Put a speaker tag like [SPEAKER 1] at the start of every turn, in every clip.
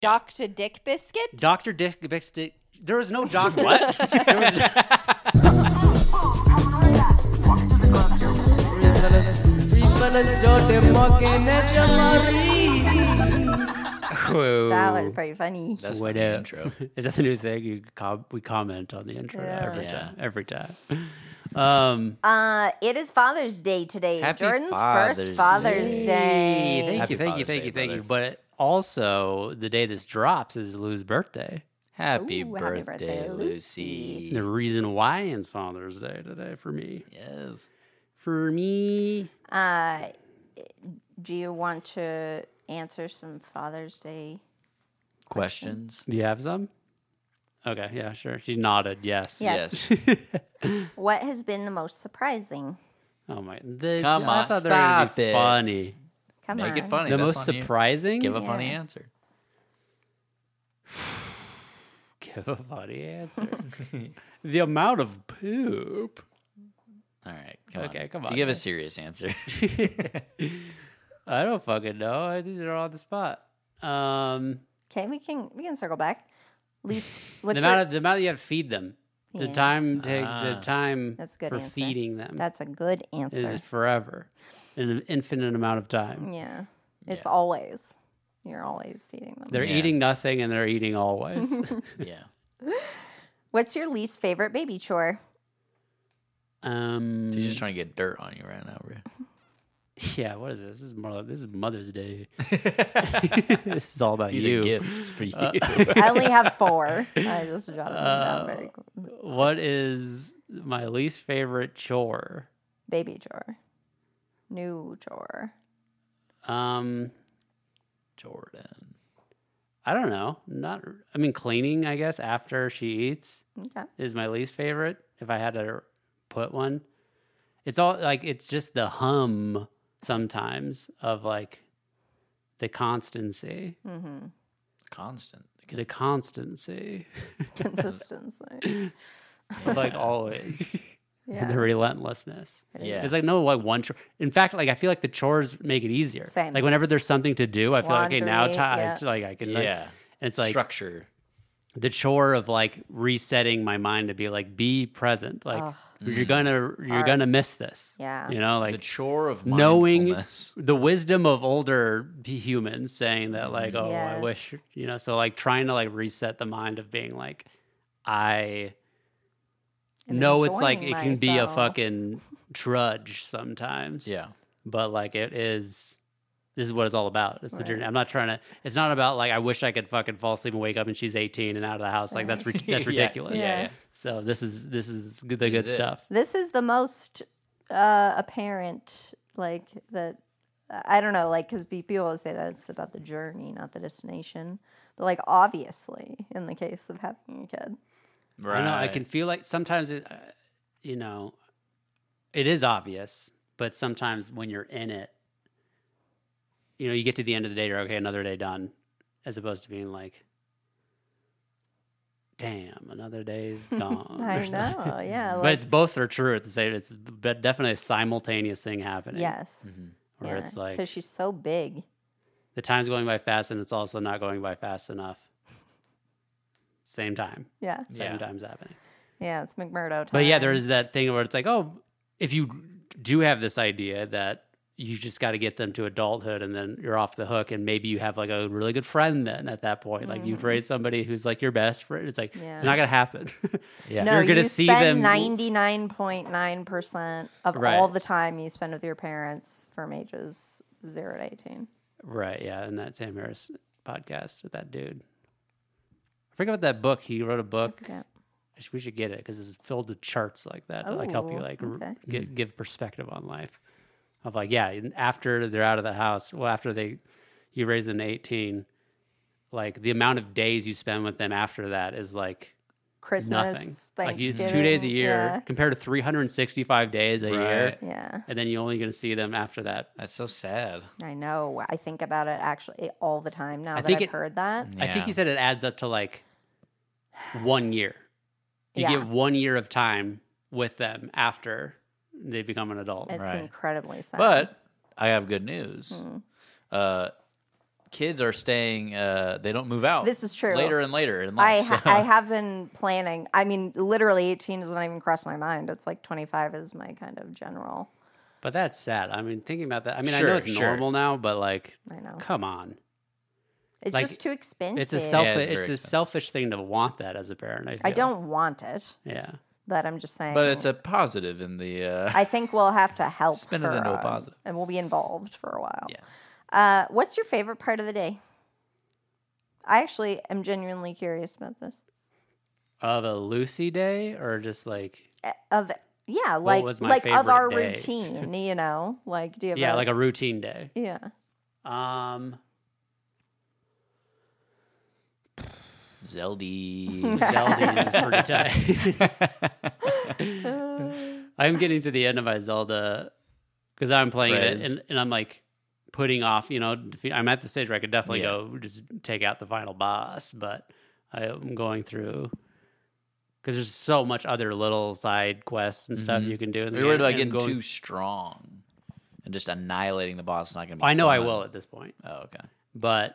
[SPEAKER 1] Dr. Dick Biscuit?
[SPEAKER 2] Doctor Dick Biscuit. There was no doctor. what? There was,
[SPEAKER 1] That was pretty funny.
[SPEAKER 3] That's
[SPEAKER 2] What
[SPEAKER 3] what the
[SPEAKER 2] up?
[SPEAKER 3] intro.
[SPEAKER 2] is that the new thing? You com- we comment on the intro every
[SPEAKER 3] Yeah.
[SPEAKER 2] time. Every time. Um,
[SPEAKER 1] Uh, it is Father's Day today.
[SPEAKER 3] Happy
[SPEAKER 1] Jordan's
[SPEAKER 3] Father's
[SPEAKER 1] first Father's
[SPEAKER 3] Day.
[SPEAKER 1] Day.
[SPEAKER 2] Hey, thank
[SPEAKER 3] Happy
[SPEAKER 2] you, thank you,
[SPEAKER 3] Father's
[SPEAKER 2] thank
[SPEAKER 3] Day,
[SPEAKER 2] you, thank you.
[SPEAKER 3] brother.
[SPEAKER 2] But also, the day this drops is Lou's birthday.
[SPEAKER 3] Happy,
[SPEAKER 1] Ooh,
[SPEAKER 3] birthday,
[SPEAKER 1] happy birthday,
[SPEAKER 3] Lucy.
[SPEAKER 2] The reason why it's Father's Day today for me.
[SPEAKER 3] Yes.
[SPEAKER 2] For me,
[SPEAKER 1] Uh, do you want to answer some Father's Day?
[SPEAKER 3] Questions?
[SPEAKER 2] do you have some? Okay, yeah, sure. She nodded yes.
[SPEAKER 1] Yes.
[SPEAKER 3] Yes.
[SPEAKER 1] What has been the most surprising?
[SPEAKER 2] Oh my! The,
[SPEAKER 3] Come
[SPEAKER 2] I
[SPEAKER 3] on,
[SPEAKER 2] thought they were gonna
[SPEAKER 3] stop
[SPEAKER 2] be
[SPEAKER 3] it.
[SPEAKER 2] funny.
[SPEAKER 1] Come
[SPEAKER 3] Make
[SPEAKER 1] on.
[SPEAKER 3] it funny.
[SPEAKER 2] the
[SPEAKER 3] That's
[SPEAKER 2] most
[SPEAKER 3] on you.
[SPEAKER 2] surprising.
[SPEAKER 3] Give a
[SPEAKER 1] Yeah.
[SPEAKER 3] funny answer.
[SPEAKER 2] Give a funny answer. the amount of poop.
[SPEAKER 3] All right. Come
[SPEAKER 2] Okay,
[SPEAKER 3] on.
[SPEAKER 2] come
[SPEAKER 3] Do
[SPEAKER 2] on.
[SPEAKER 3] Give a serious answer.
[SPEAKER 2] I don't fucking know. These are all on the spot. Um,
[SPEAKER 1] Okay, we can we can circle back. Least what's
[SPEAKER 2] the
[SPEAKER 1] your-
[SPEAKER 2] amount of the amount you have to feed them. The
[SPEAKER 1] Yeah.
[SPEAKER 2] time take
[SPEAKER 3] Ah.
[SPEAKER 2] the time
[SPEAKER 1] That's a good
[SPEAKER 2] for
[SPEAKER 1] answer.
[SPEAKER 2] feeding them
[SPEAKER 1] that's a good Mm.
[SPEAKER 2] is
[SPEAKER 1] answer.
[SPEAKER 2] forever, an infinite amount of time.
[SPEAKER 1] Yeah, it's always you're always feeding them.
[SPEAKER 2] They're
[SPEAKER 3] Yeah.
[SPEAKER 2] eating nothing and they're eating always.
[SPEAKER 3] yeah.
[SPEAKER 1] What's your least favorite baby chore?
[SPEAKER 2] um,
[SPEAKER 3] She's just trying to get dirt on you right now, bro.
[SPEAKER 2] yeah, what is this? This is more. Like, this is Mother's Day. this is all about
[SPEAKER 3] These
[SPEAKER 2] you. Uh,
[SPEAKER 3] are gifts for you.
[SPEAKER 1] I only have four. I just jotted them down
[SPEAKER 2] Uh,
[SPEAKER 1] very quick.
[SPEAKER 2] What is my least favorite chore?
[SPEAKER 1] Baby chore, new chore.
[SPEAKER 2] Um,
[SPEAKER 3] Jordan.
[SPEAKER 2] I don't know. Not. I mean, cleaning. I guess after she eats
[SPEAKER 1] Okay.
[SPEAKER 2] is my least favorite. If I had to put one, it's all like it's just the hum sometimes of like the constancy,
[SPEAKER 1] Mm-hmm.
[SPEAKER 3] Constant.
[SPEAKER 2] the constancy,
[SPEAKER 1] Consistency.
[SPEAKER 2] of, like always,
[SPEAKER 1] Yeah.
[SPEAKER 2] the relentlessness.
[SPEAKER 3] Yeah.
[SPEAKER 2] It's like no, like one chore. In fact, like I feel like the chores make it easier.
[SPEAKER 1] Same.
[SPEAKER 2] Like whenever there's something to do, I feel like okay, now
[SPEAKER 1] Laundry,
[SPEAKER 2] time.
[SPEAKER 1] yeah.
[SPEAKER 2] It's like I can. Like,
[SPEAKER 3] yeah.
[SPEAKER 2] and it's like
[SPEAKER 3] Structure.
[SPEAKER 2] the chore of like resetting my mind to be like be present. Like you're gonna you're gonna miss this.
[SPEAKER 1] Ah. Yeah.
[SPEAKER 2] You know, like
[SPEAKER 3] Mm-hmm. the chore of
[SPEAKER 2] knowing-
[SPEAKER 3] mindfulness.
[SPEAKER 2] the wisdom of older p- humans saying that like
[SPEAKER 3] Mm-hmm.
[SPEAKER 2] oh i wish
[SPEAKER 1] Yes.
[SPEAKER 2] you know so like trying to like reset the mind of being like i
[SPEAKER 1] I'm
[SPEAKER 2] know it's like
[SPEAKER 1] enjoying
[SPEAKER 2] it can be a
[SPEAKER 1] myself.
[SPEAKER 2] fucking trudge sometimes
[SPEAKER 3] Yeah.
[SPEAKER 2] but like it is this is what it's all about it's the
[SPEAKER 1] Right.
[SPEAKER 2] journey i'm not trying to it's not about like i wish i could fucking fall asleep and wake up and she's 18 and out of the house like that's ri-
[SPEAKER 3] Yeah,
[SPEAKER 2] that's ridiculous
[SPEAKER 3] yeah, yeah.
[SPEAKER 2] so this is this is good- the
[SPEAKER 3] This
[SPEAKER 2] good
[SPEAKER 3] is it.
[SPEAKER 2] stuff
[SPEAKER 1] This is the most uh, apparent, like that. I don't know, like because people will say that it's about the journey, not the destination. But like obviously, in the case of having a kid,
[SPEAKER 3] Right.
[SPEAKER 2] I know. I can feel like sometimes it, uh, you know, it is obvious, but sometimes when you're in it, you know, you get to the end of the day, you're okay, another day done, as opposed to being like, damn, another day's gone. or
[SPEAKER 1] I
[SPEAKER 2] something.
[SPEAKER 1] know, yeah,
[SPEAKER 2] but
[SPEAKER 1] like
[SPEAKER 2] it's both are true at the same. It's but definitely a simultaneous thing happening.
[SPEAKER 1] yes,
[SPEAKER 3] Mm-hmm.
[SPEAKER 2] where it's like
[SPEAKER 1] because she's so big.
[SPEAKER 2] the time's going by fast, and it's also not going by fast enough. Same time,
[SPEAKER 1] Yeah,
[SPEAKER 2] same
[SPEAKER 3] Yeah.
[SPEAKER 2] time's happening.
[SPEAKER 1] yeah, it's McMurdo time.
[SPEAKER 2] But yeah, there is that thing where it's like, oh, if you do have this idea that you just got to get them to adulthood and then you're off the hook, and maybe you have like a really good friend then at that point. Like you've raised somebody who's like your best friend. It's like, it's
[SPEAKER 1] Yes.
[SPEAKER 2] not going to happen.
[SPEAKER 3] Yeah.
[SPEAKER 1] No,
[SPEAKER 2] You're gonna
[SPEAKER 1] you
[SPEAKER 2] see
[SPEAKER 1] spend
[SPEAKER 2] them-
[SPEAKER 1] ninety nine point nine percent of
[SPEAKER 2] Right.
[SPEAKER 1] all the time you spend with your parents from ages zero to eighteen.
[SPEAKER 2] right. Yeah. And that Sam Harris podcast with that dude. I forget about that book. He wrote a book.
[SPEAKER 1] Yeah.
[SPEAKER 2] I should- We should get it because it's filled with charts like that to like help you
[SPEAKER 1] Oh,
[SPEAKER 2] like r-
[SPEAKER 1] okay.
[SPEAKER 2] gi- give perspective on life. Of like, yeah, and after they're out of the house, well, after they you raise them to eighteen, like the amount of days you spend with them after that is like nothing.
[SPEAKER 1] Christmas,
[SPEAKER 2] Like you,
[SPEAKER 1] Thanksgiving,
[SPEAKER 2] two days a year compared to three hundred and sixty-five days a year,
[SPEAKER 3] Right.
[SPEAKER 1] Yeah. yeah.
[SPEAKER 2] and then you're only going to see them after that.
[SPEAKER 3] That's so sad.
[SPEAKER 1] I know. I think about it actually all the time now
[SPEAKER 2] I
[SPEAKER 1] that
[SPEAKER 2] think
[SPEAKER 1] I've
[SPEAKER 2] it-
[SPEAKER 1] heard that.
[SPEAKER 2] I think he
[SPEAKER 3] Yeah.
[SPEAKER 2] said it adds up to like one year. You
[SPEAKER 1] Yeah.
[SPEAKER 2] get one year of time with them after they become an adult.
[SPEAKER 1] It's
[SPEAKER 3] Right.
[SPEAKER 1] incredibly sad.
[SPEAKER 3] But I have good news. Uh, kids are staying. Uh, they don't move out.
[SPEAKER 1] This is true.
[SPEAKER 3] Later and later in
[SPEAKER 1] I
[SPEAKER 3] life.
[SPEAKER 1] ha-
[SPEAKER 3] so-
[SPEAKER 1] I have been planning. I mean, literally, eighteen does not even cross my mind. It's like twenty five is my kind of general.
[SPEAKER 2] But that's sad. I mean, thinking about that, I mean, I know
[SPEAKER 3] Sure,
[SPEAKER 2] it's
[SPEAKER 3] sure.
[SPEAKER 2] normal now, but like,
[SPEAKER 1] I know
[SPEAKER 2] come on.
[SPEAKER 1] it's
[SPEAKER 2] like,
[SPEAKER 1] just too expensive.
[SPEAKER 2] It's a self
[SPEAKER 3] Yeah, it's
[SPEAKER 2] it's,
[SPEAKER 3] very
[SPEAKER 2] a
[SPEAKER 3] expensive.
[SPEAKER 2] selfish thing to want that as a parent. I,
[SPEAKER 1] I
[SPEAKER 2] feel.
[SPEAKER 1] don't want it,
[SPEAKER 2] Yeah.
[SPEAKER 1] but I'm just saying.
[SPEAKER 3] but it's a positive in the. Uh,
[SPEAKER 1] I think we'll have to help.
[SPEAKER 3] Spin it
[SPEAKER 1] for,
[SPEAKER 3] into a
[SPEAKER 1] um,
[SPEAKER 3] positive.
[SPEAKER 1] and we'll be involved for a while.
[SPEAKER 3] Yeah.
[SPEAKER 1] Uh, what's your favorite part of the day? I actually am genuinely curious about this.
[SPEAKER 2] Of a Lucy day or just like
[SPEAKER 1] Uh, Of yeah, like
[SPEAKER 2] was my
[SPEAKER 1] like of
[SPEAKER 2] favorite
[SPEAKER 1] our
[SPEAKER 2] day?
[SPEAKER 1] routine, you know, like do you have
[SPEAKER 2] yeah,
[SPEAKER 1] a,
[SPEAKER 2] like a routine day.
[SPEAKER 1] yeah.
[SPEAKER 2] Um,
[SPEAKER 3] Zeldy.
[SPEAKER 2] Zelda's is pretty tight. I'm getting to the end of my Zelda because I'm playing
[SPEAKER 3] Praise.
[SPEAKER 2] it and, and I'm like putting off, you know, defe- I'm at the stage where I could definitely
[SPEAKER 3] Yeah.
[SPEAKER 2] go just take out the final boss, but I'm going through because there's so much other little side quests and stuff
[SPEAKER 3] Mhm.
[SPEAKER 2] you can do. In the
[SPEAKER 3] We're worried
[SPEAKER 2] game,
[SPEAKER 3] about
[SPEAKER 2] and
[SPEAKER 3] getting
[SPEAKER 2] going-
[SPEAKER 3] too strong and just annihilating the boss. It's Not gonna. Be
[SPEAKER 2] I know I
[SPEAKER 3] fun.
[SPEAKER 2] will at this point,
[SPEAKER 3] Oh, okay.
[SPEAKER 2] but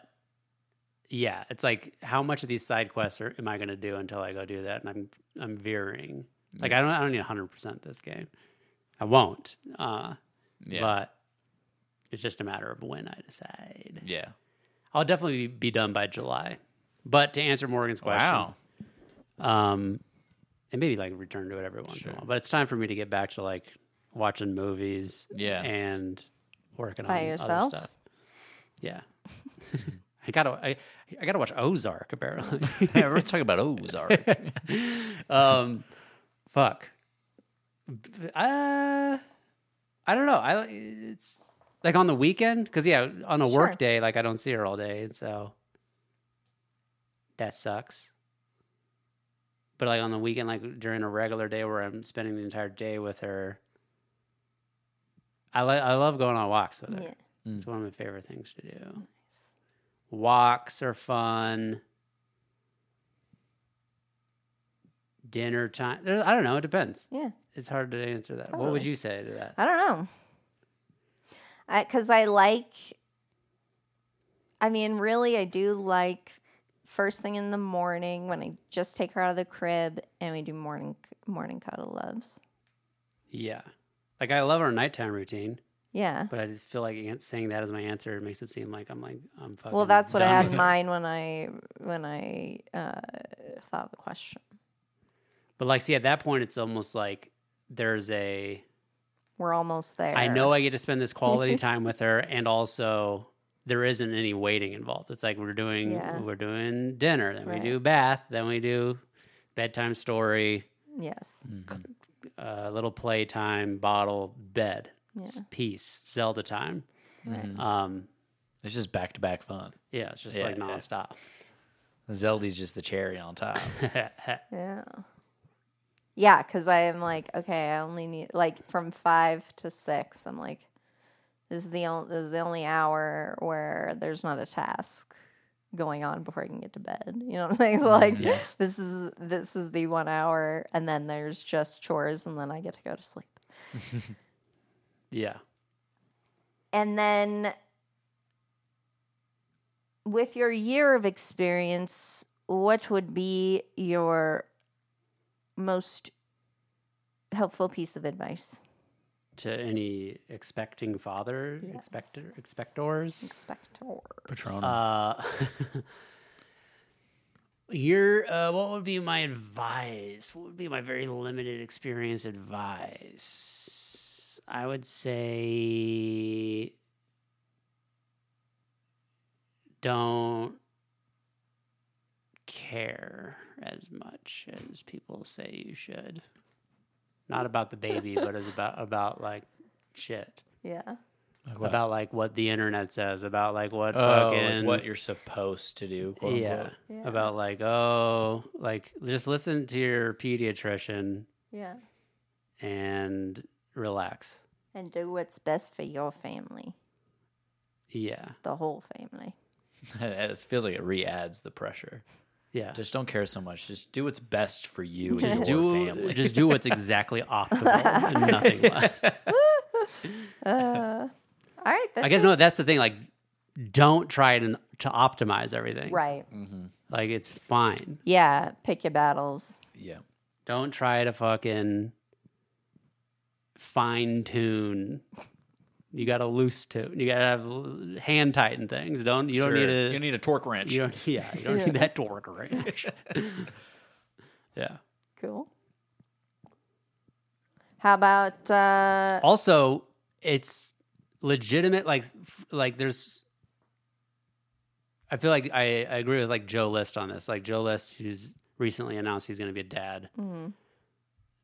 [SPEAKER 2] yeah, it's like how much of these side quests are, am I going to do until I go do that? And I'm I'm veering.
[SPEAKER 3] Mm.
[SPEAKER 2] Like I don't I don't need 100 percent this game. I won't. Uh,
[SPEAKER 3] Yeah.
[SPEAKER 2] But it's just a matter of when I decide.
[SPEAKER 3] yeah.
[SPEAKER 2] I'll definitely be done by July. But to answer Morgan's question,
[SPEAKER 3] Wow.
[SPEAKER 2] um, and maybe like return to it every once
[SPEAKER 3] Sure.
[SPEAKER 2] in a while. But it's time for me to get back to like watching movies,
[SPEAKER 3] Yeah.
[SPEAKER 2] and working
[SPEAKER 1] By
[SPEAKER 2] on
[SPEAKER 1] yourself?
[SPEAKER 2] other stuff. Yeah, I gotta I, I gotta watch Ozark apparently.
[SPEAKER 3] Yeah, we're talking about Ozark.
[SPEAKER 2] um, fuck. Uh, I don't know. I it's like on the weekend because yeah, on a
[SPEAKER 1] Sure.
[SPEAKER 2] work day, like I don't see her all day, and so that sucks. But like on the weekend, like during a regular day where I'm spending the entire day with her, I like I love going on walks with her.
[SPEAKER 1] yeah.
[SPEAKER 2] It's one of my favorite things to do. Walks are fun. Dinner time. there- I don't know. It depends.
[SPEAKER 1] Yeah.
[SPEAKER 2] It's hard to answer that. What would
[SPEAKER 1] Totally.
[SPEAKER 2] you say to that?
[SPEAKER 1] I don't know. I because I like. I mean, really, I do like first thing in the morning when I just take her out of the crib and we do morning morning cuddle loves.
[SPEAKER 2] Yeah. Like I love our nighttime routine,
[SPEAKER 1] Yeah.
[SPEAKER 2] but I feel like an- saying that as my answer it makes it seem like I'm like I'm fucking.
[SPEAKER 1] Well, that's what I
[SPEAKER 2] Oh, done
[SPEAKER 1] had
[SPEAKER 2] with
[SPEAKER 1] in
[SPEAKER 2] it.
[SPEAKER 1] mind when I when I uh, thought of the question.
[SPEAKER 2] But like, see, at that point, it's almost like there's a.
[SPEAKER 1] We're almost there.
[SPEAKER 2] I know I get to spend this quality time with her, and also there isn't any waiting involved. It's like we're doing
[SPEAKER 1] Yeah.
[SPEAKER 2] we're doing dinner, then
[SPEAKER 1] Right.
[SPEAKER 2] we do bath, then we do bedtime story,
[SPEAKER 1] Yes.
[SPEAKER 3] Mhm.
[SPEAKER 2] uh, little playtime, bottle, bed,
[SPEAKER 1] Yeah.
[SPEAKER 2] s- peace, Zelda time.
[SPEAKER 3] Mhm.
[SPEAKER 2] Um,
[SPEAKER 3] It's just back to back fun.
[SPEAKER 2] yeah, it's just
[SPEAKER 3] Yeah,
[SPEAKER 2] like
[SPEAKER 3] yeah.
[SPEAKER 2] nonstop.
[SPEAKER 3] Zeldy's just the cherry on top.
[SPEAKER 1] Yeah. Yeah, because I am like, okay, I only need like from five to six. I'm like, this is the only this is the only hour where there's not a task going on before I can get to bed. You know what I'm saying? So, Like
[SPEAKER 3] Yeah.
[SPEAKER 1] this is this is the one hour, and then there's just chores, and then I get to go to sleep.
[SPEAKER 2] yeah,
[SPEAKER 1] And then with your year of experience, what would be your most helpful piece of advice?
[SPEAKER 2] to any expecting father,
[SPEAKER 1] Yes.
[SPEAKER 2] expector, expectors.
[SPEAKER 1] Expector.
[SPEAKER 3] Patron.
[SPEAKER 2] Uh, your uh, what would be my advice? What would be my very limited experience advice? I would say don't care as much as people say you should. Not about the baby, but as about about like shit.
[SPEAKER 1] Yeah.
[SPEAKER 2] About like what the internet says, about like what
[SPEAKER 3] oh, like
[SPEAKER 2] fucking
[SPEAKER 3] what you're supposed to do. Quote
[SPEAKER 2] yeah.
[SPEAKER 3] Unquote.
[SPEAKER 1] Yeah.
[SPEAKER 2] About like, oh, like just listen to your pediatrician
[SPEAKER 1] Yeah.
[SPEAKER 2] and relax.
[SPEAKER 1] And do what's best for your family,
[SPEAKER 2] Yeah.
[SPEAKER 1] the whole family.
[SPEAKER 3] it feels like it re-adds the pressure.
[SPEAKER 2] Yeah.
[SPEAKER 3] Just don't care so much. Just do what's best for you
[SPEAKER 2] Just
[SPEAKER 3] and your
[SPEAKER 2] do
[SPEAKER 3] family.
[SPEAKER 2] just do what's exactly optimal and nothing less.
[SPEAKER 1] Uh, all right. That's
[SPEAKER 2] I guess
[SPEAKER 1] it.
[SPEAKER 2] no, that's the thing. Like don't try to, to optimize everything.
[SPEAKER 1] Right.
[SPEAKER 3] Mm-hmm.
[SPEAKER 2] Like it's fine.
[SPEAKER 1] Yeah. Pick your battles.
[SPEAKER 3] Yeah.
[SPEAKER 2] Don't try to fucking fine tune. You got to loose tune. You got to have l- hand tighten things. Don't you don't need to
[SPEAKER 3] you need a torque wrench.
[SPEAKER 2] you don't yeah you don't need that torque wrench. yeah.
[SPEAKER 1] Cool. How about uh
[SPEAKER 2] Also, it's legitimate. Like f- like there's. I feel like I, I agree with like Joe List on this. Like Joe List, who's recently announced he's going to be a dad,
[SPEAKER 1] mhm,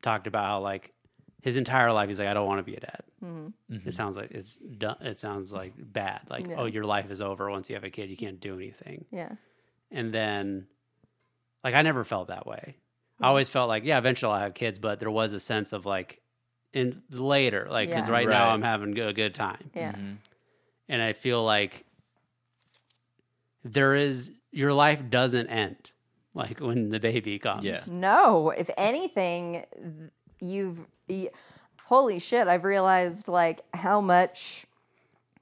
[SPEAKER 2] talked about how like his entire life he's like I don't want to be a dad.
[SPEAKER 1] mhm.
[SPEAKER 3] Mhm.
[SPEAKER 2] It sounds like it's done. It sounds like bad. Like
[SPEAKER 1] Yeah.
[SPEAKER 2] oh, your life is over once you have a kid. You can't do anything.
[SPEAKER 1] yeah.
[SPEAKER 2] And then, like I never felt that way.
[SPEAKER 1] Mm-hmm.
[SPEAKER 2] I always felt like yeah, eventually I'll have kids, but there was a sense of like in later, like because
[SPEAKER 1] Yeah.
[SPEAKER 2] right, now
[SPEAKER 3] Right.
[SPEAKER 2] I'm having a good time,
[SPEAKER 1] Yeah.
[SPEAKER 3] Mhm.
[SPEAKER 2] and I feel like there is your life doesn't end like when the baby comes.
[SPEAKER 3] Yeah.
[SPEAKER 1] No, if anything, th- you've. y- holy shit, I've realized like how much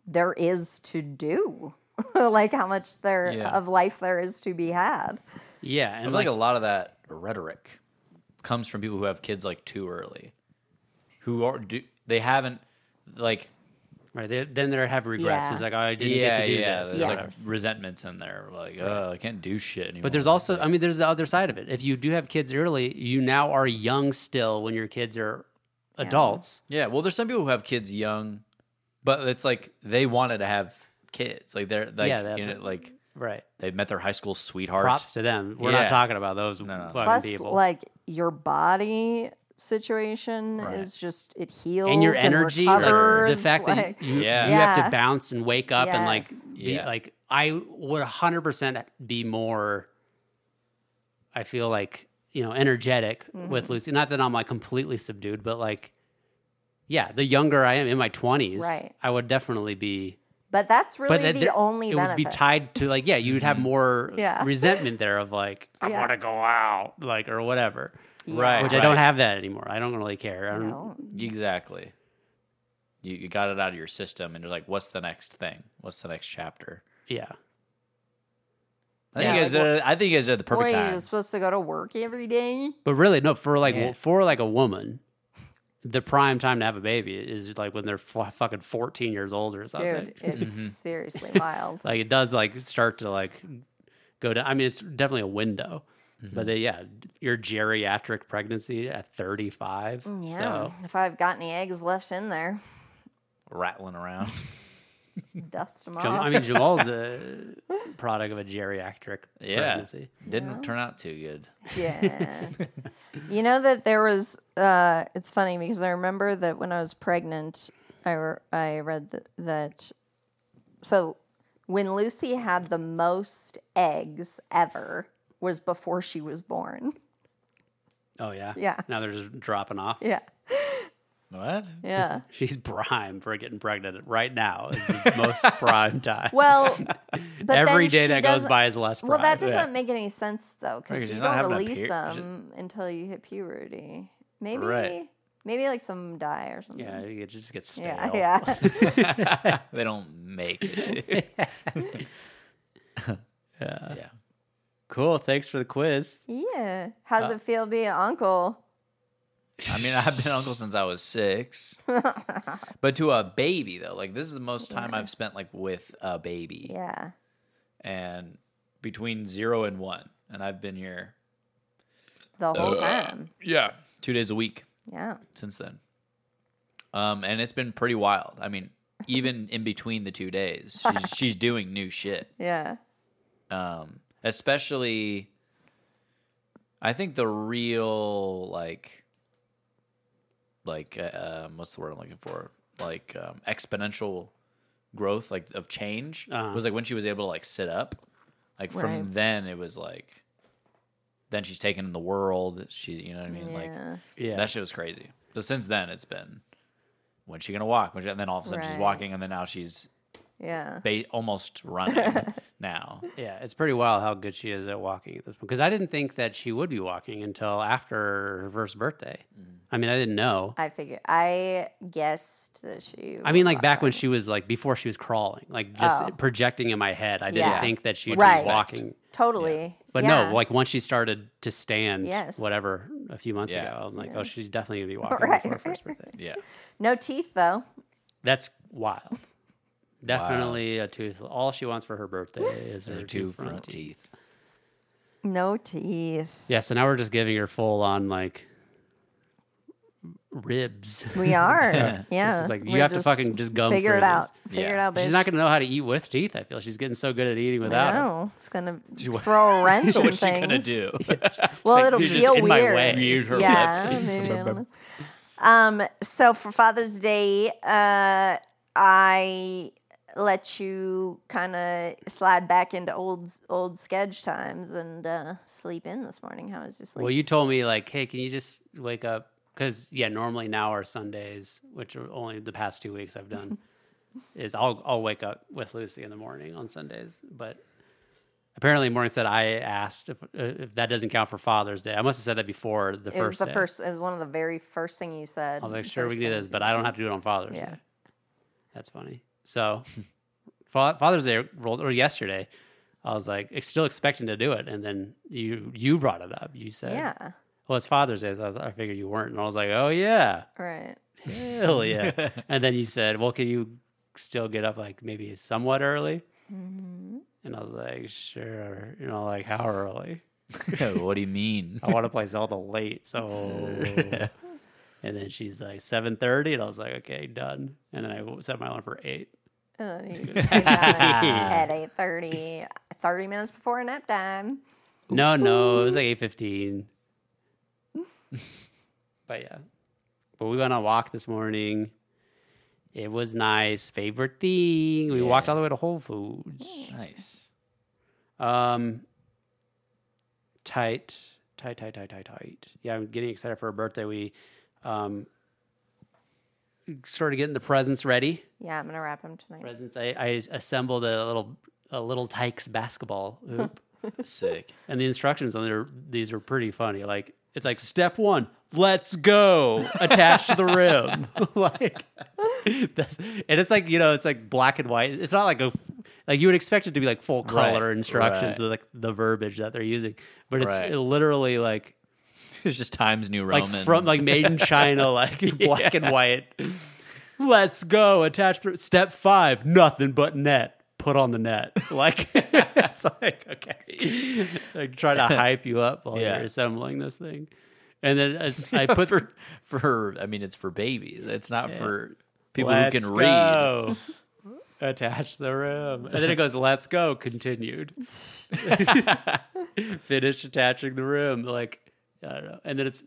[SPEAKER 1] there is to do. like how much there
[SPEAKER 3] Yeah.
[SPEAKER 1] of life there is to be had.
[SPEAKER 2] yeah,
[SPEAKER 3] I
[SPEAKER 2] and
[SPEAKER 3] feel like,
[SPEAKER 2] like,
[SPEAKER 3] a lot of that rhetoric comes from people who have kids like too early, who are do they haven't like
[SPEAKER 2] right they, then there have regrets.
[SPEAKER 1] Yeah.
[SPEAKER 2] It's like oh, I didn't
[SPEAKER 3] yeah
[SPEAKER 2] get to do
[SPEAKER 3] yeah
[SPEAKER 2] this.
[SPEAKER 3] there's
[SPEAKER 2] or
[SPEAKER 3] like
[SPEAKER 1] Yes.
[SPEAKER 3] resentments in there like oh I can't do shit anymore.
[SPEAKER 2] But there's also, I mean, there's the other side of it. If you do have kids early, you now are young still when your kids are adults.
[SPEAKER 3] yeah well there's some people who have kids young, but it's like they wanted to have kids like they're like
[SPEAKER 2] Yeah, that-
[SPEAKER 3] you know, like
[SPEAKER 2] Right.
[SPEAKER 3] they've met their high school sweetheart.
[SPEAKER 2] Props to them. We're
[SPEAKER 3] Yeah.
[SPEAKER 2] not talking about those
[SPEAKER 3] no.
[SPEAKER 2] fucking
[SPEAKER 1] Plus,
[SPEAKER 2] people.
[SPEAKER 1] like your body situation is just it heals
[SPEAKER 2] and your energy, like,
[SPEAKER 1] recovers,
[SPEAKER 2] the fact that
[SPEAKER 1] like-
[SPEAKER 2] you,
[SPEAKER 3] Yeah.
[SPEAKER 2] you have
[SPEAKER 1] Yeah.
[SPEAKER 2] to bounce and wake up and like,
[SPEAKER 1] Yes.
[SPEAKER 2] be,
[SPEAKER 3] Yeah.
[SPEAKER 2] like I would 100% be more, I feel like, you know, energetic
[SPEAKER 1] Mm-hmm.
[SPEAKER 2] with Lucy. Not that I'm like completely subdued, but like, yeah, the younger I am in my 20s,
[SPEAKER 1] Right.
[SPEAKER 2] I would definitely be
[SPEAKER 1] but that's really
[SPEAKER 2] that
[SPEAKER 1] the
[SPEAKER 2] there-
[SPEAKER 1] only
[SPEAKER 2] it
[SPEAKER 1] benefit.
[SPEAKER 2] would be tied to like yeah you would have
[SPEAKER 3] Mm-hmm.
[SPEAKER 2] more
[SPEAKER 1] Yeah.
[SPEAKER 2] resentment there of like i
[SPEAKER 1] Yeah.
[SPEAKER 2] want to go out like or whatever
[SPEAKER 3] Right.
[SPEAKER 2] which i don't have that anymore i don't really care I don't-
[SPEAKER 1] No.
[SPEAKER 3] Exactly. You, you got it out of your system, and you're like, what's the next thing? What's the next chapter?
[SPEAKER 2] yeah
[SPEAKER 3] I think
[SPEAKER 1] Yeah,
[SPEAKER 3] you guys
[SPEAKER 1] like,
[SPEAKER 3] did. it- I think you guys did it at the perfect
[SPEAKER 1] Wait,
[SPEAKER 3] time.
[SPEAKER 1] you're supposed to go to work every day.
[SPEAKER 2] but really no for like
[SPEAKER 3] Yeah.
[SPEAKER 2] for like a woman the prime time to have a baby is like when they're f- fucking 14 years old or something
[SPEAKER 1] Dude, it's
[SPEAKER 2] Mm-hmm.
[SPEAKER 1] seriously wild.
[SPEAKER 2] like it does like start to like go down i mean it's definitely a window
[SPEAKER 3] Mm-hmm.
[SPEAKER 2] but they, yeah your geriatric pregnancy at 35
[SPEAKER 1] Mm, Yeah.
[SPEAKER 2] so
[SPEAKER 1] If I've got any eggs left in there,
[SPEAKER 3] Rattling around.
[SPEAKER 1] dust them
[SPEAKER 2] Jam-
[SPEAKER 1] off.
[SPEAKER 2] I mean, Jamal's a product of a geriatric
[SPEAKER 3] Yeah.
[SPEAKER 2] pregnancy.
[SPEAKER 3] Didn't turn out too good.
[SPEAKER 1] yeah. you know that there was. Uh, it's funny because I remember that when I was pregnant, I re- I read th- that. So, when Lucy had the most eggs ever was before she was born.
[SPEAKER 2] Oh yeah,
[SPEAKER 1] Yeah.
[SPEAKER 2] Now they're just dropping off.
[SPEAKER 1] Yeah.
[SPEAKER 3] What?
[SPEAKER 1] Yeah.
[SPEAKER 2] She's prime for getting pregnant right now. Is the most prime time.
[SPEAKER 1] Well, but
[SPEAKER 2] Every
[SPEAKER 1] then
[SPEAKER 2] day
[SPEAKER 1] she
[SPEAKER 2] that goes
[SPEAKER 1] doesn't-
[SPEAKER 2] by is less prime.
[SPEAKER 1] Well, that
[SPEAKER 2] Yeah.
[SPEAKER 1] doesn't make any sense though,
[SPEAKER 3] Because
[SPEAKER 1] because you
[SPEAKER 3] she's not
[SPEAKER 1] don't
[SPEAKER 3] having a
[SPEAKER 1] release
[SPEAKER 3] peri- she-
[SPEAKER 1] them until you hit puberty. Maybe,
[SPEAKER 3] Right.
[SPEAKER 1] maybe like some die or something.
[SPEAKER 2] Yeah, it just gets stale.
[SPEAKER 1] yeah, yeah.
[SPEAKER 3] They don't make it.
[SPEAKER 2] Yeah.
[SPEAKER 3] yeah.
[SPEAKER 2] Cool. Thanks for the quiz.
[SPEAKER 1] Yeah. How's
[SPEAKER 2] Uh,
[SPEAKER 1] it feel being an uncle?
[SPEAKER 3] I mean, I've been uncle since I was six. but to a baby though, like this is the most time I've spent like with a baby,
[SPEAKER 1] Yeah.
[SPEAKER 3] and between zero and one, and I've been here.
[SPEAKER 1] The whole time.
[SPEAKER 3] Yeah. Two days a week.
[SPEAKER 1] Yeah.
[SPEAKER 3] since then. Um, and it's been pretty wild. I mean, even in between the two days, she's, she's doing new shit.
[SPEAKER 1] Yeah.
[SPEAKER 3] Um, especially, I think the real like, like uh, um, what's the word I'm looking for? Like um, exponential growth, like of change,
[SPEAKER 2] Uh-huh.
[SPEAKER 3] was like when she was able to like sit up. Like from
[SPEAKER 1] Right.
[SPEAKER 3] then, it was like, then she's taken in the world. She, you know what I mean? Like
[SPEAKER 1] yeah.
[SPEAKER 2] Yeah.
[SPEAKER 3] that shit was crazy. So since then, it's been when's she gonna walk? When she, and then all of a sudden she's
[SPEAKER 1] Right.
[SPEAKER 3] walking, and then now she's
[SPEAKER 1] Yeah.
[SPEAKER 3] ba- almost running now.
[SPEAKER 2] yeah. It's pretty wild how good she is at walking at this point. Because I didn't think that she would be walking until after her first birthday. I mean, I didn't know.
[SPEAKER 1] I figure I guessed that she.
[SPEAKER 2] I mean, like back when she was like before she was crawling, like just
[SPEAKER 1] Oh.
[SPEAKER 2] projecting in my head. I didn't
[SPEAKER 1] Yeah.
[SPEAKER 2] think that she was
[SPEAKER 1] Right.
[SPEAKER 2] walking.
[SPEAKER 1] totally.
[SPEAKER 2] But
[SPEAKER 1] yeah.
[SPEAKER 2] no, like once she started to stand,
[SPEAKER 1] Yes.
[SPEAKER 2] whatever, a few months
[SPEAKER 3] Yeah.
[SPEAKER 2] ago, I'm like, oh, she's definitely gonna be walking
[SPEAKER 1] Right.
[SPEAKER 2] before her first birthday.
[SPEAKER 3] Yeah.
[SPEAKER 1] no teeth though.
[SPEAKER 2] That's wild. Definitely a tooth. All she wants for her birthday is her
[SPEAKER 3] Her two front teeth.
[SPEAKER 1] No teeth.
[SPEAKER 2] Yeah, so now we're just giving her full on like ribs.
[SPEAKER 1] We are. yeah.
[SPEAKER 2] It's like you
[SPEAKER 1] We're
[SPEAKER 2] have to
[SPEAKER 1] just
[SPEAKER 2] fucking just gum
[SPEAKER 1] figure
[SPEAKER 2] through
[SPEAKER 1] it
[SPEAKER 2] this.
[SPEAKER 1] out. Figure it
[SPEAKER 3] Yeah.
[SPEAKER 1] out, bitch.
[SPEAKER 2] She's not gonna know how to eat with teeth. I feel she's getting so good at eating without. 'em.
[SPEAKER 1] No, it's gonna throw a wrench in
[SPEAKER 3] What's she
[SPEAKER 1] things.
[SPEAKER 3] gonna do?
[SPEAKER 1] Well, it'll
[SPEAKER 2] "You're just
[SPEAKER 1] feel
[SPEAKER 2] in my
[SPEAKER 1] weird.
[SPEAKER 2] way." Weird
[SPEAKER 3] her
[SPEAKER 1] yeah,
[SPEAKER 3] lips.
[SPEAKER 1] maybe. I don't know. Um. So for Father's Day, uh, I let you kind of slide back into old old sketch times and uh, sleep in this morning. How was your sleep?
[SPEAKER 2] Well, you told me like, hey, can you just wake up? Because yeah, normally now are Sundays, which are only the past two weeks I've done. is I'll I'll wake up with Lucy in the morning on Sundays, but apparently Morgan said I asked if, uh, if that doesn't count for Father's Day. I must have said that before the
[SPEAKER 1] it was
[SPEAKER 2] first.
[SPEAKER 1] the
[SPEAKER 2] day.
[SPEAKER 1] first. It was one of the very first thing you said.
[SPEAKER 2] I was like, sure, we
[SPEAKER 1] First
[SPEAKER 2] can do
[SPEAKER 1] thing.
[SPEAKER 2] this, but I don't have to do it on Father's
[SPEAKER 1] Yeah.
[SPEAKER 2] Day. That's funny. So, Fa- Father's Day rolled, or yesterday, I was like, ex- still expecting to do it. And then you you brought it up. You said,
[SPEAKER 1] Yeah.
[SPEAKER 2] well, it's Father's Day. So I, thought- I figured you weren't. And I was like, oh, yeah.
[SPEAKER 1] Right.
[SPEAKER 2] Hell yeah. and then you said, well, can you still get up like maybe somewhat early?
[SPEAKER 1] Mm-hmm.
[SPEAKER 2] And I was like, sure. You know, like how early?
[SPEAKER 3] what do you mean?
[SPEAKER 2] I want to play Zelda late, so. and then she's like seven thirty, and I was like, okay, done. And then I set my alarm for eight.
[SPEAKER 1] Uh, you got it at 8.30, 30 minutes before nap time.
[SPEAKER 2] No, no, it was like eight fifteen. but yeah, but we went on a walk this morning. It was nice. Favorite thing. We walked all the way to Whole Foods.
[SPEAKER 3] Nice.
[SPEAKER 2] Um, tight, tight, tight, tight, tight, tight. Yeah, I'm getting excited for her birthday. We, um, started getting the presents ready.
[SPEAKER 1] Yeah, I'm going to wrap them tonight.
[SPEAKER 2] Presents. I, I assembled a little a little Tykes basketball hoop,
[SPEAKER 3] Sick.
[SPEAKER 2] and the instructions on there these are pretty funny. Like it's like step one, let's go, attach the rim. like that's and it's like you know it's like black and white. It's not like a like you would expect it to be like full
[SPEAKER 3] Right,
[SPEAKER 2] color instructions
[SPEAKER 3] right.
[SPEAKER 2] with like the verbiage that they're using, but it's
[SPEAKER 3] Right.
[SPEAKER 2] literally like
[SPEAKER 3] It's just Times New
[SPEAKER 2] like
[SPEAKER 3] Roman.
[SPEAKER 2] from like made in China, like black and white. Let's go. Attach through step five. Nothing but net. Put on the net. Like it's like okay, like trying to hype you up while
[SPEAKER 3] Yeah.
[SPEAKER 2] you're assembling this thing, and then it's, I put
[SPEAKER 3] for for I mean it's for babies. It's not for people who
[SPEAKER 2] "Let's
[SPEAKER 3] can read.
[SPEAKER 2] go." Attach the rim, and then it goes. Let's go. Continued. Finish attaching the rim. Like I don't know, and then it's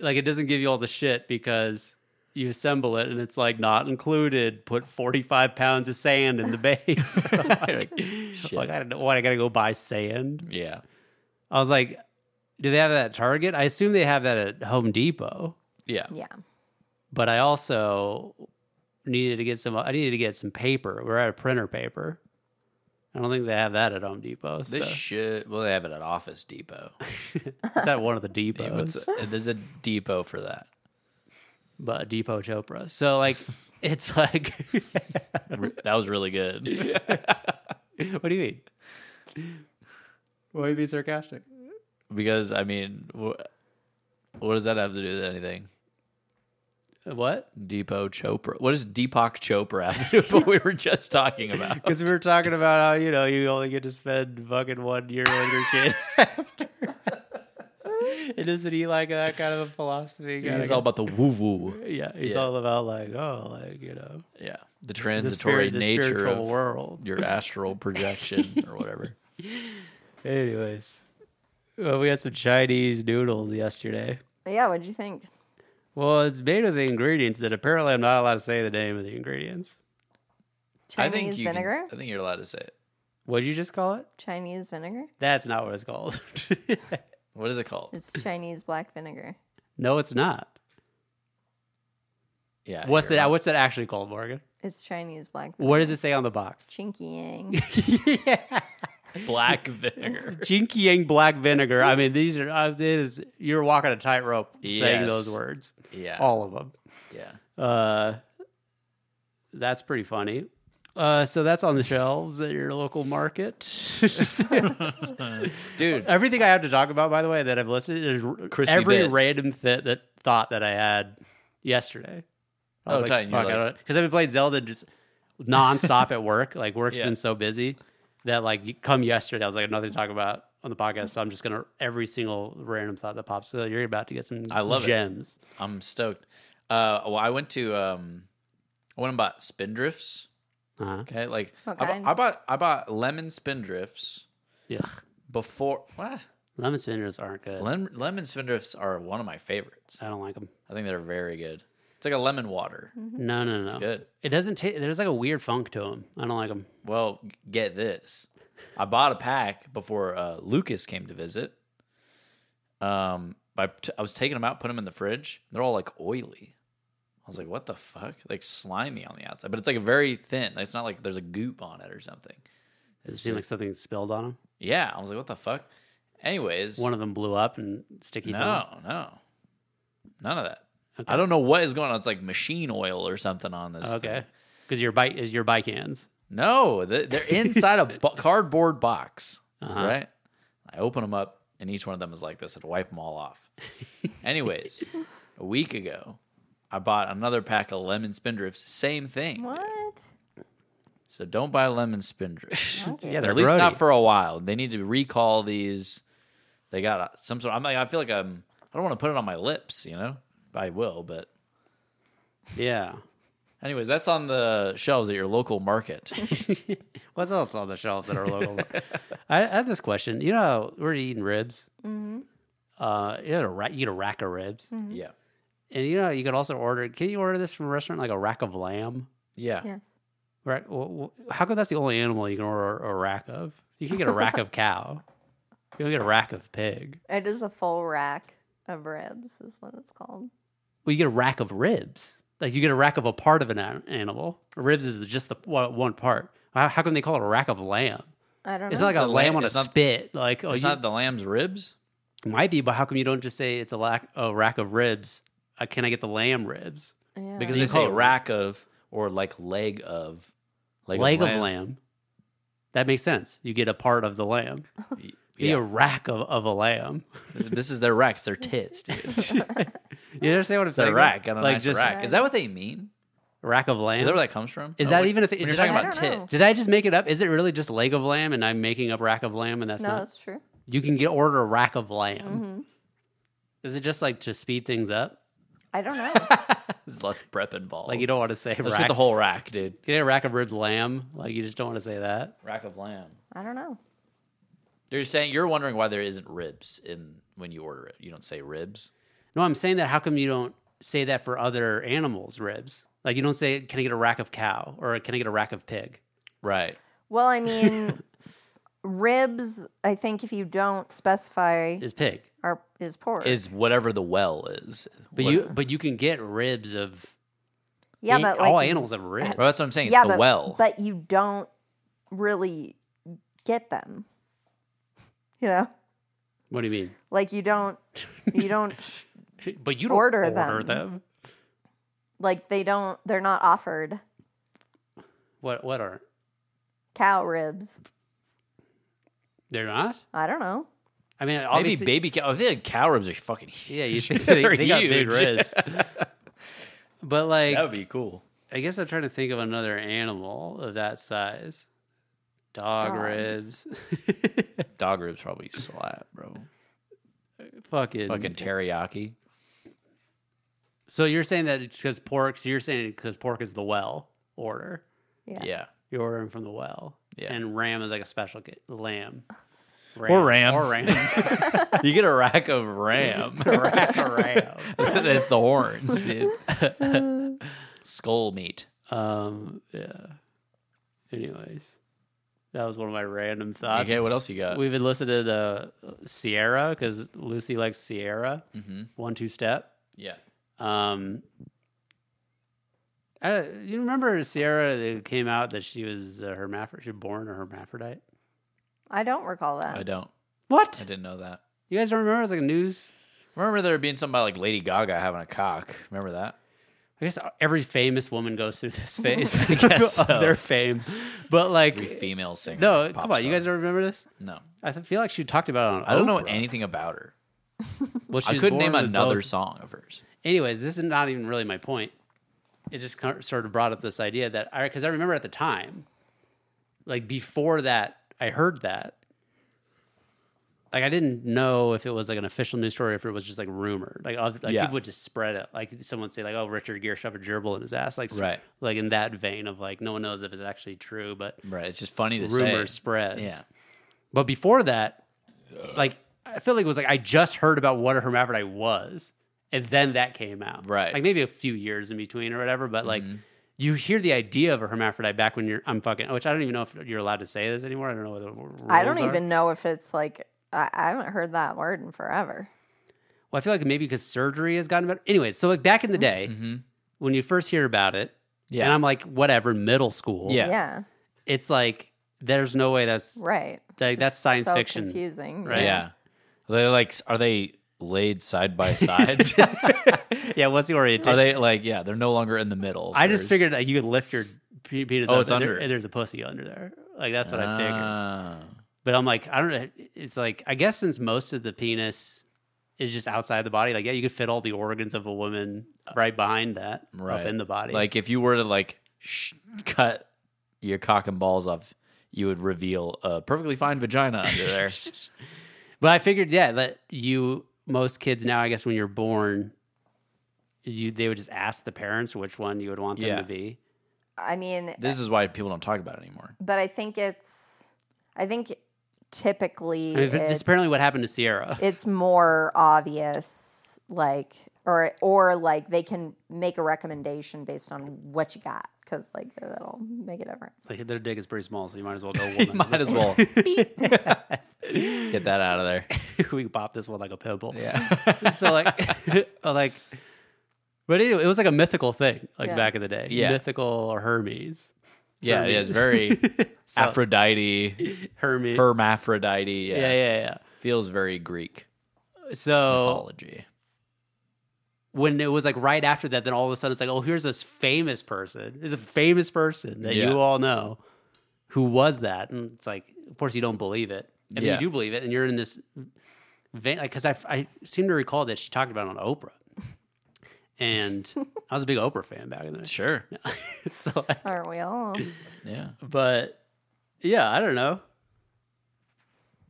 [SPEAKER 2] like it doesn't give you all the shit because you assemble it and it's like not included. Put forty five pounds of sand in the base. like, like, I don't know what I gotta go buy sand.
[SPEAKER 3] Yeah.
[SPEAKER 2] I was like, do they have that at Target? I assume they have that at Home Depot
[SPEAKER 3] Yeah.
[SPEAKER 1] Yeah.
[SPEAKER 2] but I also needed to get some. I needed to get some paper. We're out of printer paper. I don't think they have that at Home Depot. So
[SPEAKER 3] This should well they have it at Office Depot.
[SPEAKER 2] it's at one of the
[SPEAKER 3] What's-
[SPEAKER 2] depots,
[SPEAKER 3] there's a depot for that.
[SPEAKER 2] but Depot Chopra. So like, it's like,
[SPEAKER 3] Re- That was really good.
[SPEAKER 2] what do you mean? Why are you being sarcastic?
[SPEAKER 3] Because I mean wh- what does that have to do with anything?
[SPEAKER 2] What?
[SPEAKER 3] Depot Chopra. What does Deepak Chopra have to do with what we were just talking about?
[SPEAKER 2] Because we were talking about how you know you only get to spend fucking one year on your kid. After. And isn't he like that kind of a philosophy?
[SPEAKER 3] It's
[SPEAKER 2] kinda
[SPEAKER 3] all about the woo woo.
[SPEAKER 2] guy? yeah, he's
[SPEAKER 3] yeah.
[SPEAKER 2] all about like, oh, like you know,
[SPEAKER 3] Yeah. The
[SPEAKER 2] the
[SPEAKER 3] transitory
[SPEAKER 2] spirit, the
[SPEAKER 3] nature
[SPEAKER 2] spiritual
[SPEAKER 3] of
[SPEAKER 2] world.
[SPEAKER 3] your astral projection or whatever.
[SPEAKER 2] Anyways, well, we had some Chinese noodles yesterday.
[SPEAKER 1] Yeah, what'd you think?
[SPEAKER 2] Well, it's made with the ingredients that apparently I'm not allowed to say the name of the ingredients.
[SPEAKER 1] Chinese
[SPEAKER 3] I think you can- uh,
[SPEAKER 1] vinegar?
[SPEAKER 3] I think you're allowed to say it.
[SPEAKER 2] What'd you just call it?
[SPEAKER 1] Chinese vinegar?
[SPEAKER 2] That's not what it's called.
[SPEAKER 3] What is it called?
[SPEAKER 1] It's Chinese black vinegar.
[SPEAKER 2] no, it's not.
[SPEAKER 3] Yeah.
[SPEAKER 2] What's
[SPEAKER 3] you're
[SPEAKER 2] that?
[SPEAKER 3] right.
[SPEAKER 2] What's that actually called, Morgan?
[SPEAKER 1] It's Chinese black vinegar.
[SPEAKER 2] What does it say on the box?
[SPEAKER 1] Chinky yang.
[SPEAKER 2] yeah.
[SPEAKER 3] black vinegar.
[SPEAKER 2] Jinky Yang black vinegar. I mean, these are uh, this. You're walking a tightrope saying
[SPEAKER 3] Yes.
[SPEAKER 2] those words,
[SPEAKER 3] Yeah.
[SPEAKER 2] all of them.
[SPEAKER 3] Yeah.
[SPEAKER 2] Uh, that's pretty funny. Uh, so that's on the shelves at your local market.
[SPEAKER 3] Dude,
[SPEAKER 2] Everything I have to talk about, by the way, that I've listed is r-
[SPEAKER 3] Crispy
[SPEAKER 2] every
[SPEAKER 3] bits.
[SPEAKER 2] random th- that thought that I had yesterday. I
[SPEAKER 3] Oh,
[SPEAKER 2] was like,
[SPEAKER 3] Titan, you're
[SPEAKER 2] fuck, I
[SPEAKER 3] like-
[SPEAKER 2] don't because I've been playing Zelda just nonstop at work. Like work's
[SPEAKER 3] Yeah.
[SPEAKER 2] been so busy that like you- come yesterday, I was like, nothing to talk about on the podcast. So I'm just gonna every single random thought that pops. So you're about to get some
[SPEAKER 3] I love it.
[SPEAKER 2] gems.
[SPEAKER 3] I'm stoked. Uh, well, I went to um, I went and bought spindrifts.
[SPEAKER 2] Uh-huh.
[SPEAKER 3] Okay, like
[SPEAKER 1] What
[SPEAKER 3] I,
[SPEAKER 1] kind?
[SPEAKER 3] bu- I bought I bought lemon spindrifts
[SPEAKER 2] Yeah,
[SPEAKER 3] before. What?
[SPEAKER 2] lemon spinners aren't good.
[SPEAKER 3] Lem- lemon spindrifts are one of my favorites.
[SPEAKER 2] I don't like them.
[SPEAKER 3] I think they're very good. It's like a lemon water.
[SPEAKER 1] Mm-hmm.
[SPEAKER 2] No, no, no. no.
[SPEAKER 3] Good.
[SPEAKER 2] It doesn't taste. There's like a weird funk to them. I don't like them.
[SPEAKER 3] Well, g- get this. I bought a pack before uh, Lucas came to visit. Um, I, t- I was taking them out, putting them in the fridge. They're all like oily. I was like, what the fuck? Like slimy on the outside, but it's like very thin. It's not like there's a goop on it or something.
[SPEAKER 2] Does it seem like something spilled on them?
[SPEAKER 3] Yeah, I was like, what the fuck? Anyways,
[SPEAKER 2] One of them blew up and sticky. gum.
[SPEAKER 3] no, no, none of that. I don't know what is going on. It's like machine oil or something on this.
[SPEAKER 2] Okay.
[SPEAKER 3] thing.
[SPEAKER 2] Because your bike is your bike hands.
[SPEAKER 3] No, th- they're inside a bo- cardboard box,
[SPEAKER 2] Uh-huh.
[SPEAKER 3] right? I open them up, and each one of them is like this. I'd wipe them all off. Anyways, a week ago, I bought another pack of lemon spindrifts. Same thing.
[SPEAKER 1] What?
[SPEAKER 3] So don't buy lemon spindrifts.
[SPEAKER 1] Okay.
[SPEAKER 2] Yeah,
[SPEAKER 3] At least not for a while. They need to recall these. They got uh, some sort. I'm like, I feel like I'm. I don't want to put it on my lips, you know. I will, but
[SPEAKER 2] yeah.
[SPEAKER 3] anyways, that's on the shelves at your local market.
[SPEAKER 2] What's else on the shelves at our local? I, I had this question. You know, how we're eating ribs. Mm-hmm. Uh, you had a ra- you get a rack of ribs,
[SPEAKER 1] mm-hmm.
[SPEAKER 3] yeah,
[SPEAKER 2] and you know you could also order. Can you order this from a restaurant like a rack of lamb?
[SPEAKER 3] yeah,
[SPEAKER 1] Yes.
[SPEAKER 2] Right? Wh- wh- How come that's the only animal you can order a rack of? You can get a rack of cow. You can get a rack of pig.
[SPEAKER 1] It is a full rack of ribs, is what it's called.
[SPEAKER 2] Well, you get a rack of ribs. Like you get a rack of a part of an an animal. Ribs is just the one one part. How, how come they call it a rack of lamb?
[SPEAKER 1] I don't
[SPEAKER 2] It's
[SPEAKER 1] know.
[SPEAKER 2] not like a
[SPEAKER 3] the
[SPEAKER 2] lamb
[SPEAKER 3] lamb-
[SPEAKER 2] on a
[SPEAKER 3] it's not-
[SPEAKER 2] spit. Like oh,
[SPEAKER 3] It's
[SPEAKER 2] you,
[SPEAKER 3] not the lamb's ribs.
[SPEAKER 2] might be, but how come you don't just say it's a, lack, a rack of ribs? Uh, can I get the lamb ribs?
[SPEAKER 1] yeah.
[SPEAKER 3] Because
[SPEAKER 2] You
[SPEAKER 3] they say
[SPEAKER 2] call it-
[SPEAKER 3] rack of or like leg of
[SPEAKER 2] Leg, of, lamb. That makes sense. You get a part of the lamb.
[SPEAKER 3] Y-
[SPEAKER 2] You get a
[SPEAKER 3] Yeah.
[SPEAKER 2] rack of, of a lamb.
[SPEAKER 3] this is their racks, their tits, dude. It's
[SPEAKER 2] You understand what I'm
[SPEAKER 3] a
[SPEAKER 2] saying?
[SPEAKER 3] rack on a
[SPEAKER 2] like
[SPEAKER 3] nice
[SPEAKER 2] just
[SPEAKER 3] rack. Is that what they mean?
[SPEAKER 2] rack of lamb.
[SPEAKER 3] Is that where that comes from?
[SPEAKER 2] Is
[SPEAKER 3] No,
[SPEAKER 2] that
[SPEAKER 3] what-
[SPEAKER 2] even a thing?
[SPEAKER 3] When you're
[SPEAKER 2] Did I
[SPEAKER 3] talking about
[SPEAKER 1] just- I don't know.
[SPEAKER 3] tits.
[SPEAKER 2] Did I just make it up? Is it really just leg of lamb and I'm making up rack of lamb and that's
[SPEAKER 1] no, Mm-hmm.
[SPEAKER 2] not?
[SPEAKER 1] that's true.
[SPEAKER 2] You can get order a rack of lamb. Is it just like to speed things up?
[SPEAKER 1] I don't know.
[SPEAKER 3] It's less prep involved.
[SPEAKER 2] Like you don't want to say
[SPEAKER 3] Let's
[SPEAKER 2] rack.
[SPEAKER 3] get the whole rack, dude.
[SPEAKER 2] get a rack of ribs lamb. Like you just don't want to say that.
[SPEAKER 3] Rack of lamb.
[SPEAKER 1] I don't know.
[SPEAKER 3] You're saying you're wondering why there isn't ribs in when you order it. You don't say ribs.
[SPEAKER 2] No, I'm saying that. How come you don't say that for other animals' ribs? Like you don't say, "Can I get a rack of cow?" or "Can I get a rack of pig?"
[SPEAKER 3] Right.
[SPEAKER 1] Well, I mean, ribs. I think if you don't specify,
[SPEAKER 2] Is pig?
[SPEAKER 1] are is pork.
[SPEAKER 3] Is whatever the well is.
[SPEAKER 2] But
[SPEAKER 3] What-
[SPEAKER 2] you, but you can get ribs of
[SPEAKER 1] yeah,
[SPEAKER 2] an-
[SPEAKER 1] but
[SPEAKER 2] all
[SPEAKER 1] like,
[SPEAKER 2] animals have ribs.
[SPEAKER 3] Well, that's what I'm saying. It's
[SPEAKER 1] yeah,
[SPEAKER 3] the
[SPEAKER 1] but
[SPEAKER 3] well.
[SPEAKER 1] but you don't really get them. You know,
[SPEAKER 2] What do you mean?
[SPEAKER 1] like you don't you don't
[SPEAKER 2] But you don't order,
[SPEAKER 1] Order
[SPEAKER 2] them.
[SPEAKER 1] them. like they don't they're not offered
[SPEAKER 2] What? What are?
[SPEAKER 1] cow ribs.
[SPEAKER 2] They're not.
[SPEAKER 1] I don't know.
[SPEAKER 2] I mean,
[SPEAKER 3] Maybe
[SPEAKER 2] obviously,
[SPEAKER 3] baby cow. I think cow ribs are fucking huge.
[SPEAKER 2] Yeah, you think they,
[SPEAKER 3] They're
[SPEAKER 2] they got big
[SPEAKER 3] huge.
[SPEAKER 2] ribs. but like,
[SPEAKER 3] That would be cool.
[SPEAKER 2] I guess I'm trying to think of another animal of that size. Dog
[SPEAKER 1] Dogs.
[SPEAKER 2] ribs.
[SPEAKER 3] Dog ribs probably slap, bro.
[SPEAKER 2] Fucking.
[SPEAKER 3] Fucking teriyaki.
[SPEAKER 2] So you're saying that it's because pork. So you're saying because pork is the well order.
[SPEAKER 1] Yeah.
[SPEAKER 3] Yeah.
[SPEAKER 2] You're ordering from the well.
[SPEAKER 3] Yeah.
[SPEAKER 2] And ram is like a special ca- lamb.
[SPEAKER 3] Or ram.
[SPEAKER 2] Or ram.
[SPEAKER 3] You get a rack of ram.
[SPEAKER 2] A rack of ram.
[SPEAKER 3] That's the horns, dude. Skull meat.
[SPEAKER 2] um. Yeah. Anyways, that was one of my random thoughts.
[SPEAKER 3] okay, what uh, else you got?
[SPEAKER 2] We've been listening to uh, Sierra because Lucy likes Sierra.
[SPEAKER 3] Mhm.
[SPEAKER 2] One two step.
[SPEAKER 3] yeah.
[SPEAKER 2] Um, I, you uh, remember Sierra? It came out that she was a hermaphrodite. She was born a hermaphrodite.
[SPEAKER 1] I don't recall that.
[SPEAKER 3] I don't. I
[SPEAKER 2] What?
[SPEAKER 3] didn't know that.
[SPEAKER 2] You guys remember? It was like a news.
[SPEAKER 3] Remember there being something about like Lady Gaga having a cock. Remember that?
[SPEAKER 2] I guess every famous woman goes through this phase I guess
[SPEAKER 3] so.
[SPEAKER 2] of their fame, but like,
[SPEAKER 3] Every female singer.
[SPEAKER 2] no,
[SPEAKER 3] pop
[SPEAKER 2] come on, you
[SPEAKER 3] star.
[SPEAKER 2] guys don't remember this?
[SPEAKER 3] No,
[SPEAKER 2] I th- feel like she talked about it on.
[SPEAKER 3] I don't know
[SPEAKER 2] Oprah.
[SPEAKER 3] anything about her.
[SPEAKER 2] Well,
[SPEAKER 3] I
[SPEAKER 2] she's
[SPEAKER 3] couldn't
[SPEAKER 2] born
[SPEAKER 3] name
[SPEAKER 2] with
[SPEAKER 3] another
[SPEAKER 2] both-
[SPEAKER 3] song of hers.
[SPEAKER 2] Anyways, this is not even really my point. It just kind of- sort of brought up this idea that I because I remember at the time, like before that, I heard that. Like I didn't know if it was like an official news story, or if it was just like rumored. Like other, like
[SPEAKER 3] Yeah.
[SPEAKER 2] people would just spread it. Like someone would say like, "Oh, Richard Gere shoved a gerbil in his ass." Like s-
[SPEAKER 3] Right.
[SPEAKER 2] like in that vein of like no one knows if it's actually true, but
[SPEAKER 3] Right. It's just funny to
[SPEAKER 2] rumor
[SPEAKER 3] say.
[SPEAKER 2] spreads.
[SPEAKER 3] Yeah.
[SPEAKER 2] But before that, like I feel like it was like I just heard about what a hermaphrodite was, and then that came out.
[SPEAKER 3] Right.
[SPEAKER 2] Like maybe a few years in between or whatever. But like
[SPEAKER 3] Mm-hmm.
[SPEAKER 2] you hear the idea of a hermaphrodite back when you're I'm fucking which I don't even know if you're allowed to say this anymore. I don't know what the rules
[SPEAKER 1] I don't
[SPEAKER 2] are.
[SPEAKER 1] even know if it's like I, I haven't heard that word in forever.
[SPEAKER 2] Well, I feel like maybe because surgery has gotten better. Anyways, so like back in the day
[SPEAKER 3] Mhm.
[SPEAKER 2] when you first hear about it,
[SPEAKER 3] Yeah.
[SPEAKER 2] and I'm like whatever middle school.
[SPEAKER 3] Yeah.
[SPEAKER 2] It's like there's no way that's
[SPEAKER 1] right.
[SPEAKER 2] like, that's
[SPEAKER 1] It's
[SPEAKER 2] science
[SPEAKER 1] so
[SPEAKER 2] fiction.
[SPEAKER 1] Confusing,
[SPEAKER 2] right?
[SPEAKER 3] Yeah. They're like, are they laid side by side?
[SPEAKER 2] Yeah, what's the orientation?
[SPEAKER 3] are they like, yeah, they're no longer in the middle.
[SPEAKER 2] I just
[SPEAKER 3] There's-
[SPEAKER 2] figured that you could lift your pe- penis
[SPEAKER 3] Oh,
[SPEAKER 2] up
[SPEAKER 3] it's
[SPEAKER 2] and, there-
[SPEAKER 3] under.
[SPEAKER 2] and there's a pussy under there. Like that's what I figured.
[SPEAKER 3] Ah.
[SPEAKER 2] But I'm like, I don't know. It's like I guess since most of the penis is just outside the body, like yeah, you could fit all the organs of a woman right behind that,
[SPEAKER 3] Right.
[SPEAKER 2] up in the body.
[SPEAKER 3] Like if you were to like sh- cut your cock and balls off, you would reveal a perfectly fine vagina under there.
[SPEAKER 2] but I figured, yeah, that you most kids now, I guess when you're born, you they would just ask the parents which one you would want them
[SPEAKER 3] Yeah.
[SPEAKER 2] to be.
[SPEAKER 1] I mean,
[SPEAKER 3] this is why people don't talk about it anymore.
[SPEAKER 1] but I think it's. I think typically
[SPEAKER 2] I mean,
[SPEAKER 1] it's,
[SPEAKER 2] that's apparently what happened to Sierra.
[SPEAKER 1] it's more obvious, like or or like they can make a recommendation based on what you got because like that'll make a difference.
[SPEAKER 2] like their dick is pretty small, so you might as well go. Woman
[SPEAKER 3] Might as well get that out of there.
[SPEAKER 2] we pop this one like a pimple.
[SPEAKER 3] Yeah.
[SPEAKER 2] so like like but anyway, it was like a mythical thing like
[SPEAKER 1] Yeah.
[SPEAKER 2] back in the day
[SPEAKER 3] Yeah.
[SPEAKER 2] mythical or hermes
[SPEAKER 3] Yeah, it is very
[SPEAKER 2] So-
[SPEAKER 3] Aphrodite,
[SPEAKER 2] hermes
[SPEAKER 3] hermaphrodite. Yeah.
[SPEAKER 2] yeah yeah yeah
[SPEAKER 3] Feels very Greek
[SPEAKER 2] so
[SPEAKER 3] mythology.
[SPEAKER 2] when it was like right after that then all of a sudden it's like oh here's this famous person there's a famous person that
[SPEAKER 3] Yeah.
[SPEAKER 2] you all know who was that and it's like of course you don't believe it and then
[SPEAKER 3] Yeah.
[SPEAKER 2] you do believe it and you're in this vein like because I, I seem to recall that she talked about it on oprah and i was a big oprah fan back in the day
[SPEAKER 3] Sure.
[SPEAKER 2] so like,
[SPEAKER 1] Aren't we all?
[SPEAKER 3] Yeah.
[SPEAKER 2] but yeah, I don't know.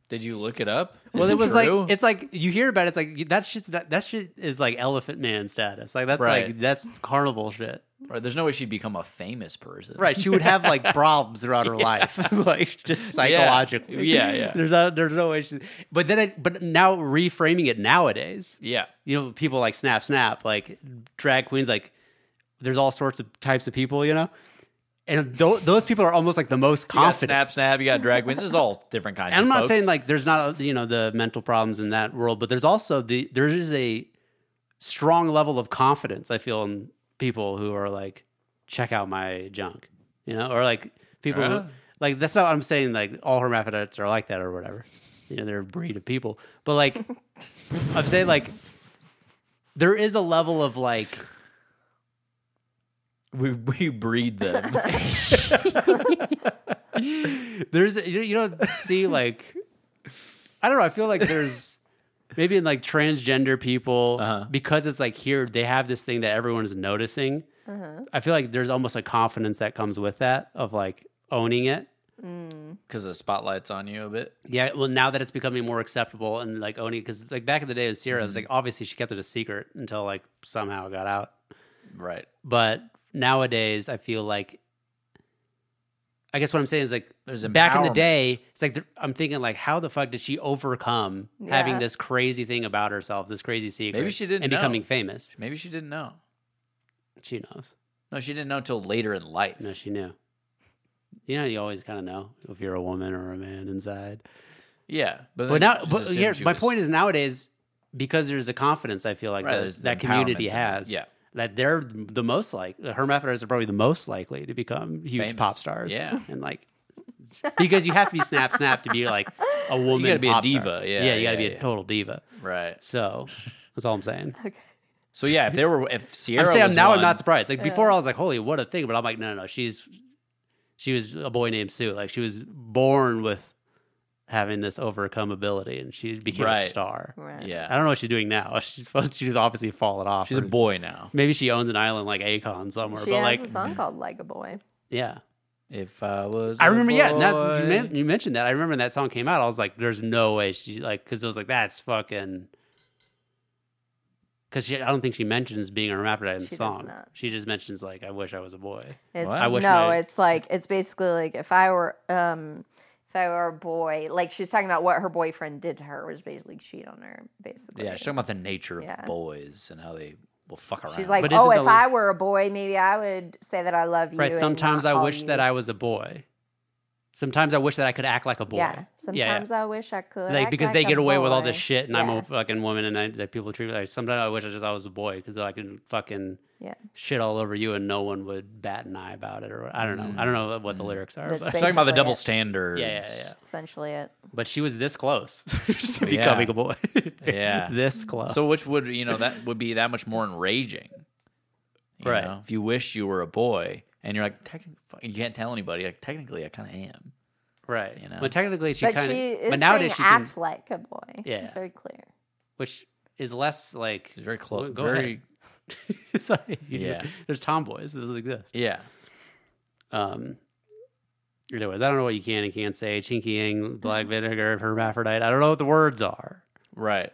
[SPEAKER 3] Did you look it up?
[SPEAKER 2] Well, it was
[SPEAKER 3] True?
[SPEAKER 2] like it's like you hear about it, it's like that's just that, that shit is like elephant man status. Like that's
[SPEAKER 3] Right.
[SPEAKER 2] like that's carnival shit.
[SPEAKER 3] Right, there's no way she'd become a famous person.
[SPEAKER 2] Right? She would have like problems throughout her life, like just psychologically.
[SPEAKER 3] Yeah, yeah.
[SPEAKER 2] There's no, there's no way. She, but then, it, but now reframing it nowadays,
[SPEAKER 3] Yeah.
[SPEAKER 2] you know, people like snap, snap, like drag queens, like there's all sorts of types of people, you know, and th- those people are almost like the most
[SPEAKER 3] You got
[SPEAKER 2] confident.
[SPEAKER 3] snap, snap. You got drag queens. This is all different kinds.
[SPEAKER 2] And I'm
[SPEAKER 3] of
[SPEAKER 2] not
[SPEAKER 3] folks.
[SPEAKER 2] saying like there's not you know the mental problems in that world, but there's also the there is a strong level of confidence I feel in people who are like check out my junk, you know, or like people
[SPEAKER 3] Uh.
[SPEAKER 2] who, like that's not what I'm saying. Like all hermaphrodites are like that or whatever, you know, they're a breed of people. But like I'm saying, like there is a level of like
[SPEAKER 3] we we breed them.
[SPEAKER 2] there's you you don't see like I don't know. I feel like there's maybe in like transgender people
[SPEAKER 3] Uh-huh.
[SPEAKER 2] because it's like here they have this thing that everyone is noticing. I feel like there's almost a confidence that comes with that of like owning it.
[SPEAKER 3] because the spotlight's on you a bit.
[SPEAKER 2] Yeah, well, now that it's becoming more acceptable and like owning, because like back in the day with Sierra, it's like obviously she kept it a secret until like somehow it got out.
[SPEAKER 3] Right.
[SPEAKER 2] But nowadays, I feel like, I guess what I'm saying is like
[SPEAKER 3] There's
[SPEAKER 2] back in the
[SPEAKER 3] empowerment.
[SPEAKER 2] day, it's like th- I'm thinking like, how the fuck did she overcome
[SPEAKER 1] Yeah.
[SPEAKER 2] having this crazy thing about herself, this crazy secret?
[SPEAKER 3] Maybe she didn't
[SPEAKER 2] and
[SPEAKER 3] know.
[SPEAKER 2] becoming famous.
[SPEAKER 3] Maybe she didn't know.
[SPEAKER 2] She knows.
[SPEAKER 3] No, she didn't know till later in life.
[SPEAKER 2] No, she knew. You know, you always kind of know if you're a woman or a man inside.
[SPEAKER 3] yeah, but,
[SPEAKER 2] But now, but here, my point is nowadays because there's a confidence I feel like
[SPEAKER 3] Right, there's
[SPEAKER 2] that,
[SPEAKER 3] the
[SPEAKER 2] that
[SPEAKER 3] empowerment in
[SPEAKER 2] community
[SPEAKER 3] it.
[SPEAKER 2] has.
[SPEAKER 3] Yeah.
[SPEAKER 2] That they're the most like hermaphrodites are probably the most likely to become huge
[SPEAKER 3] Famous.
[SPEAKER 2] pop stars.
[SPEAKER 3] Yeah.
[SPEAKER 2] And like because you have to be snap snap to be like a woman.
[SPEAKER 3] be a
[SPEAKER 2] pop star.
[SPEAKER 3] diva. Yeah,
[SPEAKER 2] yeah, you got to
[SPEAKER 3] yeah,
[SPEAKER 2] be
[SPEAKER 3] yeah.
[SPEAKER 2] a total diva.
[SPEAKER 3] Right.
[SPEAKER 2] So that's all I'm saying.
[SPEAKER 1] Okay.
[SPEAKER 3] So yeah, if there were if Sierra
[SPEAKER 2] I'm saying
[SPEAKER 3] was
[SPEAKER 2] now
[SPEAKER 3] one,
[SPEAKER 2] I'm not surprised. Like before, I was like, "Holy, what a thing!" But I'm like, "No, no, no. She's she was a boy named Sue. Like she was born with having this overcome ability, and she became
[SPEAKER 3] Right.
[SPEAKER 2] a star.
[SPEAKER 1] Right.
[SPEAKER 2] I
[SPEAKER 3] Yeah,
[SPEAKER 2] don't know what she's doing now. She's she's obviously fallen off.
[SPEAKER 3] she's a
[SPEAKER 2] or-
[SPEAKER 3] boy now.
[SPEAKER 2] Maybe she owns an island like Akon somewhere.
[SPEAKER 1] She
[SPEAKER 2] but
[SPEAKER 1] has
[SPEAKER 2] like,
[SPEAKER 1] a song called "Like a Boy."
[SPEAKER 2] yeah,
[SPEAKER 3] If I was,
[SPEAKER 2] I
[SPEAKER 3] a
[SPEAKER 2] remember. Yeah,
[SPEAKER 3] boy.
[SPEAKER 2] that, you, men- you mentioned that. I remember when that song came out. I was like, "There's no way she like," because it was like that's fucking. Because I don't think she mentions being an hermaphrodite in the
[SPEAKER 1] She does
[SPEAKER 2] song.
[SPEAKER 1] not.
[SPEAKER 2] She just mentions like, "I wish I was a boy."
[SPEAKER 1] It's
[SPEAKER 3] What? I
[SPEAKER 2] wish
[SPEAKER 1] no,
[SPEAKER 2] my-
[SPEAKER 1] it's like it's basically like if I were um if I were a boy, like she's talking about what her boyfriend did to her was basically cheat on her, basically.
[SPEAKER 3] yeah, she's talking about the nature of
[SPEAKER 1] Yeah.
[SPEAKER 3] boys and how they will fuck around.
[SPEAKER 1] She's like,
[SPEAKER 2] But
[SPEAKER 1] oh,
[SPEAKER 2] isn't
[SPEAKER 1] if
[SPEAKER 2] the-
[SPEAKER 1] I were a boy, maybe I would say that I love you.
[SPEAKER 2] Right.
[SPEAKER 1] and
[SPEAKER 2] Sometimes
[SPEAKER 1] not
[SPEAKER 2] I
[SPEAKER 1] call
[SPEAKER 2] wish
[SPEAKER 1] you-
[SPEAKER 2] that I was a boy. Sometimes I wish that I could act like a boy.
[SPEAKER 1] Yeah. Sometimes I wish I could.
[SPEAKER 2] Like
[SPEAKER 1] act
[SPEAKER 2] because
[SPEAKER 1] like
[SPEAKER 2] they
[SPEAKER 1] a
[SPEAKER 2] get away with all this
[SPEAKER 1] boy.
[SPEAKER 2] shit, and I'm
[SPEAKER 1] Yeah.
[SPEAKER 2] a fucking woman, and I, that people treat me like. Sometimes I wish I just I was a boy because I can fucking
[SPEAKER 1] Yeah.
[SPEAKER 2] shit all over you, and no one would bat an eye about it, or I don't know. I don't know what the lyrics are,
[SPEAKER 1] Mm. That's
[SPEAKER 2] but,
[SPEAKER 1] basi-
[SPEAKER 3] talking about the
[SPEAKER 1] basically
[SPEAKER 3] double
[SPEAKER 1] it.
[SPEAKER 3] standards.
[SPEAKER 2] Yeah, yeah,
[SPEAKER 1] That's essentially it.
[SPEAKER 2] but she was this close to
[SPEAKER 3] Yeah.
[SPEAKER 2] becoming a boy.
[SPEAKER 3] Yeah.
[SPEAKER 2] this close.
[SPEAKER 3] So which would you know that would be that much more enraging, you
[SPEAKER 2] Right.
[SPEAKER 3] know? If you wish you were a boy and you're like technically you can't tell anybody like technically I kind of am.
[SPEAKER 2] right,
[SPEAKER 3] you know.
[SPEAKER 2] But technically, she
[SPEAKER 1] But
[SPEAKER 2] kind
[SPEAKER 1] she is
[SPEAKER 2] of. But
[SPEAKER 1] saying
[SPEAKER 2] nowadays, she can,
[SPEAKER 1] act like a boy.
[SPEAKER 2] Yeah.
[SPEAKER 1] It's very clear.
[SPEAKER 2] which is less like
[SPEAKER 3] She's very close.
[SPEAKER 2] Go
[SPEAKER 3] very
[SPEAKER 2] ahead. Sorry, you do-
[SPEAKER 3] Yeah.
[SPEAKER 2] There's tomboys. This exists.
[SPEAKER 3] yeah.
[SPEAKER 2] Um, anyways, I don't know what you can and can't say. Chinky Yang,
[SPEAKER 1] Mm.
[SPEAKER 2] black vinegar, hermaphrodite. I don't know what the words are.
[SPEAKER 3] Right.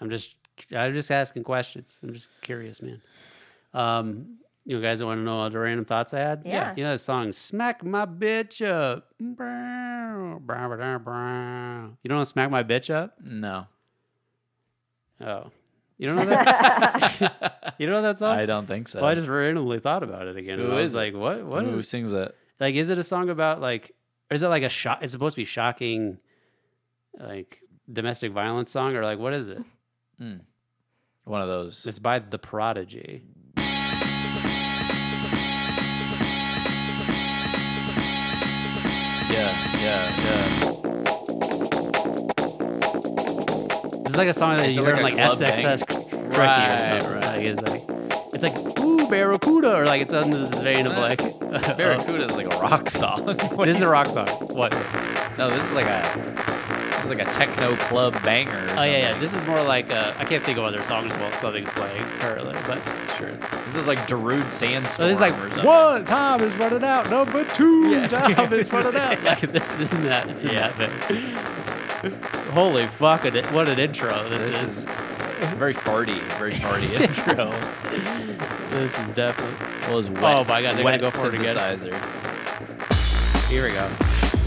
[SPEAKER 2] I'm just, I'm just asking questions. I'm just curious, man. Um, you guys want to know all the random thoughts I had?
[SPEAKER 1] Yeah.
[SPEAKER 2] You know the song "Smack My Bitch Up." Brow, brow, brow, brow, brow. You don't know "Smack My Bitch Up"?
[SPEAKER 3] No.
[SPEAKER 2] Oh, you don't know that? you don't know that song?
[SPEAKER 3] I don't think so.
[SPEAKER 2] Well, I just randomly thought about it again.
[SPEAKER 3] Who
[SPEAKER 2] and I was
[SPEAKER 3] is it?
[SPEAKER 2] like, what? What
[SPEAKER 3] Who
[SPEAKER 2] is
[SPEAKER 3] sings that?
[SPEAKER 2] like is it a song about like or is it like a shock it's supposed to be shocking like domestic violence song or like what is it
[SPEAKER 3] One of those.
[SPEAKER 2] it's by the prodigy
[SPEAKER 3] yeah, yeah, yeah.
[SPEAKER 2] this is like a song that
[SPEAKER 3] It's
[SPEAKER 2] you
[SPEAKER 3] like
[SPEAKER 2] heard in
[SPEAKER 3] a
[SPEAKER 2] like
[SPEAKER 3] club
[SPEAKER 2] sxs Tricky
[SPEAKER 3] Right,
[SPEAKER 2] or something. like it's like it's like ooh barracuda or like it's under this vein of like
[SPEAKER 3] Barracuda is like a rock song.
[SPEAKER 2] It is a rock song. What?
[SPEAKER 3] no, this is like a this is like a techno club banger. or
[SPEAKER 2] Oh yeah, yeah.
[SPEAKER 3] something.
[SPEAKER 2] This is more like uh, I can't think of other songs while something's playing currently, but
[SPEAKER 3] Sure. This is like Darude Sandstorm.
[SPEAKER 2] So it's like
[SPEAKER 3] or something.
[SPEAKER 2] one time is running out, number two
[SPEAKER 3] Yeah.
[SPEAKER 2] time is running out. Like this, this and that, this and that. Holy fuck! it- What an intro this,
[SPEAKER 3] This
[SPEAKER 2] is.
[SPEAKER 3] is very farty, very farty intro.
[SPEAKER 2] This is definitely.
[SPEAKER 3] Well, it's wet,
[SPEAKER 2] Oh my God, they're
[SPEAKER 3] wet
[SPEAKER 2] gonna go for it again.
[SPEAKER 3] synthesizer.
[SPEAKER 2] Here we go.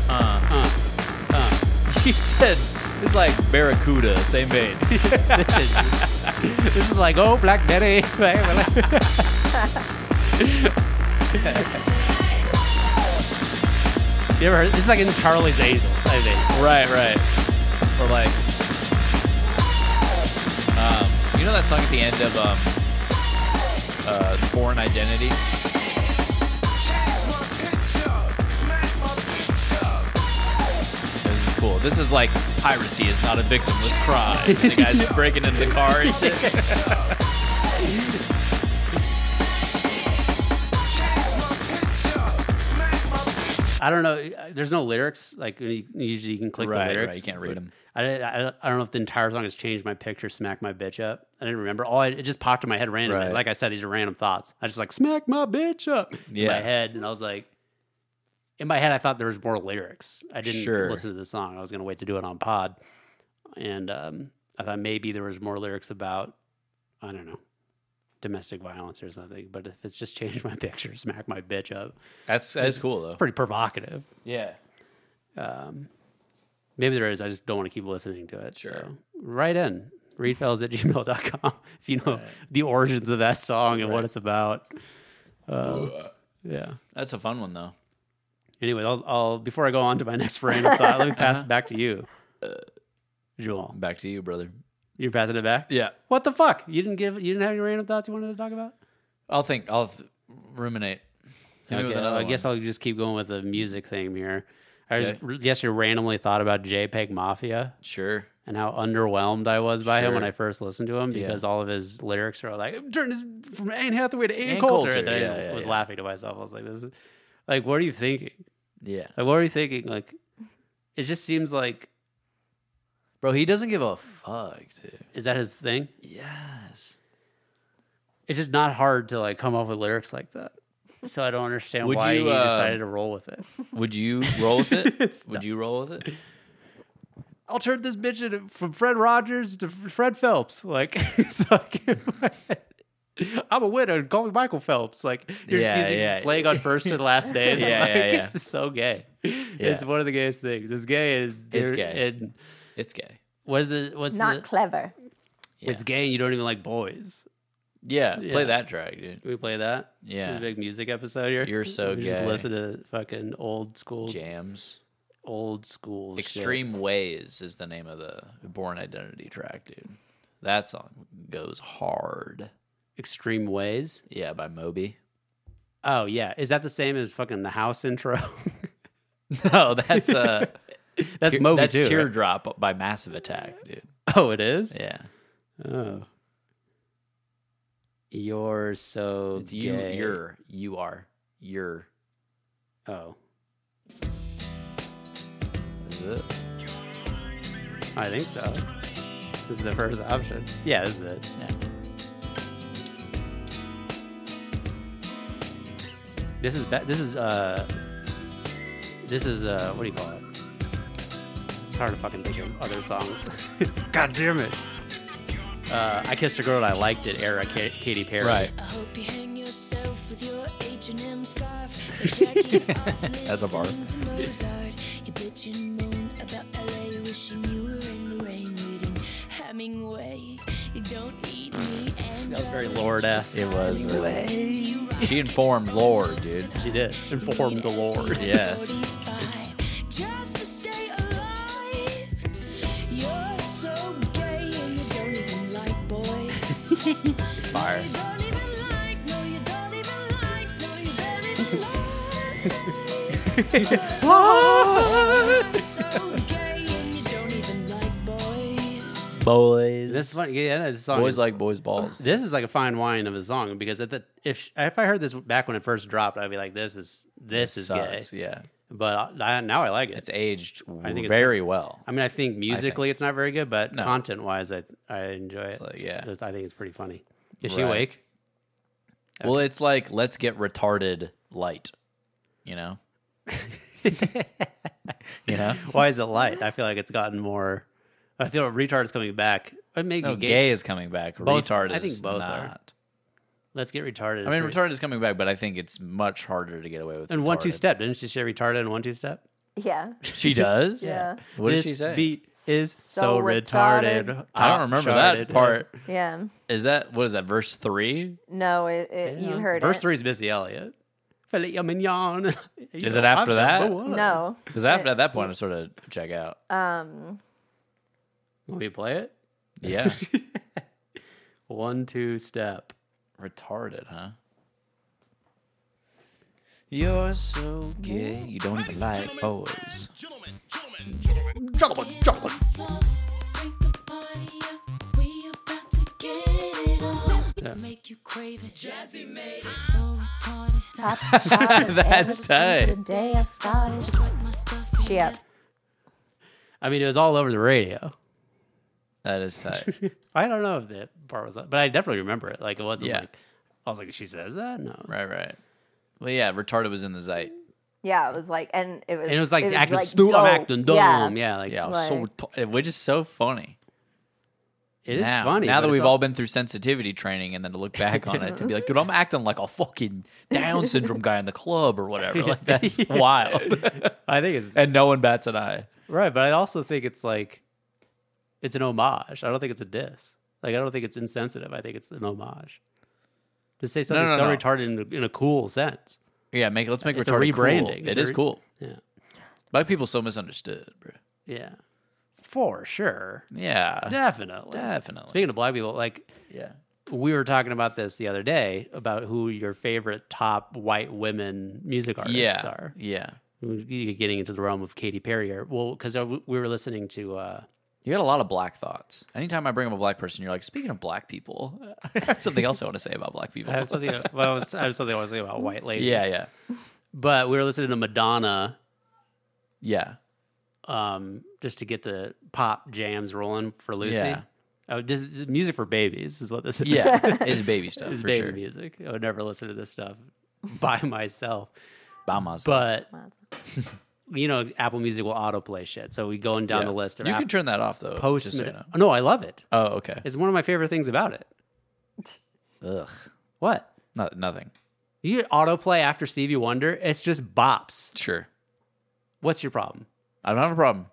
[SPEAKER 3] Uh,
[SPEAKER 2] Uh, uh,
[SPEAKER 3] he said it's like Barracuda, same vein.
[SPEAKER 2] this is this is like oh Black Daddy. you ever heard? This is like in Charlie's Angels. I think.
[SPEAKER 3] right, right. Or like, um, you know that song at the end of um, uh, Foreign Identity? This is cool. This is like piracy is not a victimless crime. the guy's breaking into the car and shit.
[SPEAKER 2] I don't know. uh, There's no lyrics. Like you, usually, you can click
[SPEAKER 3] Right,
[SPEAKER 2] the
[SPEAKER 3] right,
[SPEAKER 2] lyrics.
[SPEAKER 3] you can't
[SPEAKER 2] but
[SPEAKER 3] read 'em.
[SPEAKER 2] I, I, I don't know if the entire song has changed my picture. Smack my bitch up. I didn't remember. All I, it just popped in my head randomly.
[SPEAKER 3] Right.
[SPEAKER 2] Like I said, these are random thoughts. I just like smack my bitch up in
[SPEAKER 3] Yeah.
[SPEAKER 2] my head, and I was like, in my head, I thought there was more lyrics. I didn't
[SPEAKER 3] Sure.
[SPEAKER 2] listen to the song. I was gonna wait to do it on pod, and um, I thought maybe there was more lyrics about I don't know domestic violence or something. But if it's just changed my picture, smack my bitch up.
[SPEAKER 3] That's that's cool though.
[SPEAKER 2] Pretty provocative.
[SPEAKER 3] Yeah.
[SPEAKER 2] Um, maybe there is. I just don't want to keep listening to it.
[SPEAKER 3] Sure.
[SPEAKER 2] So write in readfellas at gmail.com if you know the origins of that song and what it's about. Uh, yeah.
[SPEAKER 3] That's a fun one though.
[SPEAKER 2] Anyway, I'll, I'll before I go on to my next random thought, let me
[SPEAKER 3] Uh-huh.
[SPEAKER 2] pass it back to you.
[SPEAKER 3] Uh.
[SPEAKER 2] Joel,
[SPEAKER 3] Back to you, brother.
[SPEAKER 2] you're passing it back.
[SPEAKER 3] Yeah.
[SPEAKER 2] What the fuck? You didn't give. You didn't have any random thoughts you wanted to talk about.
[SPEAKER 3] I'll think. I'll th- ruminate. Hit me with
[SPEAKER 2] Okay,
[SPEAKER 3] another
[SPEAKER 2] I guess
[SPEAKER 3] one.
[SPEAKER 2] I'll just keep going with the music thing here. I was, yesterday randomly thought about JPEG Mafia
[SPEAKER 3] Sure.
[SPEAKER 2] and how underwhelmed I was by him when
[SPEAKER 3] Sure.
[SPEAKER 2] I first listened to him
[SPEAKER 3] Yeah.
[SPEAKER 2] because all of his lyrics are like turn this from Anne Hathaway to Anne,
[SPEAKER 3] Ann
[SPEAKER 2] Coulter.
[SPEAKER 3] Coulter,
[SPEAKER 2] And I
[SPEAKER 3] yeah, yeah,
[SPEAKER 2] was
[SPEAKER 3] yeah.
[SPEAKER 2] laughing to myself. I was like, this is like, what are you thinking?
[SPEAKER 3] Yeah.
[SPEAKER 2] Like, what are you thinking? Like, it just seems like
[SPEAKER 3] Bro, he doesn't give a fuck, dude.
[SPEAKER 2] is that his thing?
[SPEAKER 3] Yes.
[SPEAKER 2] It's just not hard to like come up with lyrics like that. So I don't understand
[SPEAKER 3] Would
[SPEAKER 2] why
[SPEAKER 3] you,
[SPEAKER 2] he
[SPEAKER 3] uh,
[SPEAKER 2] decided to roll with it.
[SPEAKER 3] Would you roll with it?
[SPEAKER 2] It's
[SPEAKER 3] Would you roll with it?
[SPEAKER 2] I'll turn this bitch into, from Fred Rogers to Fred Phelps. Like, it's like I'm a winner. Call me Michael Phelps. Like, you're
[SPEAKER 3] Yeah,
[SPEAKER 2] just using
[SPEAKER 3] yeah.
[SPEAKER 2] playing on first and last names.
[SPEAKER 3] Yeah,
[SPEAKER 2] like,
[SPEAKER 3] yeah, yeah.
[SPEAKER 2] It's so gay. It's one of the gayest things. It's gay. And
[SPEAKER 3] It's
[SPEAKER 2] they're-
[SPEAKER 3] gay.
[SPEAKER 2] And
[SPEAKER 3] It's gay.
[SPEAKER 2] what's it? What's
[SPEAKER 1] Not
[SPEAKER 2] the,
[SPEAKER 1] clever.
[SPEAKER 2] It's gay. And you don't even like boys.
[SPEAKER 3] Yeah,
[SPEAKER 2] Yeah.
[SPEAKER 3] play that track, dude.
[SPEAKER 2] Can we play that?
[SPEAKER 3] Yeah.
[SPEAKER 2] The big music episode here.
[SPEAKER 3] You're so
[SPEAKER 2] we Just
[SPEAKER 3] gay.
[SPEAKER 2] listen to fucking old school,
[SPEAKER 3] Jams.
[SPEAKER 2] old school, shit.
[SPEAKER 3] Extreme Ways is the name of the Born Identity track, dude. That song goes hard.
[SPEAKER 2] extreme ways.
[SPEAKER 3] Yeah, by Moby.
[SPEAKER 2] Oh yeah, is that the same as fucking the house intro?
[SPEAKER 3] No, that's uh
[SPEAKER 2] That's Moby
[SPEAKER 3] that's
[SPEAKER 2] too. right?
[SPEAKER 3] Teardrop by Massive Attack, dude.
[SPEAKER 2] Oh, it is.
[SPEAKER 3] Yeah.
[SPEAKER 2] Oh. You're so
[SPEAKER 3] It's you
[SPEAKER 2] gay.
[SPEAKER 3] you're you are. You're
[SPEAKER 2] Oh,
[SPEAKER 3] is it?
[SPEAKER 2] I think so. This is the first option. Yeah, this is it.
[SPEAKER 3] Yeah.
[SPEAKER 2] This is be- this is uh this is uh what do you call it? It's hard to fucking think of other songs. God damn it. Uh, I kissed a girl and I liked it. Era Ka- Katy Perry.
[SPEAKER 3] Right.
[SPEAKER 4] I hope you hang yourself with your H&M scarf. A jacket off,
[SPEAKER 3] At the bar.
[SPEAKER 4] listening to Mozart. You bitch and moan about LA, wishing you were in the rain reading Hemingway. You don't eat me and
[SPEAKER 2] That was very Lord esque.
[SPEAKER 3] It was uh,
[SPEAKER 4] You rock
[SPEAKER 3] She informed lore, dude.
[SPEAKER 2] She did. Informed the Lord.
[SPEAKER 3] Yes.
[SPEAKER 4] 45, Just to stay alive. You're so gay and you don't even like boys.
[SPEAKER 3] Fire.
[SPEAKER 4] You don't even like, no, you don't even like, no, you don't even like. You're so gay and you don't even like boys.
[SPEAKER 3] Boys.
[SPEAKER 2] This is funny. Yeah, this song
[SPEAKER 3] boys
[SPEAKER 2] is-
[SPEAKER 3] like boys balls.
[SPEAKER 2] This is like a fine wine of a song because at the if if I heard this back when it first dropped, I'd be like, this is this is
[SPEAKER 3] Sucks,
[SPEAKER 2] gay.
[SPEAKER 3] Yeah.
[SPEAKER 2] But I, now I like it.
[SPEAKER 3] It's aged
[SPEAKER 2] think it's-
[SPEAKER 3] very well.
[SPEAKER 2] I mean, I think musically it's not very good, but
[SPEAKER 3] No.
[SPEAKER 2] content wise, I I enjoy it.
[SPEAKER 3] like, yeah.
[SPEAKER 2] It's- I think it's pretty funny. Is she
[SPEAKER 3] Right.
[SPEAKER 2] awake?
[SPEAKER 3] Well, it's like let's get retarded light, you know. you know,
[SPEAKER 2] Why is it light? I feel like it's gotten more. I feel retard is coming back. But maybe
[SPEAKER 3] no,
[SPEAKER 2] gay.
[SPEAKER 3] gay. is coming back.
[SPEAKER 2] Both-
[SPEAKER 3] retard is
[SPEAKER 2] I think both
[SPEAKER 3] not.
[SPEAKER 2] are. Let's get retarded. is
[SPEAKER 3] I mean,
[SPEAKER 2] pretty-
[SPEAKER 3] retard is coming back, but I think it's much harder to get away with.
[SPEAKER 2] And one two
[SPEAKER 3] retarded.
[SPEAKER 2] step didn't she say retarded and one two step?
[SPEAKER 1] Yeah.
[SPEAKER 3] She does.
[SPEAKER 1] Yeah.
[SPEAKER 3] What
[SPEAKER 2] this
[SPEAKER 3] did she say?
[SPEAKER 2] Beat is so,
[SPEAKER 1] So
[SPEAKER 2] retarded.
[SPEAKER 1] retarded.
[SPEAKER 3] I don't remember that
[SPEAKER 2] Charted.
[SPEAKER 3] part.
[SPEAKER 1] Yeah.
[SPEAKER 3] Is that what is that verse three?
[SPEAKER 1] No, it, it, you heard
[SPEAKER 2] Verse
[SPEAKER 1] it.
[SPEAKER 2] three is Missy Elliott. Filet mignon.
[SPEAKER 3] Is it after that?
[SPEAKER 1] No.
[SPEAKER 3] Because after at that point, I sort of check out.
[SPEAKER 1] Um,
[SPEAKER 2] Will we play it?
[SPEAKER 3] Yeah,
[SPEAKER 2] One, two, step.
[SPEAKER 3] retarded, huh? You're so gay, you don't even like boys.
[SPEAKER 2] Gentlemen, gentlemen.
[SPEAKER 4] Flow, break the party up. We about to get it on. Make you crave it. Jazzy made it. So retarded.
[SPEAKER 1] top shot of
[SPEAKER 3] That's
[SPEAKER 1] ever
[SPEAKER 3] tight.
[SPEAKER 1] since the day I started.
[SPEAKER 4] Put my stuff in
[SPEAKER 1] She up.
[SPEAKER 4] this
[SPEAKER 2] I mean, it was all over the radio.
[SPEAKER 3] That is tight.
[SPEAKER 2] I don't know if that part was, but I definitely remember it. Like it wasn't
[SPEAKER 3] Yeah.
[SPEAKER 2] like I was like, she says that. No, it was-
[SPEAKER 3] Right, right. Well, yeah, retarded was in the zeit.
[SPEAKER 1] Yeah, it was like, and it was.
[SPEAKER 2] And it was like
[SPEAKER 1] it was
[SPEAKER 2] acting
[SPEAKER 1] like
[SPEAKER 2] stupid. I'm
[SPEAKER 1] dope.
[SPEAKER 2] acting dumb. Yeah, like
[SPEAKER 3] Yeah,
[SPEAKER 2] yeah.
[SPEAKER 3] I was so
[SPEAKER 1] Like-
[SPEAKER 3] retar- which is so funny.
[SPEAKER 2] it is
[SPEAKER 3] now,
[SPEAKER 2] funny.
[SPEAKER 3] Now
[SPEAKER 2] but
[SPEAKER 3] that
[SPEAKER 2] it's
[SPEAKER 3] we've all... been through sensitivity training, and then to look back on it to be like, dude, I'm acting like a fucking Down syndrome guy in the club or whatever. Like that's
[SPEAKER 2] Yeah.
[SPEAKER 3] wild,
[SPEAKER 2] I think it's
[SPEAKER 3] and no one bats an eye.
[SPEAKER 2] right, but I also think it's like it's an homage. I don't think it's a diss. Like I don't think it's insensitive. I think it's an homage to say something
[SPEAKER 3] no,
[SPEAKER 2] so
[SPEAKER 3] no.
[SPEAKER 2] retarded in a, in a cool sense.
[SPEAKER 3] Yeah, make let's make
[SPEAKER 2] It's a
[SPEAKER 3] retarded
[SPEAKER 2] rebranding.
[SPEAKER 3] Cool. It
[SPEAKER 2] It's a
[SPEAKER 3] is
[SPEAKER 2] re-
[SPEAKER 3] cool.
[SPEAKER 2] Yeah,
[SPEAKER 3] Black people so misunderstood, bro.
[SPEAKER 2] yeah, for sure,
[SPEAKER 3] Yeah,
[SPEAKER 2] definitely.
[SPEAKER 3] definitely.
[SPEAKER 2] Speaking of black people, like
[SPEAKER 3] yeah,
[SPEAKER 2] we were talking about this the other day about who your favorite top white women music artists
[SPEAKER 3] yeah,
[SPEAKER 2] are.
[SPEAKER 3] yeah.
[SPEAKER 2] You're getting into the realm of Katy Perry, or well, because we were listening to. uh
[SPEAKER 3] You got a lot of black thoughts. Anytime I bring up a black person, you're like, speaking of black people, I have something else I want to say about black people.
[SPEAKER 2] I have something. Well, I, was, I have something I want to say about white ladies.
[SPEAKER 3] yeah, yeah,
[SPEAKER 2] But we were listening to Madonna,
[SPEAKER 3] yeah.
[SPEAKER 2] um, just to get the pop jams rolling for Lucy.
[SPEAKER 3] Yeah.
[SPEAKER 2] Oh, this is music for babies, is what this is.
[SPEAKER 3] Yeah, it's baby stuff
[SPEAKER 2] it's
[SPEAKER 3] for
[SPEAKER 2] baby
[SPEAKER 3] sure.
[SPEAKER 2] music. I would never listen to this stuff by myself.
[SPEAKER 3] By myself.
[SPEAKER 2] But you know, Apple Music will autoplay shit. So we going down
[SPEAKER 3] Yeah.
[SPEAKER 2] the list. of
[SPEAKER 3] you
[SPEAKER 2] app-
[SPEAKER 3] can turn that off though.
[SPEAKER 2] post.
[SPEAKER 3] just so you know.
[SPEAKER 2] Mad- no, I love it.
[SPEAKER 3] Oh, okay.
[SPEAKER 2] It's one of my favorite things about it.
[SPEAKER 3] Ugh,
[SPEAKER 2] What
[SPEAKER 3] no, nothing.
[SPEAKER 2] you autoplay after Stevie Wonder? It's just bops.
[SPEAKER 3] Sure,
[SPEAKER 2] What's your problem,
[SPEAKER 3] I don't have a problem.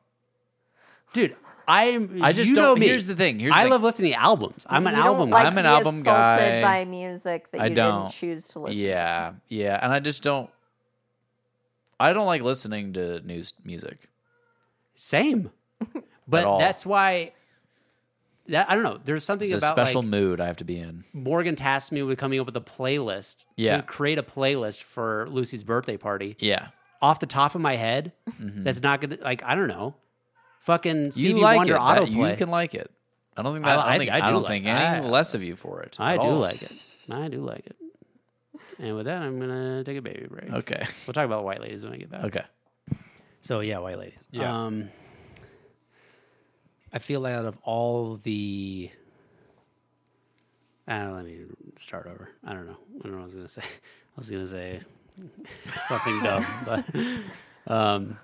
[SPEAKER 2] dude? I'm.
[SPEAKER 3] I just
[SPEAKER 2] you
[SPEAKER 3] don't.
[SPEAKER 2] Know me.
[SPEAKER 3] Here's the thing. Here's the
[SPEAKER 2] I
[SPEAKER 3] thing.
[SPEAKER 2] love listening to albums. I'm an
[SPEAKER 1] You don't
[SPEAKER 2] album
[SPEAKER 1] like
[SPEAKER 2] guy.
[SPEAKER 3] I'm
[SPEAKER 1] to
[SPEAKER 3] an
[SPEAKER 1] be
[SPEAKER 3] album
[SPEAKER 1] assaulted
[SPEAKER 3] guy.
[SPEAKER 1] by music that you
[SPEAKER 3] I don't.
[SPEAKER 1] didn't choose to listen to.
[SPEAKER 3] yeah, yeah, and I just don't. I don't like listening to new s- music.
[SPEAKER 2] Same. But
[SPEAKER 3] all.
[SPEAKER 2] that's why. That I don't know. There's something
[SPEAKER 3] It's a
[SPEAKER 2] about
[SPEAKER 3] special
[SPEAKER 2] like,
[SPEAKER 3] mood I have to be in.
[SPEAKER 2] Morgan tasked me with coming up with a playlist
[SPEAKER 3] Yeah.
[SPEAKER 2] to create a playlist for Lucy's birthday party.
[SPEAKER 3] Yeah,
[SPEAKER 2] Off the top of my head, that's not gonna like I don't know. Fucking Stevie
[SPEAKER 3] Mm-hmm. you like
[SPEAKER 2] Wonder
[SPEAKER 3] it. That-
[SPEAKER 2] autoplay.
[SPEAKER 3] You can like it. I don't think.
[SPEAKER 2] I-
[SPEAKER 3] That, I,
[SPEAKER 2] I-
[SPEAKER 3] don't think,
[SPEAKER 2] I
[SPEAKER 3] I
[SPEAKER 2] do
[SPEAKER 3] don't
[SPEAKER 2] like-
[SPEAKER 3] think
[SPEAKER 2] I-
[SPEAKER 3] any less of you for it.
[SPEAKER 2] I
[SPEAKER 3] at
[SPEAKER 2] do
[SPEAKER 3] all.
[SPEAKER 2] like it. I do like it. And with that, I'm gonna take a baby break.
[SPEAKER 3] Okay.
[SPEAKER 2] We'll talk about white ladies when I get back.
[SPEAKER 3] Okay.
[SPEAKER 2] So yeah, white ladies.
[SPEAKER 3] Yeah.
[SPEAKER 2] Um, I feel like out of all the, I don't know, let me start over. I don't know. I don't know what I was gonna say. I was gonna say something dumb, but um,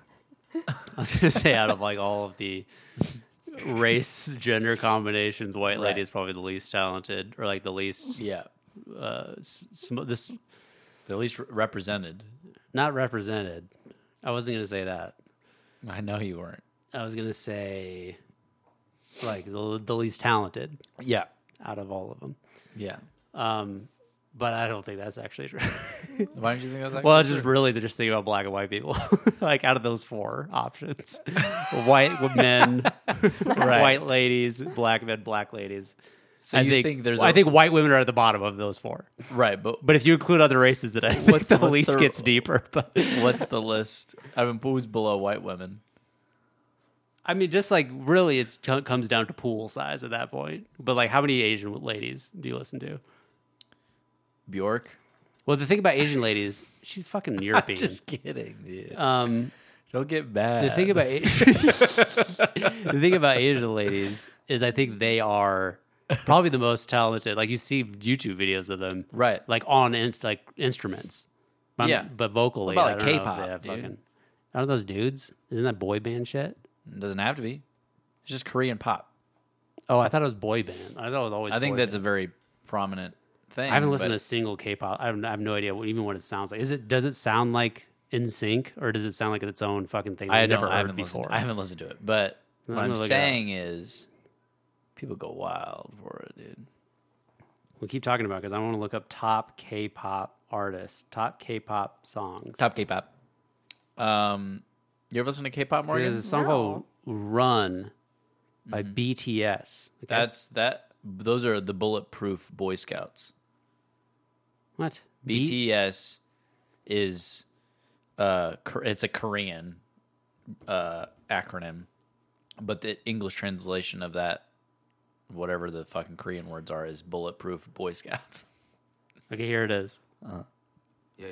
[SPEAKER 2] I was gonna say out of like all of the race gender combinations, white
[SPEAKER 3] Right.
[SPEAKER 2] lady is probably the least talented or like the least
[SPEAKER 3] Yeah.
[SPEAKER 2] uh, s- sm- this
[SPEAKER 3] At least re- represented.
[SPEAKER 2] not represented. I wasn't gonna say that.
[SPEAKER 3] I know you weren't.
[SPEAKER 2] I was gonna say, like the, the least talented
[SPEAKER 3] Yeah.
[SPEAKER 2] out of all of them, Um,
[SPEAKER 3] Yeah.
[SPEAKER 2] but I don't think that's actually true.
[SPEAKER 3] Why did you think that was actually
[SPEAKER 2] well, I just really just think about black and white people, like out of those four options, white men, white ladies, black men, black ladies.
[SPEAKER 3] So
[SPEAKER 2] I
[SPEAKER 3] you
[SPEAKER 2] think,
[SPEAKER 3] think, there's
[SPEAKER 2] well, I
[SPEAKER 3] a-
[SPEAKER 2] think white women are at the bottom of those four.
[SPEAKER 3] right, but
[SPEAKER 2] But if you include other races, that I think
[SPEAKER 3] What's-
[SPEAKER 2] the
[SPEAKER 3] what's
[SPEAKER 2] least
[SPEAKER 3] the-
[SPEAKER 2] gets deeper. But
[SPEAKER 3] what's the list? I mean, who's below white women?
[SPEAKER 2] I mean, just like really, it comes down to pool size at that point. But like, how many Asian ladies do you listen to?
[SPEAKER 3] Bjork.
[SPEAKER 2] Well, the thing about Asian ladies, she's fucking European.
[SPEAKER 3] kidding, dude.
[SPEAKER 2] um,
[SPEAKER 3] Don't get bad.
[SPEAKER 2] the thing about A- the thing about Asian ladies is I think they are probably the most talented. Like you see YouTube videos of them,
[SPEAKER 3] Right.
[SPEAKER 2] Like on inst- like instruments, but,
[SPEAKER 3] Yeah.
[SPEAKER 2] But vocally,
[SPEAKER 3] What
[SPEAKER 2] I
[SPEAKER 3] about,
[SPEAKER 2] don't
[SPEAKER 3] like,
[SPEAKER 2] know if
[SPEAKER 3] K-pop,
[SPEAKER 2] they have
[SPEAKER 3] dude?
[SPEAKER 2] fucking. Aren't those dudes? Isn't that boy band shit?
[SPEAKER 3] It doesn't have to be. It's just Korean pop.
[SPEAKER 2] Oh, I thought it was boy band. I thought it was always.
[SPEAKER 3] I think
[SPEAKER 2] boy
[SPEAKER 3] that's a
[SPEAKER 2] band.
[SPEAKER 3] very prominent thing.
[SPEAKER 2] I haven't listened
[SPEAKER 3] but
[SPEAKER 2] to a single K-pop. I, don't, I have no idea what, even what it sounds like. Is it? Does it sound like In Sync, or does it sound like its own fucking thing? that
[SPEAKER 3] I
[SPEAKER 2] I've never
[SPEAKER 3] don't- I
[SPEAKER 2] heard
[SPEAKER 3] haven't
[SPEAKER 2] before.
[SPEAKER 3] Listened, I haven't listened to it, but
[SPEAKER 2] I'm
[SPEAKER 3] what I'm
[SPEAKER 2] gonna look it up.
[SPEAKER 3] saying is, people go wild for it, dude.
[SPEAKER 2] We keep talking about because I want to look up top K-pop artists, top K-pop songs.
[SPEAKER 3] Top K-pop. Um, you ever listen to K-pop, Morgan?
[SPEAKER 2] There's a song called "Run" by BTS. Okay.
[SPEAKER 3] Mm-hmm. That's that. Those are the bulletproof Boy Scouts.
[SPEAKER 2] what B-
[SPEAKER 3] BTS is uh Kor- it's a Korean uh acronym, but the English translation of that whatever the fucking Korean words are is bulletproof Boy Scouts.
[SPEAKER 2] Okay, here it is.
[SPEAKER 5] Yeah, yeah.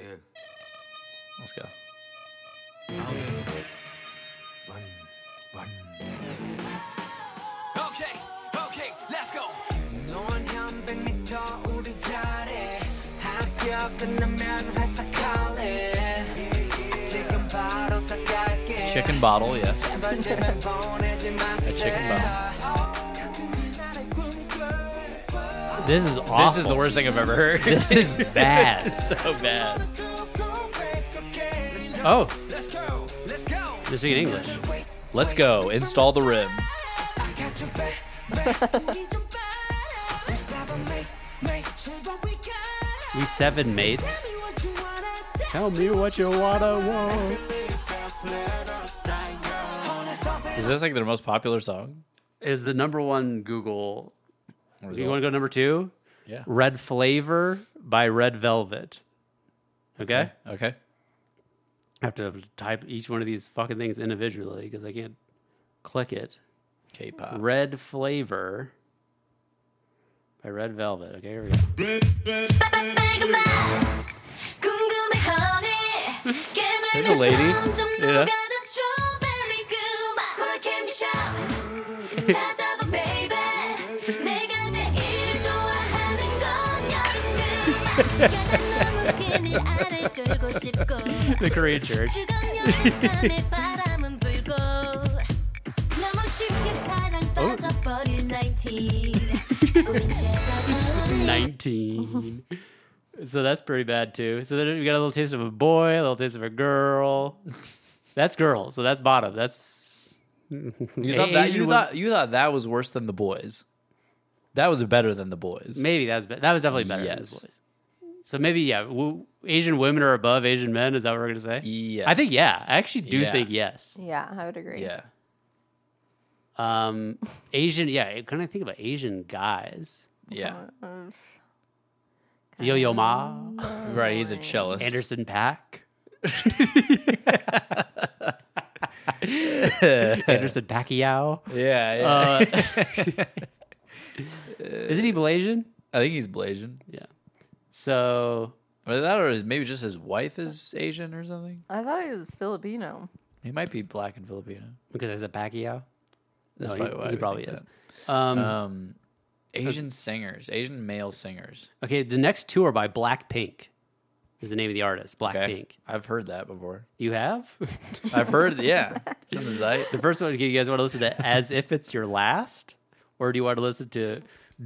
[SPEAKER 3] Let's go.
[SPEAKER 5] Run, run. Okay, okay, let's go.
[SPEAKER 6] 너원 현백미터 우리 자리 학교 끝나면 회사 갈래 지금 바로 다 갈게
[SPEAKER 3] Chicken bottle, yes.
[SPEAKER 6] 제발 제발 보내지 마세요
[SPEAKER 3] chicken bone.
[SPEAKER 6] 나를 꿈꿔
[SPEAKER 2] This is awful.
[SPEAKER 3] This is the worst thing I've ever heard.
[SPEAKER 2] This is bad.
[SPEAKER 3] this is so bad.
[SPEAKER 2] Oh,
[SPEAKER 6] Let's go Let's go
[SPEAKER 2] this is in English.
[SPEAKER 3] Let's go. Install the rim.
[SPEAKER 2] We seven mates. Tell me what you wanna want.
[SPEAKER 3] Is this like their most popular song?
[SPEAKER 2] Is the number one Google?
[SPEAKER 3] Or is
[SPEAKER 2] You
[SPEAKER 3] it-
[SPEAKER 2] want to go number two?
[SPEAKER 3] Yeah.
[SPEAKER 2] Red Flavor by Red Velvet. Okay.
[SPEAKER 3] Okay.
[SPEAKER 2] I have to type each one of these fucking things individually because I can't click it.
[SPEAKER 3] K-pop.
[SPEAKER 2] Uh, Red Flavor by Red Velvet. Okay, here we go.
[SPEAKER 4] There's
[SPEAKER 3] a lady.
[SPEAKER 4] Yeah.
[SPEAKER 2] The Korean Church.
[SPEAKER 4] oh.
[SPEAKER 2] 19. so that's pretty bad too. So then we got a little taste of a boy, a little taste of a girl. That's girl. So that's bottom. That's.
[SPEAKER 3] You thought, that, you, thought, you thought that was worse than the boys. That was better than the boys.
[SPEAKER 2] Maybe that was be- that was definitely better than the
[SPEAKER 3] Yes.
[SPEAKER 2] boys. So maybe yeah, w- Asian women are above Asian men. Is that what we're gonna say? I think yeah. I actually do
[SPEAKER 3] Yeah.
[SPEAKER 2] think yes.
[SPEAKER 1] Yeah, I would agree.
[SPEAKER 3] Yeah.
[SPEAKER 2] Um, Asian yeah. Can I think about Asian guys?
[SPEAKER 3] Yeah.
[SPEAKER 2] Yo Yo Ma,
[SPEAKER 3] Right. He's a cellist.
[SPEAKER 2] Anderson Pack. Anderson Pacquiao.
[SPEAKER 3] Yeah. yeah.
[SPEAKER 2] Uh, isn't he Malaysian?
[SPEAKER 3] I think he's Blasian.
[SPEAKER 2] Yeah. So
[SPEAKER 3] Or that, or is maybe just his wife is Asian or something.
[SPEAKER 1] I thought he was Filipino.
[SPEAKER 3] He might be black and Filipino.
[SPEAKER 2] because there's a Pacquiao,
[SPEAKER 3] That's
[SPEAKER 2] No, he-
[SPEAKER 3] probably why I
[SPEAKER 2] he,
[SPEAKER 3] would
[SPEAKER 2] probably
[SPEAKER 3] think
[SPEAKER 2] is. Um,
[SPEAKER 3] that. Um, Asian singers, Asian male singers.
[SPEAKER 2] okay, the next two are by Blackpink. Is the name of the artist Blackpink?
[SPEAKER 3] Okay, I've heard that before.
[SPEAKER 2] You have
[SPEAKER 3] I've heard, yeah. It's in the site.
[SPEAKER 2] the first one. Do you guys want to listen to "As If It's Your Last," or do you want to listen to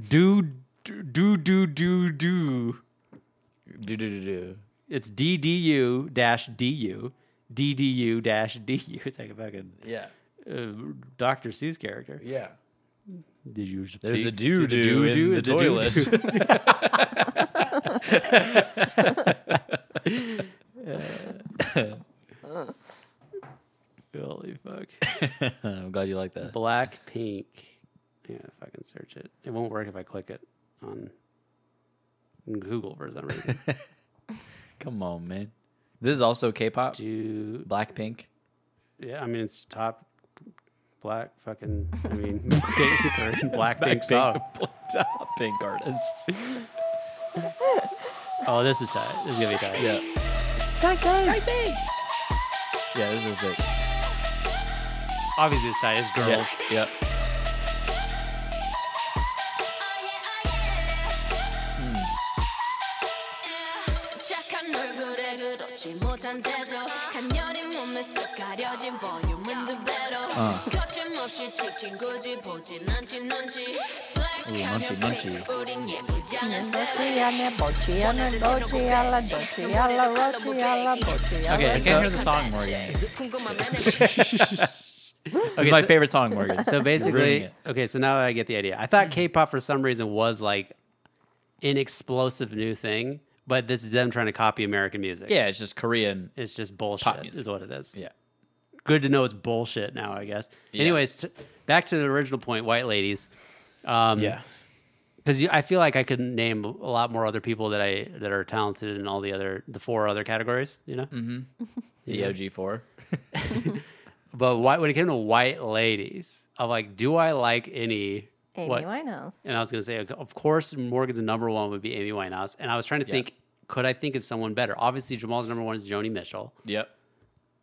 [SPEAKER 2] "Do Do Do Do Do"? do?
[SPEAKER 3] Do do do do.
[SPEAKER 2] It's DDU dash DU DDU dash DU. It's like a fucking
[SPEAKER 3] Yeah,
[SPEAKER 2] uh, Dr. Seuss character.
[SPEAKER 3] yeah.
[SPEAKER 2] Did you
[SPEAKER 3] There's a
[SPEAKER 2] speak
[SPEAKER 3] doo
[SPEAKER 2] to the
[SPEAKER 3] doo in
[SPEAKER 2] doo-doo?
[SPEAKER 3] the
[SPEAKER 2] It's a doo-doo.
[SPEAKER 3] toilet.
[SPEAKER 2] Holy fuck.
[SPEAKER 3] I'm glad you like that.
[SPEAKER 2] Black pink. Yeah, if I can search it. It won't work if I click it on Google for some reason.
[SPEAKER 3] Come on, man. This is also K-pop.
[SPEAKER 2] Do
[SPEAKER 3] Blackpink.
[SPEAKER 2] yeah, I mean it's top black fucking I mean black pink song.
[SPEAKER 3] Top pink artists.
[SPEAKER 2] Oh, this is tight. This is gonna be tight.
[SPEAKER 3] Yeah. Yeah, this is it.
[SPEAKER 2] Obviously it's tight. It's girls.
[SPEAKER 3] Yep.
[SPEAKER 4] 착한 얼굴에 그렇지 못한 태도 간녀린 몸에 쓱 가려진 볼륨은 두 배로 거침없이 찍힌 굳이 보진 않지 넌지
[SPEAKER 3] Ooh, 넌지, 넌지.
[SPEAKER 4] 우린 예쁘지 않은 세상
[SPEAKER 3] Okay, I
[SPEAKER 1] Okay.
[SPEAKER 3] can't hear the song, Morgan. It's my
[SPEAKER 2] so-
[SPEAKER 3] favorite song, Morgan.
[SPEAKER 2] So
[SPEAKER 3] ruining
[SPEAKER 2] basically,
[SPEAKER 3] it.
[SPEAKER 2] okay, so now I get the idea. I thought
[SPEAKER 3] Mm.
[SPEAKER 2] K-pop for some reason was like an explosive new thing, but this is them trying to copy American music.
[SPEAKER 3] yeah, it's just Korean.
[SPEAKER 2] It's just bullshit
[SPEAKER 3] music.
[SPEAKER 2] is what it is.
[SPEAKER 3] Yeah.
[SPEAKER 2] Good to know it's bullshit now, I guess.
[SPEAKER 3] Yeah.
[SPEAKER 2] Anyways, t- back to the original point, white ladies. Um,
[SPEAKER 3] Yeah.
[SPEAKER 2] Because I feel like I could name a lot more other people that I that are talented in all the other the four other categories, you know.
[SPEAKER 3] Mm. The OG four.
[SPEAKER 2] But why, when it came to white ladies, I'm like, do I like any?
[SPEAKER 1] Amy
[SPEAKER 2] what-
[SPEAKER 1] Winehouse.
[SPEAKER 2] And I was going to say, of course, Morgan's number one would be Amy Winehouse. And I was trying to
[SPEAKER 3] Yeah.
[SPEAKER 2] think, could I think of someone better? Obviously, Jamal's number one is Joni Mitchell.
[SPEAKER 3] Yep.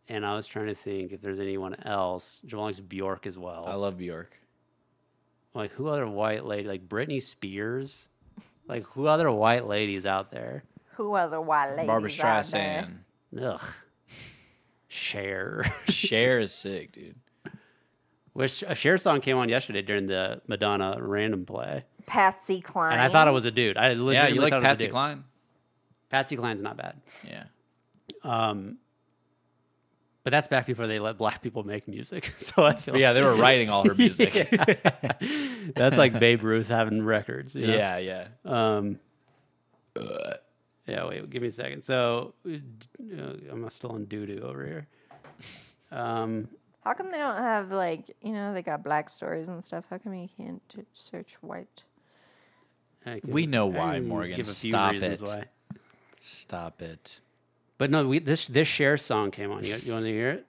[SPEAKER 2] And I was trying to think if there's anyone else. Jamal likes Bjork as well.
[SPEAKER 3] I love Bjork.
[SPEAKER 2] like, who other white lady? Like, Britney Spears? Like, who other white ladies out there?
[SPEAKER 1] Who are the white ladies?
[SPEAKER 3] Barbara
[SPEAKER 1] out there?
[SPEAKER 3] Streisand.
[SPEAKER 2] Ugh. Cher.
[SPEAKER 3] Cher is sick, dude.
[SPEAKER 2] Which a Cher song came on yesterday during the Madonna random play.
[SPEAKER 1] Patsy Cline.
[SPEAKER 2] And I thought it was a dude. I
[SPEAKER 3] Yeah,
[SPEAKER 2] legitimately
[SPEAKER 3] you like
[SPEAKER 2] thought it was a
[SPEAKER 3] Patsy
[SPEAKER 2] dude.
[SPEAKER 3] Cline?
[SPEAKER 2] Patsy Cline's not bad.
[SPEAKER 3] Yeah.
[SPEAKER 2] But that's back before they let black people make music. So I feel
[SPEAKER 3] But yeah, they were writing all her music. yeah.
[SPEAKER 2] that's like Babe Ruth having records. you know?
[SPEAKER 3] yeah,
[SPEAKER 2] Um, yeah, wait, give me a second. So uh, I'm still on doo doo over here. Um,
[SPEAKER 1] How come they don't have like you know they got black stories and stuff? How come you can't t- search white?
[SPEAKER 2] I can-
[SPEAKER 3] We know
[SPEAKER 2] I
[SPEAKER 3] why,
[SPEAKER 2] can
[SPEAKER 3] Morgan.
[SPEAKER 2] Give a few
[SPEAKER 3] Stop
[SPEAKER 2] reasons
[SPEAKER 3] it.
[SPEAKER 2] why.
[SPEAKER 3] Stop it.
[SPEAKER 2] But no, we, this this share song came on. You, you want to hear it?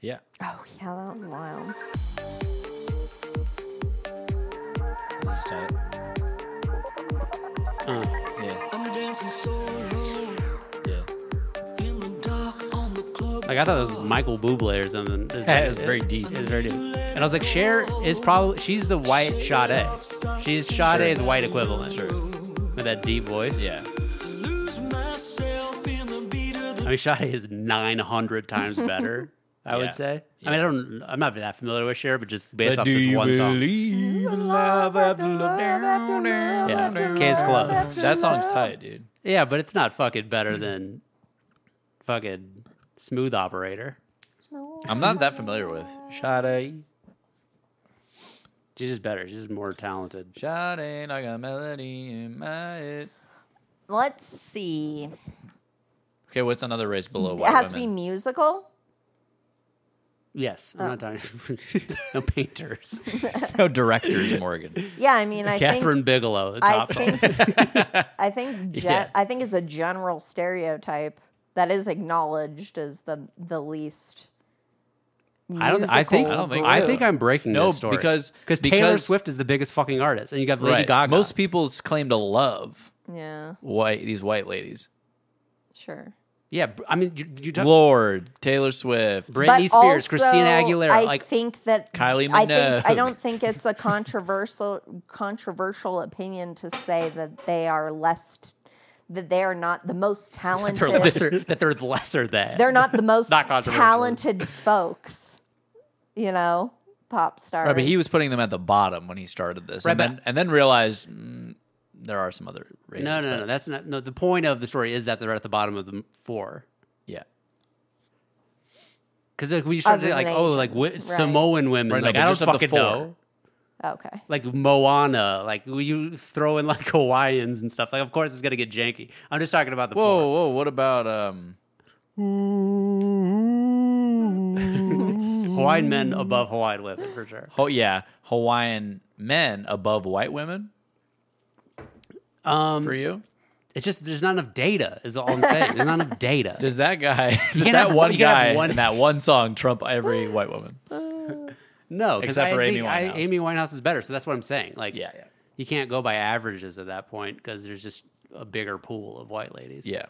[SPEAKER 3] Yeah.
[SPEAKER 1] Oh yeah, that was wild.
[SPEAKER 3] That's tight.
[SPEAKER 2] Uh,
[SPEAKER 3] Yeah.
[SPEAKER 6] I'm dancing solo
[SPEAKER 3] Yeah.
[SPEAKER 6] in the dark on the club.
[SPEAKER 2] like I thought it was Michael Bublé or something. It's
[SPEAKER 3] Yeah,
[SPEAKER 2] like-
[SPEAKER 3] it's very deep.
[SPEAKER 2] It's very deep. And I was like, Cher is probably she's the white Sade. She's Sade's white equivalent. With that deep voice.
[SPEAKER 3] Yeah.
[SPEAKER 6] Lose myself in the beat of the
[SPEAKER 2] I mean, Sade is 900 times better, I
[SPEAKER 3] Yeah.
[SPEAKER 2] would say. I mean, I don't, I'm not that familiar with Cher, but just based
[SPEAKER 3] But
[SPEAKER 2] off
[SPEAKER 3] do
[SPEAKER 2] this
[SPEAKER 3] you
[SPEAKER 2] one song.
[SPEAKER 3] believe in love after love? Down, down,
[SPEAKER 2] Yeah.
[SPEAKER 3] down.
[SPEAKER 2] Case closed.
[SPEAKER 3] That song's tight, dude.
[SPEAKER 2] Yeah, but it's not fucking better
[SPEAKER 1] Mm-hmm.
[SPEAKER 2] than fucking Smooth Operator.
[SPEAKER 3] I'm not that familiar with Sade.
[SPEAKER 2] She's just better. She's just more talented.
[SPEAKER 3] Sade, like a melody in my head.
[SPEAKER 1] Let's see.
[SPEAKER 3] Okay, what's another race below
[SPEAKER 1] It
[SPEAKER 3] white
[SPEAKER 1] has to be
[SPEAKER 3] women?
[SPEAKER 1] musical.
[SPEAKER 2] Yes, I'm
[SPEAKER 1] Oh.
[SPEAKER 2] not talking no painters.
[SPEAKER 3] no directors, Morgan.
[SPEAKER 1] Yeah, I mean, I
[SPEAKER 2] Catherine
[SPEAKER 1] think
[SPEAKER 2] Bigelow, the
[SPEAKER 1] I
[SPEAKER 2] top
[SPEAKER 1] think I think gen-
[SPEAKER 2] Yeah.
[SPEAKER 1] I think it's a general stereotype that is acknowledged as the the least.
[SPEAKER 2] I don't. I think. I
[SPEAKER 1] musical
[SPEAKER 3] don't think
[SPEAKER 2] I
[SPEAKER 3] so.
[SPEAKER 2] think I'm breaking
[SPEAKER 3] No,
[SPEAKER 2] this story
[SPEAKER 3] because-
[SPEAKER 2] because Taylor
[SPEAKER 3] because-
[SPEAKER 2] Swift is the biggest fucking artist, and you got Lady
[SPEAKER 3] Right.
[SPEAKER 2] Gaga.
[SPEAKER 3] Most people's claim to love
[SPEAKER 1] Yeah,
[SPEAKER 3] white these white ladies.
[SPEAKER 1] sure.
[SPEAKER 2] yeah. b- I mean, you, you talk,
[SPEAKER 3] Lord, Taylor Swift.
[SPEAKER 2] Britney Spears, Christina Aguilera,
[SPEAKER 1] I
[SPEAKER 2] like-
[SPEAKER 1] think that
[SPEAKER 3] Kylie
[SPEAKER 1] I, think, I
[SPEAKER 3] Minogue.
[SPEAKER 1] don't think it's a controversial controversial opinion to say that they are less that they are not the most
[SPEAKER 2] they're
[SPEAKER 1] talented.
[SPEAKER 2] lesser, that they're lesser than.
[SPEAKER 1] they're not the most
[SPEAKER 2] Not controversial.
[SPEAKER 1] talented folks. You know, pop stars.
[SPEAKER 3] Right, but he was putting them at the bottom when he started this,
[SPEAKER 2] Right,
[SPEAKER 3] and
[SPEAKER 2] but-
[SPEAKER 3] then and then realized mm, there are some other races.
[SPEAKER 2] No, no,
[SPEAKER 3] but-
[SPEAKER 2] no. That's not. No, the point of the story is that they're at the bottom of the m- four.
[SPEAKER 3] yeah.
[SPEAKER 2] Because like, we started
[SPEAKER 1] Other
[SPEAKER 2] like, oh, like wi-
[SPEAKER 1] nations, right.
[SPEAKER 2] Samoan women.
[SPEAKER 3] Right, no,
[SPEAKER 2] like
[SPEAKER 3] but
[SPEAKER 2] I don't
[SPEAKER 3] just of the
[SPEAKER 2] fucking
[SPEAKER 3] four.
[SPEAKER 2] know.
[SPEAKER 1] okay.
[SPEAKER 2] Like Moana. Like you throw in like Hawaiians and stuff. Like of course it's gonna get janky. I'm just talking about the
[SPEAKER 3] Whoa,
[SPEAKER 2] four.
[SPEAKER 3] whoa. What about um?
[SPEAKER 2] Hawaiian men above Hawaiian women for sure.
[SPEAKER 3] Oh yeah, Hawaiian men above white women
[SPEAKER 2] Um,
[SPEAKER 3] for you.
[SPEAKER 2] It's just there's not enough data. Is all I'm saying. There's not enough data.
[SPEAKER 3] Does that guy? Does
[SPEAKER 2] can
[SPEAKER 3] that
[SPEAKER 2] have-
[SPEAKER 3] one
[SPEAKER 2] you can have
[SPEAKER 3] guy
[SPEAKER 2] one-
[SPEAKER 3] in that one song trump every white woman?
[SPEAKER 2] no, 'cause
[SPEAKER 3] except
[SPEAKER 2] I
[SPEAKER 3] for Amy
[SPEAKER 2] think I-
[SPEAKER 3] Winehouse.
[SPEAKER 2] Amy Winehouse is better, so that's what I'm saying. Like,
[SPEAKER 3] Yeah, yeah.
[SPEAKER 2] you can't go by averages at that point because there's just a bigger pool of white ladies.
[SPEAKER 3] Yeah.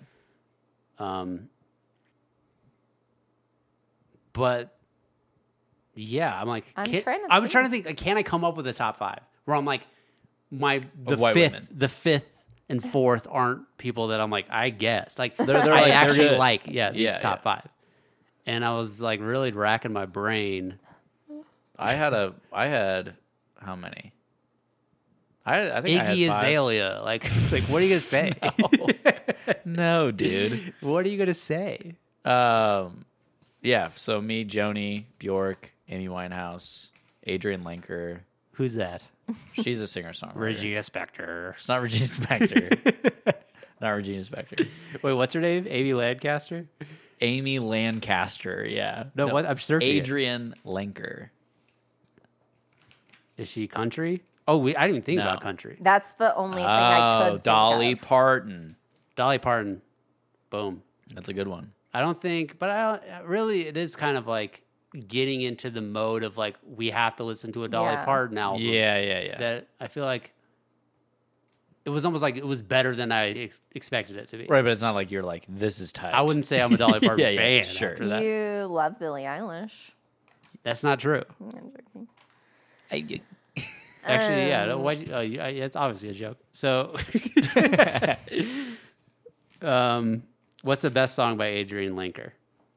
[SPEAKER 2] Um, but yeah, I'm like,
[SPEAKER 1] I'm
[SPEAKER 2] can-
[SPEAKER 1] trying to
[SPEAKER 2] I'm trying to think. Like, can I come up with a top five where I'm like, my the
[SPEAKER 3] white
[SPEAKER 2] fifth,
[SPEAKER 3] women.
[SPEAKER 2] the fifth and fourth aren't people that I'm like, I guess like
[SPEAKER 3] They're- they're
[SPEAKER 2] I
[SPEAKER 3] like- they're
[SPEAKER 2] actually
[SPEAKER 3] good.
[SPEAKER 2] like yeah these
[SPEAKER 3] Yeah,
[SPEAKER 2] top
[SPEAKER 3] yeah.
[SPEAKER 2] five. And I was like really racking my brain.
[SPEAKER 3] I had a. I had how many? I, I think I had
[SPEAKER 2] Iggy
[SPEAKER 3] five.
[SPEAKER 2] Azalea, like, it's like, what are you gonna say?
[SPEAKER 3] No, dude.
[SPEAKER 2] what are you gonna say?
[SPEAKER 3] um, yeah. So me, Joni, Bjork, Amy Winehouse, Adrian Lenker.
[SPEAKER 2] Who's that?
[SPEAKER 3] She's a singer songwriter.
[SPEAKER 2] Regina Spektor.
[SPEAKER 3] It's not Regina Spektor. not Regina Spektor.
[SPEAKER 2] Wait, what's her name? Amy Lancaster.
[SPEAKER 3] Amy Lancaster. Yeah.
[SPEAKER 2] No, what? I'm searching. it.
[SPEAKER 3] Adrian Lenker.
[SPEAKER 2] Is she country? Oh, we, I didn't even think
[SPEAKER 3] No.
[SPEAKER 2] about country.
[SPEAKER 1] That's the only thing I could.
[SPEAKER 3] Oh,
[SPEAKER 1] think
[SPEAKER 3] Dolly
[SPEAKER 1] of.
[SPEAKER 3] Parton.
[SPEAKER 2] Dolly Parton. Boom.
[SPEAKER 3] That's a good one.
[SPEAKER 2] I don't think, but I don't, really, it is kind of like getting into the mode of like, we have to listen to a Dolly
[SPEAKER 1] Yeah.
[SPEAKER 2] Parton album.
[SPEAKER 3] Yeah, yeah, yeah.
[SPEAKER 2] That I feel like it was almost like it was better than I ex- expected it to be.
[SPEAKER 3] right, but it's not like you're like this is tight.
[SPEAKER 2] I wouldn't say I'm a Dolly Parton
[SPEAKER 3] Yeah, yeah,
[SPEAKER 2] fan.
[SPEAKER 3] sure.
[SPEAKER 2] After that.
[SPEAKER 1] You love Billie Eilish.
[SPEAKER 2] That's not true.
[SPEAKER 1] I'm joking.
[SPEAKER 3] I-
[SPEAKER 2] Actually, yeah. no, Why, uh, you- I- it's obviously a joke. So, um, what's the best song by Adrian Linker?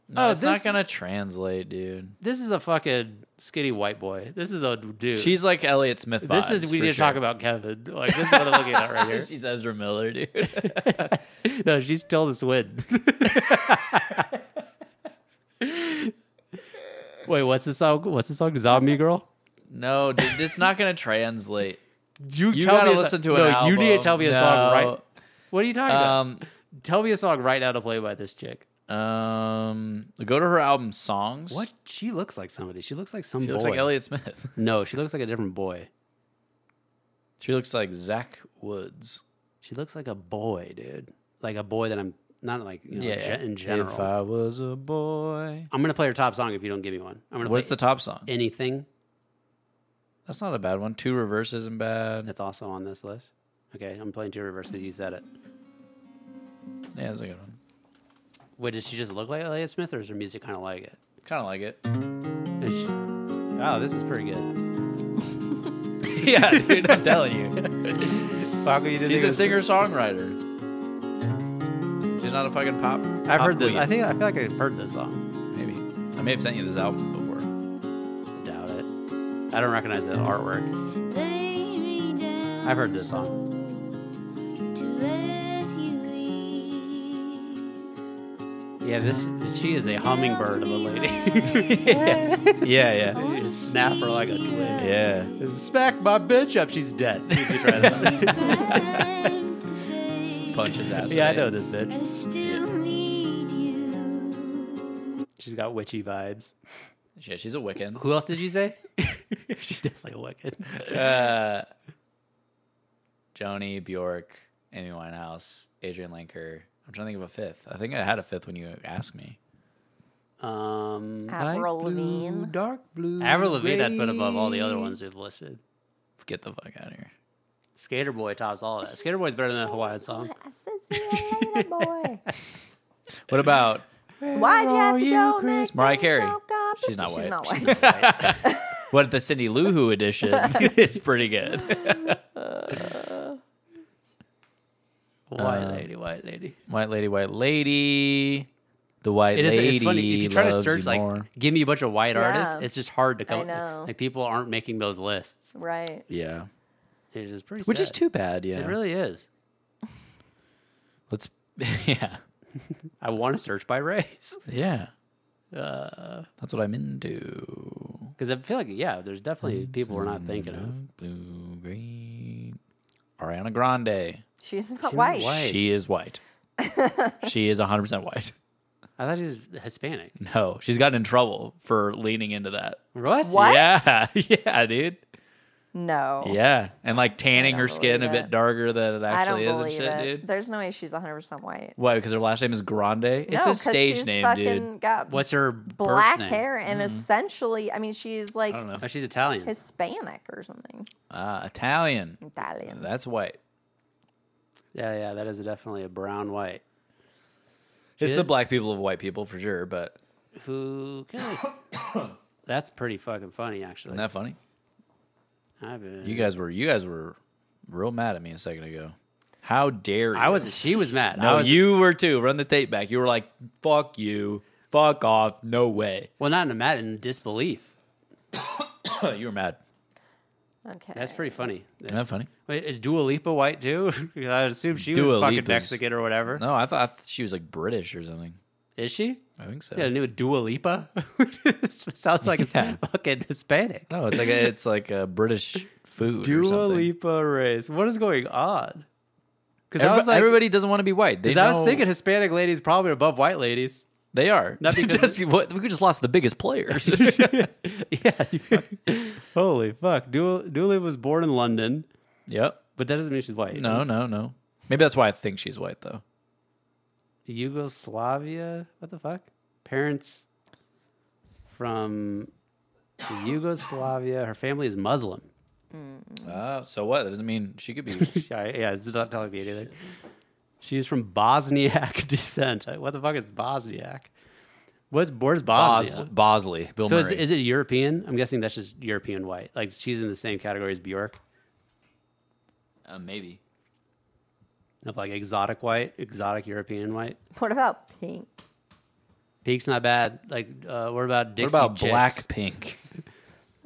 [SPEAKER 3] No,
[SPEAKER 2] Oh,
[SPEAKER 3] it's
[SPEAKER 2] this-
[SPEAKER 3] not gonna translate, dude.
[SPEAKER 2] This is a fucking skinny white boy. This is a dude.
[SPEAKER 3] She's like Elliot Smith.
[SPEAKER 2] this is
[SPEAKER 3] vibes,
[SPEAKER 2] we
[SPEAKER 3] for
[SPEAKER 2] need to
[SPEAKER 3] sure.
[SPEAKER 2] talk about Kevin. Like this is what I'm looking at right here.
[SPEAKER 3] She's Ezra Miller, dude.
[SPEAKER 2] no, she's Tilda Swin. Wait, what's the song? What's the song? Zombie Girl.
[SPEAKER 3] no, dude, it's not gonna translate. You
[SPEAKER 2] tell me
[SPEAKER 3] gotta
[SPEAKER 2] a so-
[SPEAKER 3] listen to an
[SPEAKER 2] no,
[SPEAKER 3] album.
[SPEAKER 2] You need to tell me a song right.
[SPEAKER 3] No.
[SPEAKER 2] What are you talking
[SPEAKER 3] Um,
[SPEAKER 2] about? Tell me a song right now to play by this chick.
[SPEAKER 3] um, go to her album songs.
[SPEAKER 2] What? She looks like somebody. She looks like some
[SPEAKER 3] She
[SPEAKER 2] boy.
[SPEAKER 3] looks like Elliot Smith.
[SPEAKER 2] No, she looks like a different boy.
[SPEAKER 3] She looks like Zach Woods.
[SPEAKER 2] She looks like a boy, dude. Like a boy that I'm Not like you know,
[SPEAKER 3] Yeah,
[SPEAKER 2] gen- in
[SPEAKER 3] If uh,
[SPEAKER 2] general.
[SPEAKER 3] I was a boy,
[SPEAKER 2] I'm gonna play your top song if you don't give me one. I'm gonna
[SPEAKER 3] what's
[SPEAKER 2] play
[SPEAKER 3] the top song?
[SPEAKER 2] anything
[SPEAKER 3] That's not a bad one. Two reverse isn't bad.
[SPEAKER 2] that's also on this list. Okay, I'm playing two reverse because you said it.
[SPEAKER 3] Yeah, that's a good one.
[SPEAKER 2] Wait, does she just look like Elliott Smith, or is her music kind of like it?
[SPEAKER 3] Kind of like it.
[SPEAKER 2] Is she- oh, this is pretty good.
[SPEAKER 3] yeah, dude, I'm telling you,
[SPEAKER 2] Paco, you
[SPEAKER 3] she's
[SPEAKER 2] didn't think it
[SPEAKER 3] a
[SPEAKER 2] was-
[SPEAKER 3] singer songwriter. She's not a fucking pop.
[SPEAKER 2] I've
[SPEAKER 3] pop
[SPEAKER 2] heard this.
[SPEAKER 3] queen.
[SPEAKER 2] I think I feel like I've heard this song.
[SPEAKER 3] maybe I may have sent you this album before.
[SPEAKER 2] Doubt it. I don't recognize that artwork. I've heard this song. Yeah, this she is a hummingbird of a lady.
[SPEAKER 3] Yeah, yeah,
[SPEAKER 2] Snap her like a twig.
[SPEAKER 3] yeah.
[SPEAKER 2] Smack my bitch up. She's dead.
[SPEAKER 3] Punch his ass.
[SPEAKER 2] yeah, I
[SPEAKER 3] in it.
[SPEAKER 2] know this bitch.
[SPEAKER 4] Still need you.
[SPEAKER 2] She's got witchy vibes.
[SPEAKER 3] Yeah, she's a Wiccan.
[SPEAKER 2] Who else did you say? She's definitely wicked.
[SPEAKER 3] Uh, Joni Bjork, Amy Winehouse, Adrian Lanker. I'm trying to think of a fifth. I think I had a fifth when you asked me.
[SPEAKER 2] Um,
[SPEAKER 1] Avril Lavigne.
[SPEAKER 3] dark blue.
[SPEAKER 2] Avril Lavigne I'd put above all the other ones we've listed.
[SPEAKER 3] Get the fuck out of here.
[SPEAKER 2] Skater Boy tops all of that. Skater Boy's better than that Hawaiian song.
[SPEAKER 1] I said, see you later, boy.
[SPEAKER 3] What about
[SPEAKER 1] Why'd you have to
[SPEAKER 3] you,
[SPEAKER 1] go
[SPEAKER 3] Chris?
[SPEAKER 1] make
[SPEAKER 3] Mariah
[SPEAKER 1] things
[SPEAKER 3] Carey.
[SPEAKER 1] so compli-
[SPEAKER 3] She's not white.
[SPEAKER 1] She's not white.
[SPEAKER 3] what the Cindy Lou Who edition? it's pretty good.
[SPEAKER 2] White lady, white lady.
[SPEAKER 3] White lady, white lady. The white
[SPEAKER 2] It is.
[SPEAKER 3] lady.
[SPEAKER 2] It's funny if you try to
[SPEAKER 3] loves
[SPEAKER 2] search
[SPEAKER 3] you
[SPEAKER 2] like,
[SPEAKER 3] more.
[SPEAKER 2] give me a bunch of white artists.
[SPEAKER 1] Yeah.
[SPEAKER 2] It's just hard to come.
[SPEAKER 1] know.
[SPEAKER 2] Like people aren't making those lists.
[SPEAKER 1] right.
[SPEAKER 3] yeah,
[SPEAKER 2] It's just pretty.
[SPEAKER 3] which is
[SPEAKER 2] sad.
[SPEAKER 3] too bad. Yeah,
[SPEAKER 2] It really is.
[SPEAKER 3] Let's. Yeah,
[SPEAKER 2] I want to search by race
[SPEAKER 3] yeah.
[SPEAKER 2] Uh,
[SPEAKER 3] That's what I'm into.
[SPEAKER 2] because I feel like yeah, there's definitely people we're not thinking of.
[SPEAKER 3] Blue, green. Ariana Grande.
[SPEAKER 1] She's not white.
[SPEAKER 2] white.
[SPEAKER 3] She is white. she is 100% white.
[SPEAKER 2] I thought she was Hispanic.
[SPEAKER 3] No, she's gotten in trouble for leaning into that.
[SPEAKER 2] What?
[SPEAKER 1] What?
[SPEAKER 3] Yeah, yeah, dude.
[SPEAKER 1] No.
[SPEAKER 3] Yeah, and like tanning
[SPEAKER 1] don't
[SPEAKER 3] her skin a
[SPEAKER 1] believe
[SPEAKER 3] bit
[SPEAKER 1] it.
[SPEAKER 3] darker than it
[SPEAKER 1] I don't
[SPEAKER 3] actually is and
[SPEAKER 1] believe
[SPEAKER 3] shit,
[SPEAKER 1] it.
[SPEAKER 3] dude.
[SPEAKER 1] There's no way she's 100% white.
[SPEAKER 3] Why? Because her last name is Grande. It's
[SPEAKER 1] no,
[SPEAKER 3] a
[SPEAKER 1] 'cause
[SPEAKER 3] stage
[SPEAKER 1] she's
[SPEAKER 3] name,
[SPEAKER 1] fucking
[SPEAKER 3] dude.
[SPEAKER 1] got
[SPEAKER 2] What's her
[SPEAKER 1] black
[SPEAKER 2] birth name?
[SPEAKER 1] hair and essentially, I mean, she's like
[SPEAKER 3] don't know.
[SPEAKER 2] Oh, she's Italian.
[SPEAKER 1] Hispanic or something.
[SPEAKER 3] Ah, Italian.
[SPEAKER 1] Italian.
[SPEAKER 3] That's white.
[SPEAKER 2] yeah, yeah, that is definitely a brown white.
[SPEAKER 3] It's
[SPEAKER 2] She
[SPEAKER 3] the
[SPEAKER 2] is?
[SPEAKER 3] black people of white people for sure. But
[SPEAKER 2] Who? Okay. That's pretty fucking funny, actually.
[SPEAKER 3] isn't that funny?
[SPEAKER 2] I've been-
[SPEAKER 3] You guys were you guys were real mad at me a second ago. How dare you?
[SPEAKER 2] I was. She was mad. I
[SPEAKER 3] No,
[SPEAKER 2] was,
[SPEAKER 3] you were too. Run the tape back. You were like, "Fuck you, fuck off, no way."
[SPEAKER 2] Well, not in a mad in disbelief.
[SPEAKER 3] you were mad.
[SPEAKER 1] Okay.
[SPEAKER 2] That's pretty funny.
[SPEAKER 3] Isn't that funny?
[SPEAKER 2] Wait, is Dua Lipa white too? I assume she was
[SPEAKER 3] Dua
[SPEAKER 2] fucking
[SPEAKER 3] Lipa's-
[SPEAKER 2] Mexican or whatever.
[SPEAKER 3] No, I thought I thought she was like British or something.
[SPEAKER 2] Is she?
[SPEAKER 3] I think so.
[SPEAKER 2] Yeah, new Dua Lipa. This sounds like it's
[SPEAKER 3] Yeah.
[SPEAKER 2] fucking Hispanic.
[SPEAKER 3] No, it's like a, it's like a British food. or
[SPEAKER 2] Dua
[SPEAKER 3] something.
[SPEAKER 2] Lipa race. What is going on? Because I
[SPEAKER 3] Everybo-
[SPEAKER 2] was like,
[SPEAKER 3] everybody doesn't want to be white. They
[SPEAKER 2] because I was
[SPEAKER 3] know-
[SPEAKER 2] thinking Hispanic ladies probably above white ladies.
[SPEAKER 3] they are.
[SPEAKER 2] Not because-
[SPEAKER 3] Just- what- we just lost the biggest players.
[SPEAKER 2] yeah. you fuck- Holy fuck. Dua, Dua Lipa was born in London,
[SPEAKER 3] yep.
[SPEAKER 2] but that doesn't mean she's white.
[SPEAKER 3] No, no, no. Maybe that's why I think she's white though.
[SPEAKER 2] Yugoslavia. What the fuck? Parents from Yugoslavia. Her family is Muslim.
[SPEAKER 3] Uh, so what? That doesn't mean she could be.
[SPEAKER 2] yeah, yeah, it's not telling me anything. She's from Bosniak descent. Like, What the fuck is Bosniak? What's where's Bosnia?
[SPEAKER 3] Bosley, Bosley Bill
[SPEAKER 2] so is,
[SPEAKER 3] Murray.
[SPEAKER 2] is it European? I'm guessing that's just European white. Like she's in the same category as Bjork
[SPEAKER 3] uh, maybe.
[SPEAKER 2] of like exotic white, exotic European white.
[SPEAKER 1] What about pink?
[SPEAKER 2] Peak's not bad. Like uh, what about
[SPEAKER 3] What
[SPEAKER 2] Dixie
[SPEAKER 3] about
[SPEAKER 2] Chicks?
[SPEAKER 3] Black Pink?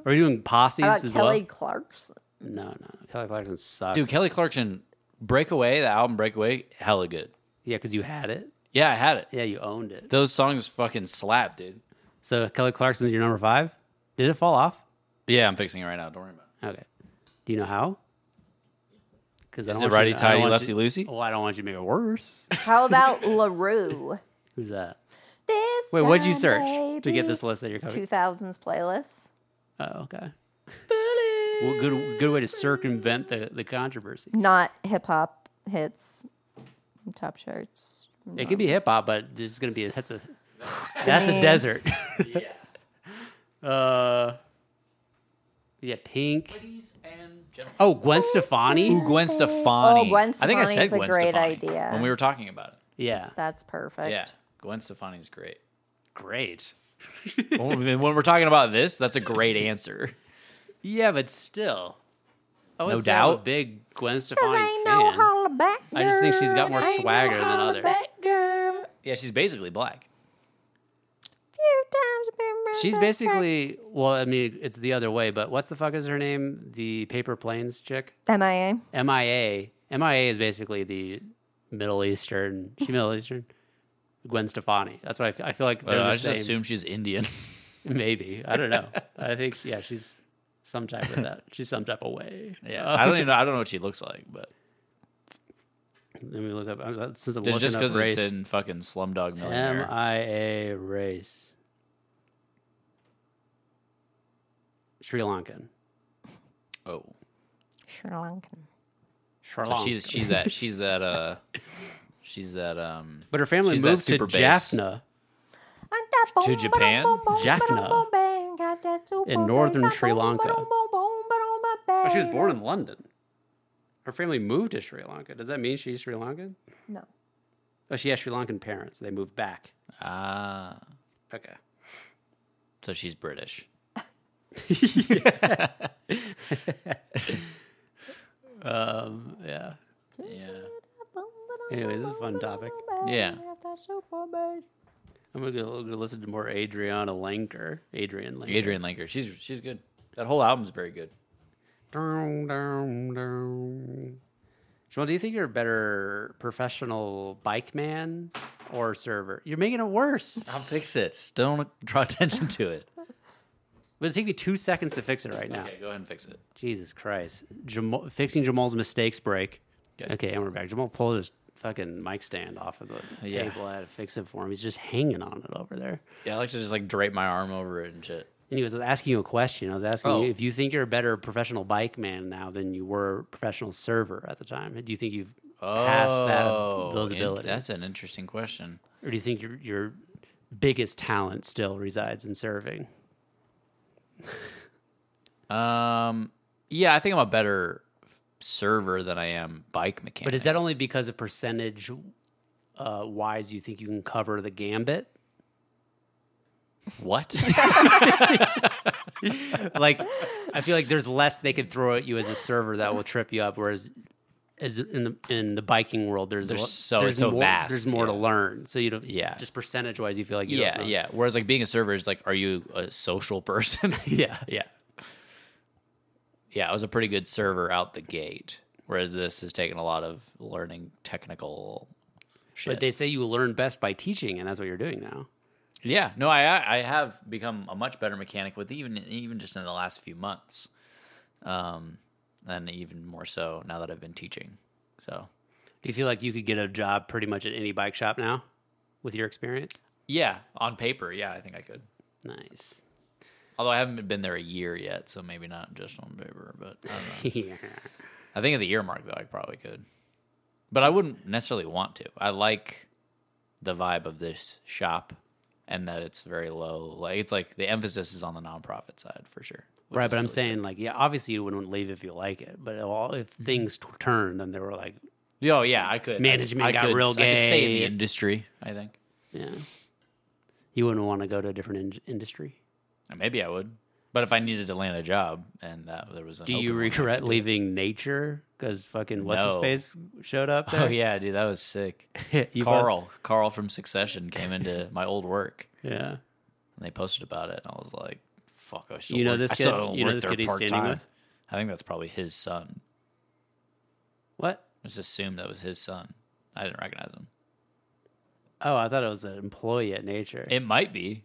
[SPEAKER 2] Are we doing posses
[SPEAKER 1] How about
[SPEAKER 2] as
[SPEAKER 1] Kelly
[SPEAKER 2] well?
[SPEAKER 1] Clarkson?
[SPEAKER 2] No, no, Kelly Clarkson sucks.
[SPEAKER 3] Dude, Kelly Clarkson, Breakaway, the album Breakaway, hella good.
[SPEAKER 2] yeah, because you had it.
[SPEAKER 3] Yeah, I had it.
[SPEAKER 2] Yeah, you owned it.
[SPEAKER 3] Those songs fucking slap, dude.
[SPEAKER 2] So Kelly Clarkson's your number five. Did it fall off?
[SPEAKER 3] Yeah, I'm fixing it right now. Don't worry about
[SPEAKER 2] Okay. Do you know how? Because
[SPEAKER 3] Is it righty tighty, lefty
[SPEAKER 2] you,
[SPEAKER 3] loosey?
[SPEAKER 2] Well, I don't want you to make it worse.
[SPEAKER 1] How about LaRue?
[SPEAKER 2] Who's that?
[SPEAKER 1] This
[SPEAKER 2] Wait, what'd you
[SPEAKER 1] time,
[SPEAKER 2] search to get
[SPEAKER 1] baby.
[SPEAKER 2] this list that you're covering?
[SPEAKER 1] 2000s playlist.
[SPEAKER 2] Oh, okay. Well, good good way to circumvent the, the controversy.
[SPEAKER 1] Not hip hop hits, top charts,
[SPEAKER 2] It could be hip hop, but this is gonna be that's a
[SPEAKER 1] gonna
[SPEAKER 2] that's a
[SPEAKER 1] be-
[SPEAKER 2] desert. Uh, yeah, Pink. Oh, Gwen Stefani.
[SPEAKER 3] Ooh, Gwen Stefani.
[SPEAKER 1] Oh, Gwen
[SPEAKER 3] I think I said
[SPEAKER 1] Stefani's a
[SPEAKER 3] Gwen
[SPEAKER 1] great
[SPEAKER 3] Stefani
[SPEAKER 1] idea.
[SPEAKER 3] when we were talking about it.
[SPEAKER 2] Yeah,
[SPEAKER 1] That's perfect.
[SPEAKER 3] Yeah, Gwen Stefani's great.
[SPEAKER 2] great.
[SPEAKER 3] when we- when we're talking about this, that's a great answer.
[SPEAKER 2] Yeah, but still, I wouldn't say I'm a
[SPEAKER 3] doubt.
[SPEAKER 2] big Gwen Stefani
[SPEAKER 1] I know
[SPEAKER 2] fan.
[SPEAKER 1] her back
[SPEAKER 2] I just think she's got more swagger than others.
[SPEAKER 3] Yeah, she's basically black.
[SPEAKER 2] She's basically well, I mean, it's the other way. But what's the fuck is her name? The paper planes chick.
[SPEAKER 1] MIA.
[SPEAKER 2] MIA. MIA is basically the Middle Eastern. She Middle Eastern. Gwen Stefani. That's what I feel. I feel like they're
[SPEAKER 3] Uh,
[SPEAKER 2] the
[SPEAKER 3] I just
[SPEAKER 2] same.
[SPEAKER 3] assume she's Indian.
[SPEAKER 2] Maybe I don't know. I think yeah, she's some type of that. She's some type of way. Uh,
[SPEAKER 3] yeah, I don't even know. I don't know what she looks like, but
[SPEAKER 2] Let me look up. I'm, that's- since I'm
[SPEAKER 3] it's
[SPEAKER 2] looking
[SPEAKER 3] just
[SPEAKER 2] up
[SPEAKER 3] because
[SPEAKER 2] race.
[SPEAKER 3] it's in fucking Slumdog Millionaire.
[SPEAKER 2] MIA race. Sri Lankan.
[SPEAKER 3] oh,
[SPEAKER 1] Sri Lankan.
[SPEAKER 2] Sri
[SPEAKER 3] so
[SPEAKER 2] Lanka.
[SPEAKER 3] she's she's that she's that uh she's that um.
[SPEAKER 2] but her family
[SPEAKER 3] she's that
[SPEAKER 2] moved to
[SPEAKER 3] super bass.
[SPEAKER 2] Jaffna
[SPEAKER 3] To Japan?
[SPEAKER 2] Jaffna. in northern Sri Lanka. But she was born in London. Her family moved to Sri Lanka. Does that mean she's Sri Lankan?
[SPEAKER 1] No.
[SPEAKER 2] Oh, she has Sri Lankan parents. They moved back.
[SPEAKER 3] Ah,
[SPEAKER 2] Okay.
[SPEAKER 3] so she's British.
[SPEAKER 2] Yeah.
[SPEAKER 3] Um, Yeah,
[SPEAKER 2] Anyways, this is a fun topic.
[SPEAKER 3] yeah.
[SPEAKER 2] I'm gonna, go- gonna listen to more Adriana Lanker. Adrian Lanker.
[SPEAKER 3] Adrian Lanker. She's she's good. That whole album's very good.
[SPEAKER 2] Dun, dun, dun. Jamal, do you think you're a better professional bike man or server? You're making it worse.
[SPEAKER 3] I'll fix it. Just don't draw attention to it.
[SPEAKER 2] But it take me two seconds to fix it right now.
[SPEAKER 3] Okay, go ahead and fix it.
[SPEAKER 2] Jesus Christ. Jamal, fixing Jamal's mistakes break.
[SPEAKER 3] Okay.
[SPEAKER 2] Okay. and we're back. Jamal pulled his fucking mic stand off of the
[SPEAKER 3] Yeah.
[SPEAKER 2] table. I had to fix it for him. He's just hanging on it over there.
[SPEAKER 3] Yeah, I like to just like drape my arm over it and shit.
[SPEAKER 2] And he was asking you a question. I was asking
[SPEAKER 3] Oh.
[SPEAKER 2] you if you think you're a better professional bike man now than you were a professional server at the time. Do you think you've passed that, those
[SPEAKER 3] Oh, in-
[SPEAKER 2] abilities?
[SPEAKER 3] That's an interesting question.
[SPEAKER 2] or do you think your your biggest talent still resides in serving?
[SPEAKER 3] Um, yeah, I think I'm a better f- server than I am bike mechanic.
[SPEAKER 2] But is that only because of percentage uh, wise you think you can cover the gambit?
[SPEAKER 3] what?
[SPEAKER 2] Like I feel like there's less they could throw at you as a server that will trip you up, whereas as in the in the biking world there's
[SPEAKER 3] There's
[SPEAKER 2] lo-
[SPEAKER 3] so-
[SPEAKER 2] there's
[SPEAKER 3] it's so
[SPEAKER 2] more,
[SPEAKER 3] vast,
[SPEAKER 2] There's more to
[SPEAKER 3] yeah.
[SPEAKER 2] learn. So you don't
[SPEAKER 3] Yeah.
[SPEAKER 2] just percentage wise you feel like you
[SPEAKER 3] yeah,
[SPEAKER 2] don't know.
[SPEAKER 3] yeah. Whereas like being a server is like, are you a social person?
[SPEAKER 2] yeah
[SPEAKER 3] yeah, yeah. I was a pretty good server out the gate. Whereas this has taken a lot of learning technical shit.
[SPEAKER 2] But they say you learn best by teaching, and that's what you're doing now.
[SPEAKER 3] Yeah, no, I I I have become a much better mechanic with even even just in the last few months, um, and even more so now that I've been teaching. So
[SPEAKER 2] Do you feel like you could get a job pretty much at any bike shop now with your experience?
[SPEAKER 3] yeah, on paper, yeah, I think I could.
[SPEAKER 2] Nice.
[SPEAKER 3] Although I haven't been there a year yet, so maybe not just on paper. But I, don't know.
[SPEAKER 2] yeah.
[SPEAKER 3] I think at the year mark though, I probably could. But I wouldn't necessarily want to. I like the vibe of this shop, and that it's very low. Like it's like the emphasis is on the nonprofit side for sure. which
[SPEAKER 2] Right,
[SPEAKER 3] is
[SPEAKER 2] but I'm
[SPEAKER 3] really sick. Mm-hmm.
[SPEAKER 2] saying like, yeah, obviously you wouldn't leave if you like it, but all, if things t- turned, then they were like,
[SPEAKER 3] Oh yeah, I could.
[SPEAKER 2] Management
[SPEAKER 3] I,
[SPEAKER 2] got
[SPEAKER 3] could,
[SPEAKER 2] real
[SPEAKER 3] I could stay in
[SPEAKER 2] gay.
[SPEAKER 3] the industry. I think
[SPEAKER 2] yeah, you wouldn't want to go to a different in- industry.
[SPEAKER 3] Or maybe I would, but if I needed to land a job and that there was, an
[SPEAKER 2] Do
[SPEAKER 3] open
[SPEAKER 2] you
[SPEAKER 3] one, I could
[SPEAKER 2] regret
[SPEAKER 3] do it.
[SPEAKER 2] leaving nature because fucking what's
[SPEAKER 3] No.
[SPEAKER 2] his face showed up? There?
[SPEAKER 3] Oh yeah, dude, that was sick.
[SPEAKER 2] You both-
[SPEAKER 3] Carl, Carl from Succession came into my old work
[SPEAKER 2] yeah.
[SPEAKER 3] and they posted about it, and I was like, "Fuck, I still
[SPEAKER 2] You know
[SPEAKER 3] work,
[SPEAKER 2] this
[SPEAKER 3] I still
[SPEAKER 2] kid-
[SPEAKER 3] don't
[SPEAKER 2] you know
[SPEAKER 3] work
[SPEAKER 2] this
[SPEAKER 3] there
[SPEAKER 2] kid he's standing
[SPEAKER 3] part-time."
[SPEAKER 2] with?
[SPEAKER 3] I think that's probably his son.
[SPEAKER 2] What?
[SPEAKER 3] Let's assume that was his son. I didn't recognize him.
[SPEAKER 2] Oh, I thought it was an employee at nature.
[SPEAKER 3] It might be.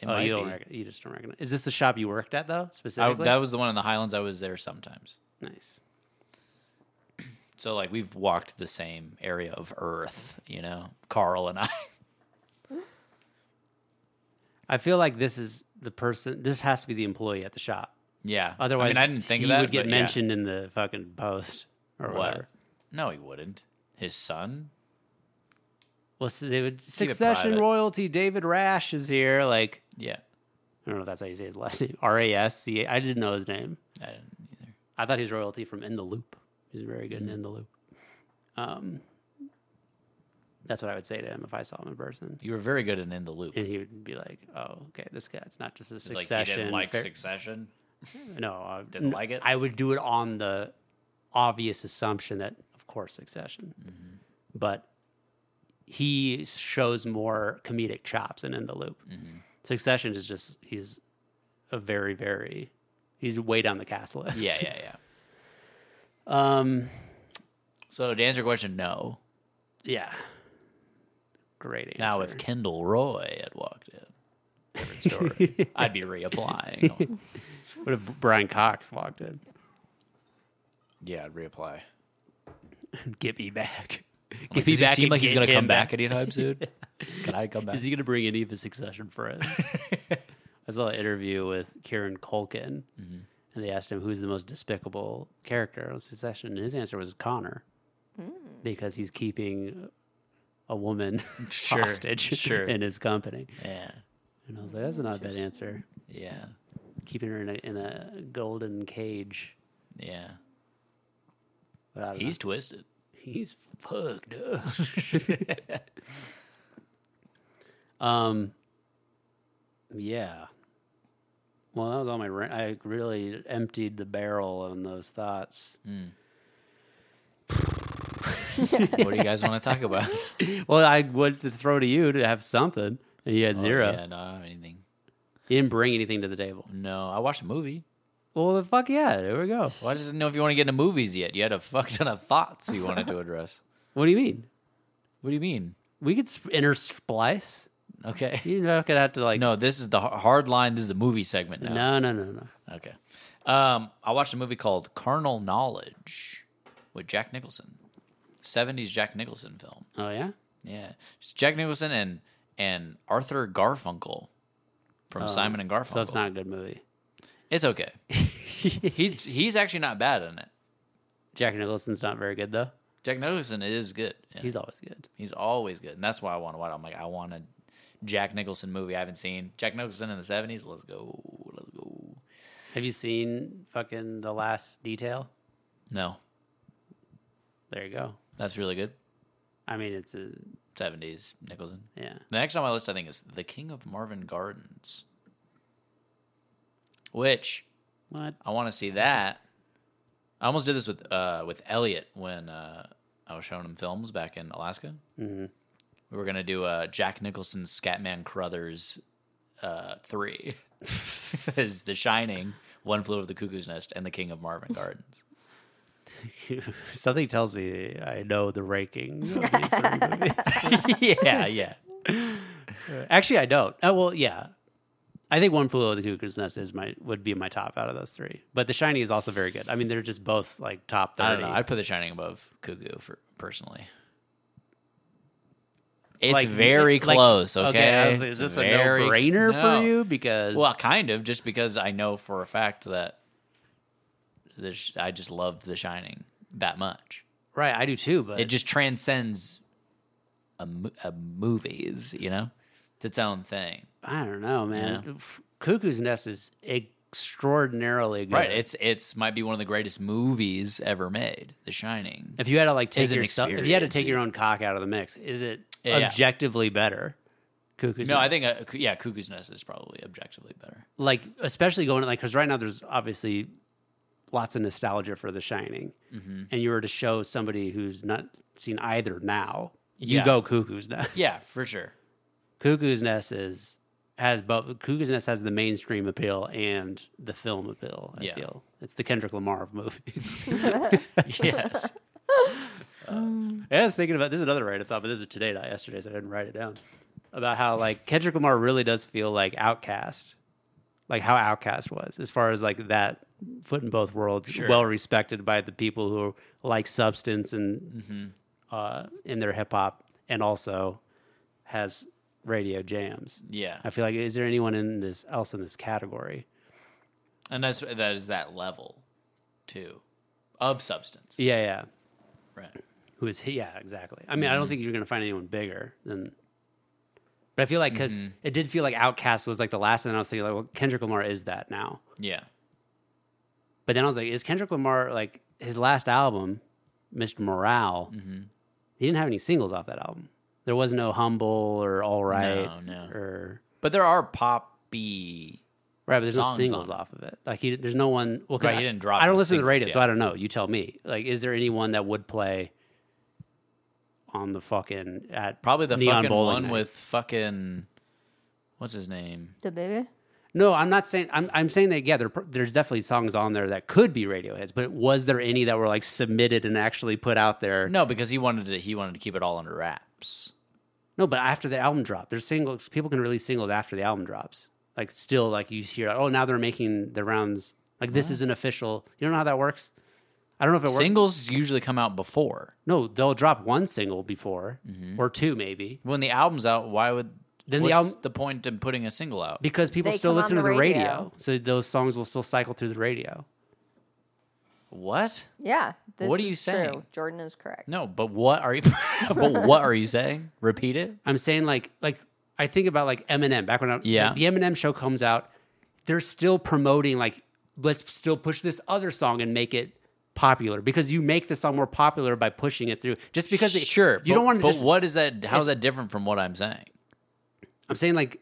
[SPEAKER 3] It
[SPEAKER 2] oh,
[SPEAKER 3] might
[SPEAKER 2] you don't.
[SPEAKER 3] be.
[SPEAKER 2] Rec- you just don't recognize. Is this the shop you worked at though?
[SPEAKER 3] I,
[SPEAKER 2] Specifically,
[SPEAKER 3] that was the one in the Highlands. I was there sometimes.
[SPEAKER 2] nice.
[SPEAKER 3] So like we've walked the same area of Earth, you know, Carl and I.
[SPEAKER 2] I feel like this is the person. This has to be the employee at the shop.
[SPEAKER 3] Yeah.
[SPEAKER 2] Otherwise,
[SPEAKER 3] I mean, I didn't think
[SPEAKER 2] he
[SPEAKER 3] of that.
[SPEAKER 2] would get
[SPEAKER 3] but yeah.
[SPEAKER 2] mentioned in the fucking post or
[SPEAKER 3] What?
[SPEAKER 2] whatever.
[SPEAKER 3] No, he wouldn't. His son.
[SPEAKER 2] well, so they would Succession
[SPEAKER 3] private.
[SPEAKER 2] royalty. David Rash is here. Like
[SPEAKER 3] Yeah,
[SPEAKER 2] I don't know if that's how you say his last name. R A S C. I didn't know his name.
[SPEAKER 3] I didn't either.
[SPEAKER 2] I thought he was royalty from In the Loop. He's very
[SPEAKER 3] Mm.
[SPEAKER 2] good in In the Loop. Um, that's what I would say to him if I saw him in person.
[SPEAKER 3] You were very good in in the loop.
[SPEAKER 2] And he would be like, "Oh, okay, this guy. It's not just a
[SPEAKER 3] It's like
[SPEAKER 2] succession.
[SPEAKER 3] you didn't like
[SPEAKER 2] fair-
[SPEAKER 3] Succession.
[SPEAKER 2] No, I
[SPEAKER 3] Didn't
[SPEAKER 2] n-
[SPEAKER 3] like it?
[SPEAKER 2] I would do it on the obvious assumption that, of course, Succession.
[SPEAKER 3] Mm-hmm.
[SPEAKER 2] But he shows more comedic chops and in the loop.
[SPEAKER 3] Mm-hmm.
[SPEAKER 2] Succession is just he's a very very he's way down the cast list.
[SPEAKER 3] Yeah, yeah, yeah.
[SPEAKER 2] Um.
[SPEAKER 3] So to answer your question, no.
[SPEAKER 2] Yeah. Great answer.
[SPEAKER 3] Now if Kendall Roy had walked in, different story. I'd be reapplying.
[SPEAKER 2] what if Brian Cox walked in?
[SPEAKER 3] yeah, I'd reapply.
[SPEAKER 2] Get me back. Get
[SPEAKER 3] Like, does he seem
[SPEAKER 2] and
[SPEAKER 3] like he's
[SPEAKER 2] get
[SPEAKER 3] gonna
[SPEAKER 2] him
[SPEAKER 3] come back, anytime soon? Can I come back?
[SPEAKER 2] Is he going to bring any of his succession friends? I saw an interview with Kieran Culkin,
[SPEAKER 3] Mm-hmm.
[SPEAKER 2] and they asked him who's the most despicable character on Succession, and his answer was Connor,
[SPEAKER 3] Mm.
[SPEAKER 2] because he's keeping a woman
[SPEAKER 3] Sure,
[SPEAKER 2] hostage
[SPEAKER 3] sure.
[SPEAKER 2] in his company.
[SPEAKER 3] yeah,
[SPEAKER 2] And I was like, that's not a bad answer.
[SPEAKER 3] yeah,
[SPEAKER 2] Keeping her in a, in a golden cage.
[SPEAKER 3] yeah.
[SPEAKER 2] But I don't know.
[SPEAKER 3] He's twisted.
[SPEAKER 2] He's fucked up. um, yeah. Well, that was all my rant. I really emptied the barrel on those thoughts.
[SPEAKER 3] Mm. What do you guys want to talk about?
[SPEAKER 2] Well, I would to throw to you to have something, and you had zero.
[SPEAKER 3] Oh, Yeah, Mm. no, I don't have anything.
[SPEAKER 2] You didn't bring anything to the table.
[SPEAKER 3] No, I watched a movie.
[SPEAKER 2] Well, the fuck yeah, there we go.
[SPEAKER 3] Well, I just didn't know if you want to get into movies yet. You had a fuck ton of thoughts you wanted to address.
[SPEAKER 2] What do you mean?
[SPEAKER 3] What do you mean?
[SPEAKER 2] We could sp- intersplice.
[SPEAKER 3] Okay.
[SPEAKER 2] You're not gonna have to like.
[SPEAKER 3] No, this is the har- hard line. This is the movie segment now.
[SPEAKER 2] no, no, no, no.
[SPEAKER 3] Okay. Um, I watched a movie called Carnal Knowledge with Jack Nicholson. 70s Jack Nicholson film.
[SPEAKER 2] Oh yeah.
[SPEAKER 3] Yeah. It's Jack Nicholson and and Arthur Garfunkel from Simon and Garfunkel.
[SPEAKER 2] Oh, So it's not a good movie.
[SPEAKER 3] It's okay. he's he's actually not bad in it.
[SPEAKER 2] Jack Nicholson's not very good though.
[SPEAKER 3] Jack Nicholson is good. in
[SPEAKER 2] He's always good.
[SPEAKER 3] He's always good, and that's why I want to watch. I'm like, I want a Jack Nicholson movie I haven't seen. Jack Nicholson in the '70s. Let's go. Let's go.
[SPEAKER 2] Have you seen fucking the last detail?
[SPEAKER 3] No,
[SPEAKER 2] There you go.
[SPEAKER 3] that's really good.
[SPEAKER 2] I mean, it's a
[SPEAKER 3] '70s Nicholson.
[SPEAKER 2] yeah.
[SPEAKER 3] The next on my list, I think, is The King of Marvin Gardens, which
[SPEAKER 2] What?
[SPEAKER 3] I want to see that. I almost did this with uh, with Elliot when uh, I was showing him films back in Alaska. Mm-hmm. We were gonna do a Jack Nicholson's Scatman Crothers uh, three, is The Shining, One Flew Over the Cuckoo's Nest, and The King of Marvin Gardens.
[SPEAKER 2] Something tells me I know the ranking of these three movies.
[SPEAKER 3] yeah, yeah,
[SPEAKER 2] Actually, I don't. Oh well, yeah. I think One Flew Over the Cuckoo's Nest is my would be my top out of those three. But The Shining is also very good. I mean, they're just both like top
[SPEAKER 3] I
[SPEAKER 2] thirty.
[SPEAKER 3] don't know. I'd put The Shining above Cuckoo for personally. It's
[SPEAKER 2] Like,
[SPEAKER 3] very
[SPEAKER 2] it- like-
[SPEAKER 3] close. Okay,
[SPEAKER 2] I was like, is
[SPEAKER 3] It's
[SPEAKER 2] this a
[SPEAKER 3] very-
[SPEAKER 2] no-brainer
[SPEAKER 3] No.
[SPEAKER 2] for you? Because
[SPEAKER 3] Well, kind of, just because I know for a fact that the sh- I just love The Shining that much.
[SPEAKER 2] right, I do too. But
[SPEAKER 3] It just transcends a, mo- a movies, you know? It's its own thing.
[SPEAKER 2] I don't know, man. F- Cuckoo's Nest is extraordinarily good.
[SPEAKER 3] Right. It's it's might be one of the greatest movies ever made, The Shining.
[SPEAKER 2] If you had to like take
[SPEAKER 3] Is an
[SPEAKER 2] your stuff, if you had to take
[SPEAKER 3] experience,
[SPEAKER 2] your own cock out of the mix, is it
[SPEAKER 3] Yeah.
[SPEAKER 2] objectively better? Cuckoo's
[SPEAKER 3] no, I
[SPEAKER 2] Nest?
[SPEAKER 3] think uh, yeah, Cuckoo's Nest is probably objectively better.
[SPEAKER 2] like especially going like because right now there's obviously lots of nostalgia for The Shining,
[SPEAKER 3] Mm-hmm.
[SPEAKER 2] and you were to show somebody who's not seen either now, you
[SPEAKER 3] Yeah.
[SPEAKER 2] go Cuckoo's Nest.
[SPEAKER 3] Yeah, for sure.
[SPEAKER 2] Cuckoo's Nest is has both. Cuckoo's Nest has the mainstream appeal and the film appeal. I
[SPEAKER 3] Yeah.
[SPEAKER 2] feel it's the Kendrick Lamar of movies. Uh,
[SPEAKER 3] yes.
[SPEAKER 2] And I was thinking about this is another random thought, but this is today, not yesterday, so I didn't write it down. About how like Kendrick Lamar really does feel like outcast, like how outcast was as far as like that foot in both worlds, well respected by the people who like substance and uh, in their hip hop, and also has radio jams.
[SPEAKER 3] Yeah.
[SPEAKER 2] I feel like is there anyone in this else in this category?
[SPEAKER 3] And that's that is that level too of substance.
[SPEAKER 2] Yeah, yeah.
[SPEAKER 3] Right.
[SPEAKER 2] Who is he? Yeah, exactly. I mean, I
[SPEAKER 3] Mm-hmm.
[SPEAKER 2] don't think you're going to find anyone bigger than. But I feel like because
[SPEAKER 3] Mm-hmm.
[SPEAKER 2] it did feel like Outcast was like the last, and I was thinking like, well, Kendrick Lamar is that now.
[SPEAKER 3] Yeah.
[SPEAKER 2] But then I was like, is Kendrick Lamar like his last album, Mr. Morale?
[SPEAKER 3] Mm-hmm.
[SPEAKER 2] He didn't have any singles off that album. There was no humble or all right
[SPEAKER 3] No, no.
[SPEAKER 2] or
[SPEAKER 3] But there are poppy.
[SPEAKER 2] right. But there's no
[SPEAKER 3] Songs
[SPEAKER 2] singles
[SPEAKER 3] on it.
[SPEAKER 2] off of it. Like he, there's no one. Well, 'cause
[SPEAKER 3] Right,
[SPEAKER 2] I,
[SPEAKER 3] he didn't drop
[SPEAKER 2] I don't
[SPEAKER 3] any
[SPEAKER 2] listen to the
[SPEAKER 3] singles,
[SPEAKER 2] radio, so
[SPEAKER 3] yeah.
[SPEAKER 2] I don't know. You tell me. Like, is there anyone that would play on the fucking at
[SPEAKER 3] Probably the
[SPEAKER 2] Neon
[SPEAKER 3] fucking
[SPEAKER 2] Bowling
[SPEAKER 3] one
[SPEAKER 2] night?
[SPEAKER 3] with fucking. What's his name?
[SPEAKER 1] The baby.
[SPEAKER 2] No, I'm not saying. I'm I'm saying that. Yeah, there, there's definitely songs on there that could be radio hits, but was there any that were like submitted and actually put out there?
[SPEAKER 3] No, because he wanted to. He wanted to keep it all under wraps.
[SPEAKER 2] No, but after the album drop, there's singles. People can release singles after the album drops. Like still, like you hear, oh, now they're making the rounds. Like this is an official. You don't know how that works. I don't know if it works.
[SPEAKER 3] Singles usually come out before
[SPEAKER 2] no, they'll drop one single before
[SPEAKER 3] Mm-hmm.
[SPEAKER 2] or two maybe
[SPEAKER 3] when the album's out. Why would then
[SPEAKER 2] Then the
[SPEAKER 3] what's the,
[SPEAKER 2] album-
[SPEAKER 3] point in putting a single out?
[SPEAKER 2] because people
[SPEAKER 1] They
[SPEAKER 2] still
[SPEAKER 1] come
[SPEAKER 2] listen to
[SPEAKER 1] on
[SPEAKER 2] the
[SPEAKER 1] the
[SPEAKER 2] radio.
[SPEAKER 1] radio.
[SPEAKER 2] so those songs will still cycle through the radio.
[SPEAKER 3] What?
[SPEAKER 1] Yeah. This
[SPEAKER 3] What are you
[SPEAKER 1] is true.
[SPEAKER 3] saying?
[SPEAKER 1] Jordan is correct.
[SPEAKER 3] No, but what are you? but what are you saying? Repeat it.
[SPEAKER 2] I'm saying like like I think about like Eminem back when I,
[SPEAKER 3] Yeah.
[SPEAKER 2] like, the Eminem show comes out, they're still promoting like let's still push this other song and make it popular because you make the song more popular by pushing it through. Just because it-
[SPEAKER 3] sure,
[SPEAKER 2] you
[SPEAKER 3] but,
[SPEAKER 2] don't want to.
[SPEAKER 3] But
[SPEAKER 2] just,
[SPEAKER 3] what is that? How's that different from what I'm saying?
[SPEAKER 2] I'm saying like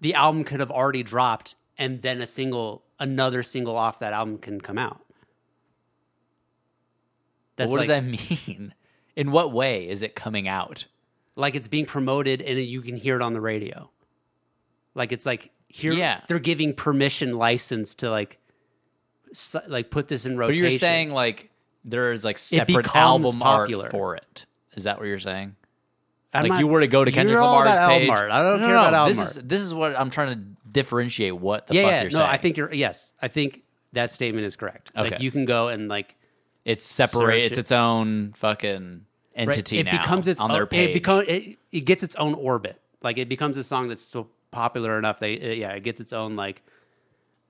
[SPEAKER 2] the album could have already dropped and then a single another single off that album can come out.
[SPEAKER 3] But what
[SPEAKER 2] like,
[SPEAKER 3] does that mean? In what way is it coming out?
[SPEAKER 2] like it's being promoted and you can hear it on the radio. Like it's like here
[SPEAKER 3] Yeah.
[SPEAKER 2] they're giving permission license to like s- like put this in
[SPEAKER 3] But
[SPEAKER 2] rotation.
[SPEAKER 3] you're saying like there's like separate
[SPEAKER 2] becomes
[SPEAKER 3] album
[SPEAKER 2] popular.
[SPEAKER 3] art for it. Is that what you're saying?
[SPEAKER 2] I'm
[SPEAKER 3] like
[SPEAKER 2] not-
[SPEAKER 3] you were to go to Kendrick
[SPEAKER 2] you're all
[SPEAKER 3] Lamar's
[SPEAKER 2] about
[SPEAKER 3] page.
[SPEAKER 2] Elmart. I don't
[SPEAKER 3] no,
[SPEAKER 2] care
[SPEAKER 3] no,
[SPEAKER 2] about
[SPEAKER 3] This
[SPEAKER 2] Elmart.
[SPEAKER 3] is this is what I'm trying to differentiate. What the
[SPEAKER 2] yeah,
[SPEAKER 3] fuck
[SPEAKER 2] yeah.
[SPEAKER 3] you're
[SPEAKER 2] no,
[SPEAKER 3] saying?
[SPEAKER 2] I think you're yes. I think that statement is correct. Like
[SPEAKER 3] Okay.
[SPEAKER 2] you can go and like
[SPEAKER 3] it's separate.
[SPEAKER 2] Search
[SPEAKER 3] It's
[SPEAKER 2] it.
[SPEAKER 3] its own fucking
[SPEAKER 2] right,
[SPEAKER 3] entity
[SPEAKER 2] it
[SPEAKER 3] now.
[SPEAKER 2] becomes its
[SPEAKER 3] on
[SPEAKER 2] own,
[SPEAKER 3] their page.
[SPEAKER 2] It, becomes, it it gets its own orbit. Like it becomes a song that's so popular enough they uh, yeah, it gets its own like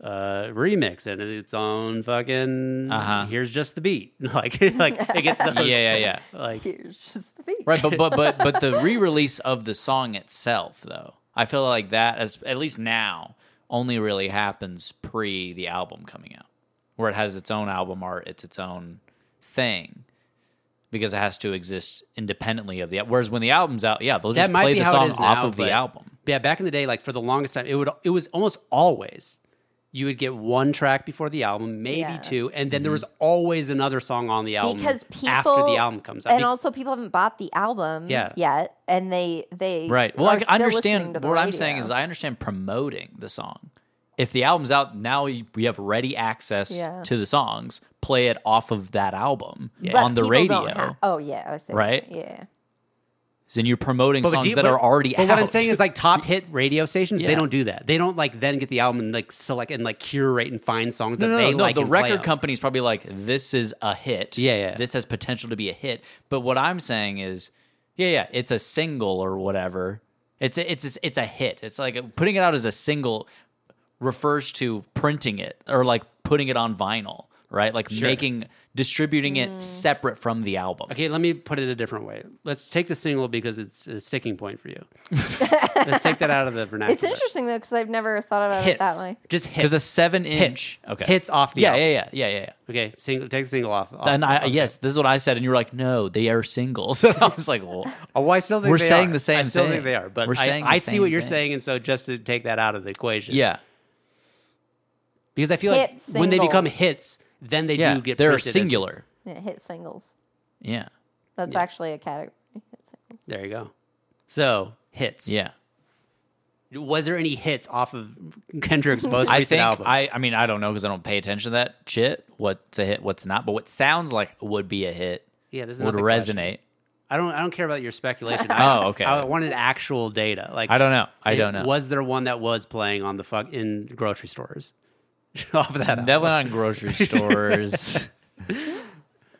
[SPEAKER 2] uh remix and its own fucking
[SPEAKER 3] Uh-huh.
[SPEAKER 2] here's just the beat. Like like it gets those
[SPEAKER 3] yeah, yeah, yeah.
[SPEAKER 2] like
[SPEAKER 1] Here's just the beat.
[SPEAKER 3] Right, but but but but the re-release of the song itself, though, I feel like that as at least now only really happens pre the album coming out, where it has its own album art, it's its own thing, because it has to exist independently of the. Whereas when the album's out, yeah, they'll just
[SPEAKER 2] that might
[SPEAKER 3] play
[SPEAKER 2] be
[SPEAKER 3] the
[SPEAKER 2] how
[SPEAKER 3] song
[SPEAKER 2] it is
[SPEAKER 3] off
[SPEAKER 2] now,
[SPEAKER 3] of
[SPEAKER 2] but-
[SPEAKER 3] the album.
[SPEAKER 2] Yeah, back in the day, like for the longest time, it would it was almost always you would get one track before the album, maybe
[SPEAKER 1] Yeah.
[SPEAKER 2] two, and
[SPEAKER 3] Mm-hmm.
[SPEAKER 2] then there was always another song on the album
[SPEAKER 1] because people
[SPEAKER 2] after the album comes out.
[SPEAKER 1] and
[SPEAKER 2] Be-
[SPEAKER 1] also people haven't bought the album
[SPEAKER 2] Yeah.
[SPEAKER 1] yet, and they they
[SPEAKER 3] Right. Well, I
[SPEAKER 1] are
[SPEAKER 3] c-
[SPEAKER 1] still listening
[SPEAKER 3] understand
[SPEAKER 1] to
[SPEAKER 3] what
[SPEAKER 1] the
[SPEAKER 3] I'm saying
[SPEAKER 1] radio.
[SPEAKER 3] is I understand promoting the song. If the album's out now, you- we have ready access
[SPEAKER 1] Yeah.
[SPEAKER 3] to the songs. Play it off of that album
[SPEAKER 1] But
[SPEAKER 3] on the
[SPEAKER 1] people
[SPEAKER 3] radio.
[SPEAKER 1] don't have- oh yeah, I see what you're
[SPEAKER 3] Right?
[SPEAKER 1] saying. Yeah,
[SPEAKER 3] then you're promoting
[SPEAKER 2] But
[SPEAKER 3] songs
[SPEAKER 2] do you-
[SPEAKER 3] that
[SPEAKER 2] but-
[SPEAKER 3] are already
[SPEAKER 2] But
[SPEAKER 3] out.
[SPEAKER 2] what I'm saying is like top hit radio stations, they
[SPEAKER 3] Yeah.
[SPEAKER 2] don't do that. They don't like then get the album and like select and like curate and find songs
[SPEAKER 3] no,
[SPEAKER 2] that
[SPEAKER 3] no,
[SPEAKER 2] they
[SPEAKER 3] no,
[SPEAKER 2] like.
[SPEAKER 3] the
[SPEAKER 2] and play
[SPEAKER 3] record
[SPEAKER 2] 'em.
[SPEAKER 3] company's probably like, this is a hit.
[SPEAKER 2] Yeah, yeah.
[SPEAKER 3] This has potential to be a hit. But what I'm saying is, yeah, yeah, it's a single or whatever. It's a, it's a, it's a hit. It's like putting it out as a single refers to printing it or like putting it on vinyl, right? Like making distributing it separate from the album.
[SPEAKER 2] Okay, let me put it a different way. Let's take the single because it's a sticking point for you. Let's take that out of the vernacular.
[SPEAKER 1] it's interesting though because I've never thought about
[SPEAKER 2] Hits.
[SPEAKER 1] it that way.
[SPEAKER 2] Just hits.
[SPEAKER 3] Because a seven inch
[SPEAKER 2] Hits. Hits off the
[SPEAKER 3] yeah,
[SPEAKER 2] album.
[SPEAKER 3] yeah, yeah, yeah, yeah, yeah.
[SPEAKER 2] Okay, single, take the single off. off-
[SPEAKER 3] And I
[SPEAKER 2] off.
[SPEAKER 3] yes, this is what I said, and you were like, "No, they are singles." And I was like, "Well,
[SPEAKER 2] Oh, I still think
[SPEAKER 3] We're
[SPEAKER 2] they
[SPEAKER 3] saying
[SPEAKER 2] are.
[SPEAKER 3] the same
[SPEAKER 2] I still think
[SPEAKER 3] thing.
[SPEAKER 2] they are, but
[SPEAKER 3] We're
[SPEAKER 2] I,
[SPEAKER 3] saying the
[SPEAKER 2] I see
[SPEAKER 3] same
[SPEAKER 2] what you're
[SPEAKER 3] thing.
[SPEAKER 2] saying, and so just to take that out of the equation,
[SPEAKER 3] yeah."
[SPEAKER 2] because I feel like
[SPEAKER 1] Hit
[SPEAKER 2] when they become
[SPEAKER 1] singles.
[SPEAKER 2] hits, then they
[SPEAKER 3] yeah,
[SPEAKER 2] do get
[SPEAKER 3] they're
[SPEAKER 2] printed as-
[SPEAKER 3] singular.
[SPEAKER 1] Yeah, hit singles.
[SPEAKER 3] Yeah,
[SPEAKER 1] That's actually a category. Hit singles.
[SPEAKER 2] there you go. So hits.
[SPEAKER 3] yeah.
[SPEAKER 2] Was there any hits off of Kendrick's most
[SPEAKER 3] I
[SPEAKER 2] recent
[SPEAKER 3] think
[SPEAKER 2] album?
[SPEAKER 3] I. I mean, I don't know because I don't pay attention to that shit. What's a hit? What's not? But what sounds like would be a hit
[SPEAKER 2] yeah, this is
[SPEAKER 3] would
[SPEAKER 2] not the question.
[SPEAKER 3] resonate.
[SPEAKER 2] I don't. I don't care about your speculation. I,
[SPEAKER 3] Oh, okay.
[SPEAKER 2] I wanted actual data. Like
[SPEAKER 3] I don't know. I
[SPEAKER 2] it-
[SPEAKER 3] don't know.
[SPEAKER 2] Was there one that was playing on the fuck in grocery stores? off that album.
[SPEAKER 3] Definitely not in grocery stores.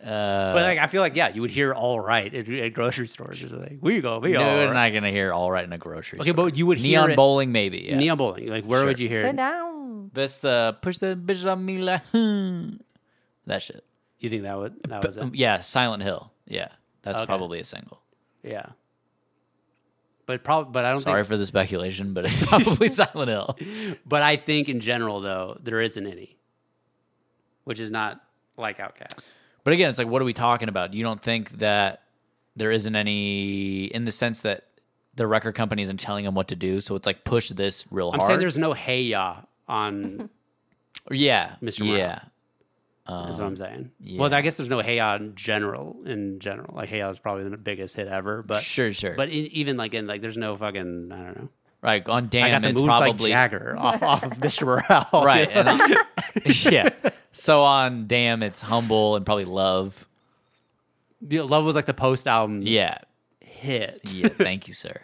[SPEAKER 2] But like, I feel like yeah, you would hear all right at, at grocery stores or something. Where you go? Be
[SPEAKER 3] no,
[SPEAKER 2] all
[SPEAKER 3] we're
[SPEAKER 2] right.
[SPEAKER 3] not gonna hear all right in a grocery.
[SPEAKER 2] Okay,
[SPEAKER 3] store.
[SPEAKER 2] but you would hear
[SPEAKER 3] neon
[SPEAKER 2] it-
[SPEAKER 3] bowling maybe. Yeah.
[SPEAKER 2] Neon bowling. Like, where would
[SPEAKER 3] Sure.
[SPEAKER 2] you hear?
[SPEAKER 1] Sit
[SPEAKER 2] It?
[SPEAKER 1] down.
[SPEAKER 3] That's the push the bitch on me like hmm. that shit.
[SPEAKER 2] You think that would that was Oh, it?
[SPEAKER 3] um, Yeah, Silent Hill. Yeah, That's
[SPEAKER 2] Okay.
[SPEAKER 3] probably a single.
[SPEAKER 2] Yeah. But probably, but I don't
[SPEAKER 3] Sorry
[SPEAKER 2] think.
[SPEAKER 3] for the speculation, but it's probably Silent Hill.
[SPEAKER 2] But I think in general, though, there isn't any, which is not like Outcast.
[SPEAKER 3] But again, it's like, what are we talking about? You don't think that there isn't any in the sense that the record company isn't telling them what to do, so it's like push this real
[SPEAKER 2] I'm
[SPEAKER 3] hard.
[SPEAKER 2] saying there's no hey ya on.
[SPEAKER 3] yeah,
[SPEAKER 2] Mr. Morale.
[SPEAKER 3] Yeah, Uh,
[SPEAKER 2] is what I'm saying. Well, I guess there's no hey ya in general. In general, like hey ya is probably the biggest hit ever. But
[SPEAKER 3] sure, sure.
[SPEAKER 2] But in, even like in like, there's no fucking I don't know.
[SPEAKER 3] right on,
[SPEAKER 2] I got
[SPEAKER 3] damn,
[SPEAKER 2] the
[SPEAKER 3] it's
[SPEAKER 2] moves
[SPEAKER 3] probably
[SPEAKER 2] like Jagger off, off of Mr. Morale.
[SPEAKER 3] right. and on- yeah. So on, damn, it's humble and probably love.
[SPEAKER 2] Yeah, Love was like the post album
[SPEAKER 3] Yeah,
[SPEAKER 2] hit.
[SPEAKER 3] yeah. Thank you, sir.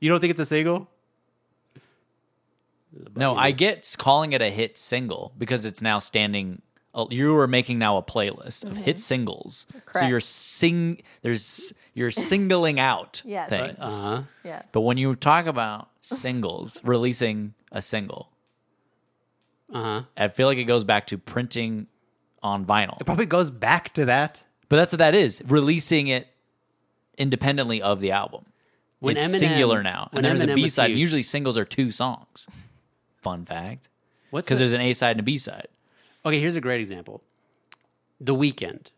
[SPEAKER 2] You don't think it's a single?
[SPEAKER 3] No, I get calling it a hit single because it's now standing. oh, You are making now a playlist of hit singles, so
[SPEAKER 1] Mm-hmm. Correct.
[SPEAKER 3] you're sing. There's you're singling out
[SPEAKER 1] Yes.
[SPEAKER 3] things.
[SPEAKER 2] Uh huh.
[SPEAKER 1] Yes.
[SPEAKER 3] But when you talk about singles, releasing a single,
[SPEAKER 2] Uh huh.
[SPEAKER 3] I feel like it goes back to printing on vinyl.
[SPEAKER 2] It probably goes back to that.
[SPEAKER 3] But that's what that is releasing it independently of the album.
[SPEAKER 2] When
[SPEAKER 3] it's
[SPEAKER 2] Eminem-
[SPEAKER 3] singular now,
[SPEAKER 2] when
[SPEAKER 3] and there's a
[SPEAKER 2] Eminem
[SPEAKER 3] B
[SPEAKER 2] was
[SPEAKER 3] side.
[SPEAKER 2] huge-
[SPEAKER 3] Usually, singles are two songs. Fun fact,
[SPEAKER 2] What's
[SPEAKER 3] because
[SPEAKER 2] the-
[SPEAKER 3] there's an A side and a B side.
[SPEAKER 2] okay? Here's a great example. The Weekend.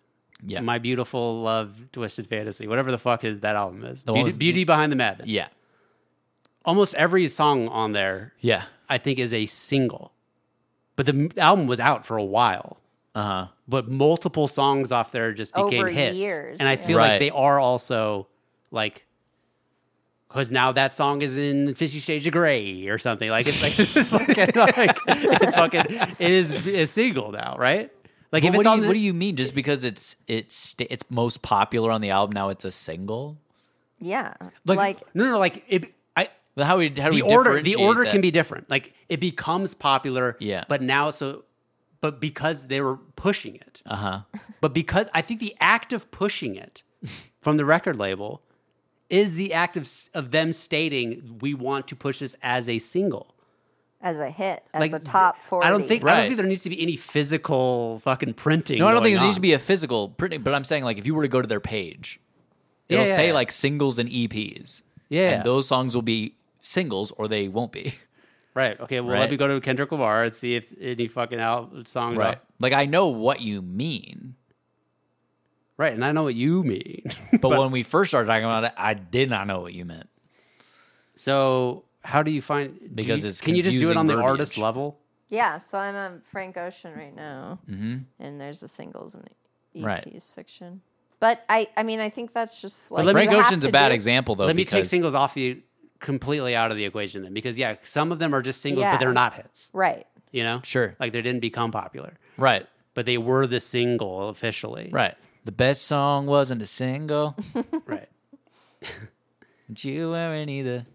[SPEAKER 3] Yeah,
[SPEAKER 2] My Beautiful Love, Twisted Fantasy, whatever the fuck is that album is.
[SPEAKER 3] one
[SPEAKER 2] Beauty,
[SPEAKER 3] with-
[SPEAKER 2] Beauty Behind the Madness.
[SPEAKER 3] yeah,
[SPEAKER 2] Almost every song on there,
[SPEAKER 3] yeah.
[SPEAKER 2] I think, is a single. But the m- album was out for a while.
[SPEAKER 3] Uh huh.
[SPEAKER 2] But multiple songs off there just became
[SPEAKER 1] Over
[SPEAKER 2] hits.
[SPEAKER 1] years,
[SPEAKER 2] and I
[SPEAKER 1] yeah.
[SPEAKER 2] feel
[SPEAKER 3] Right.
[SPEAKER 2] like they are also like because now that song is in Fifty Shades of Grey or something. Like it's like, it's, fucking, like, it's fucking it is a single now, right? Like if
[SPEAKER 3] what,
[SPEAKER 2] it's
[SPEAKER 3] do
[SPEAKER 2] on
[SPEAKER 3] you,
[SPEAKER 2] the,
[SPEAKER 3] what do you mean? Just because it's it's sta- it's most popular on the album now, it's a single.
[SPEAKER 1] Yeah.
[SPEAKER 2] like,
[SPEAKER 1] like
[SPEAKER 2] no no like it I
[SPEAKER 3] Well, How we how do we
[SPEAKER 2] the order the
[SPEAKER 3] differentiate
[SPEAKER 2] order
[SPEAKER 3] that?
[SPEAKER 2] can be different. Like it becomes popular,
[SPEAKER 3] Yeah.
[SPEAKER 2] But now, so but because they were pushing it,
[SPEAKER 3] uh huh.
[SPEAKER 2] but because I think the act of pushing it from the record label is the act of s- of them stating we want to push this as a single.
[SPEAKER 1] as a hit, as
[SPEAKER 2] Like
[SPEAKER 1] a top forty.
[SPEAKER 2] I don't think I
[SPEAKER 3] Right.
[SPEAKER 2] don't think there needs to be any physical fucking printing.
[SPEAKER 3] No, I don't think
[SPEAKER 2] going
[SPEAKER 3] it needs to
[SPEAKER 2] on.
[SPEAKER 3] be a physical printing, but I'm saying like if you were to go to their page,
[SPEAKER 2] Yeah,
[SPEAKER 3] it'll
[SPEAKER 2] yeah,
[SPEAKER 3] say
[SPEAKER 2] yeah.
[SPEAKER 3] like singles and EPs.
[SPEAKER 2] Yeah.
[SPEAKER 3] And those songs will be singles or they won't be.
[SPEAKER 2] right. Okay, well
[SPEAKER 3] Right.
[SPEAKER 2] let me go to Kendrick Lamar and see if any fucking out song
[SPEAKER 3] Right. Like I know what you mean.
[SPEAKER 2] right. And I know what you mean.
[SPEAKER 3] But, when we first started talking about it, I did not know what you meant.
[SPEAKER 2] so how do you find do
[SPEAKER 3] Because
[SPEAKER 2] you-
[SPEAKER 3] it's
[SPEAKER 2] can you just do it
[SPEAKER 3] confusing
[SPEAKER 2] on the
[SPEAKER 3] verbiage.
[SPEAKER 2] artist level?
[SPEAKER 1] Yeah, so I'm on Frank Ocean right now, and there's the singles and the EPs
[SPEAKER 3] Mm-hmm. Right.
[SPEAKER 1] section. But I, I mean, I think that's just like
[SPEAKER 2] let me-
[SPEAKER 3] Frank
[SPEAKER 1] you have
[SPEAKER 3] Ocean's a
[SPEAKER 1] to
[SPEAKER 3] bad
[SPEAKER 1] do-
[SPEAKER 3] example though.
[SPEAKER 2] Let me take
[SPEAKER 3] because
[SPEAKER 2] singles off the completely out of the equation then, because yeah, some of them are just singles,
[SPEAKER 1] Yeah.
[SPEAKER 2] but they're not hits.
[SPEAKER 1] Right.
[SPEAKER 2] You know,
[SPEAKER 3] Sure.
[SPEAKER 2] like they didn't become popular,
[SPEAKER 3] Right.
[SPEAKER 2] but they were the single officially.
[SPEAKER 3] Right. The best song wasn't a single.
[SPEAKER 2] right.
[SPEAKER 3] and you weren't either.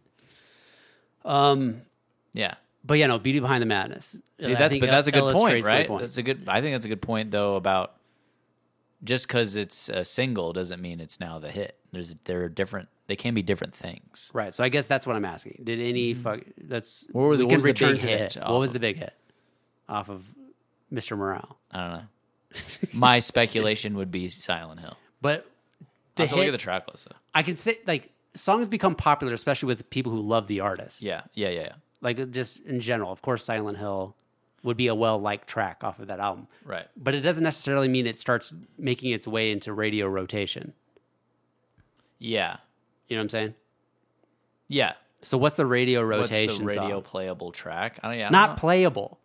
[SPEAKER 2] Um,
[SPEAKER 3] Yeah.
[SPEAKER 2] but yeah, no, beauty behind the madness.
[SPEAKER 3] Dude, that's but that's a good point, right? That's a good. I think that's a good point though about just because it's a single doesn't mean it's now the hit. There's there are different. They can be different things.
[SPEAKER 2] right. So I guess that's what I'm asking. Did any fuck? That's
[SPEAKER 3] Hmm. What were the-
[SPEAKER 2] we
[SPEAKER 3] what
[SPEAKER 2] can
[SPEAKER 3] was the
[SPEAKER 2] return
[SPEAKER 3] big
[SPEAKER 2] to the
[SPEAKER 3] hit
[SPEAKER 2] hit.
[SPEAKER 3] off
[SPEAKER 2] What was
[SPEAKER 3] of-
[SPEAKER 2] the big hit off of Mr. Morale?
[SPEAKER 3] I don't know. My speculation would be Silent Hill.
[SPEAKER 2] But
[SPEAKER 3] The
[SPEAKER 2] the
[SPEAKER 3] I have to look at
[SPEAKER 2] hit,
[SPEAKER 3] the track list. Though.
[SPEAKER 2] I can say like songs become popular, especially with people who love the artist.
[SPEAKER 3] Yeah, yeah, yeah, yeah.
[SPEAKER 2] like uh, just in general. Of course, Silent Hill would be a well liked track off of that album.
[SPEAKER 3] Right.
[SPEAKER 2] But it doesn't necessarily mean it starts making its way into radio rotation.
[SPEAKER 3] Yeah,
[SPEAKER 2] You know what I'm saying?
[SPEAKER 3] yeah.
[SPEAKER 2] So what's the radio
[SPEAKER 3] What's the
[SPEAKER 2] rotation?
[SPEAKER 3] radio
[SPEAKER 2] song?
[SPEAKER 3] playable track? I don't, yeah, I
[SPEAKER 2] Not
[SPEAKER 3] don't
[SPEAKER 2] playable.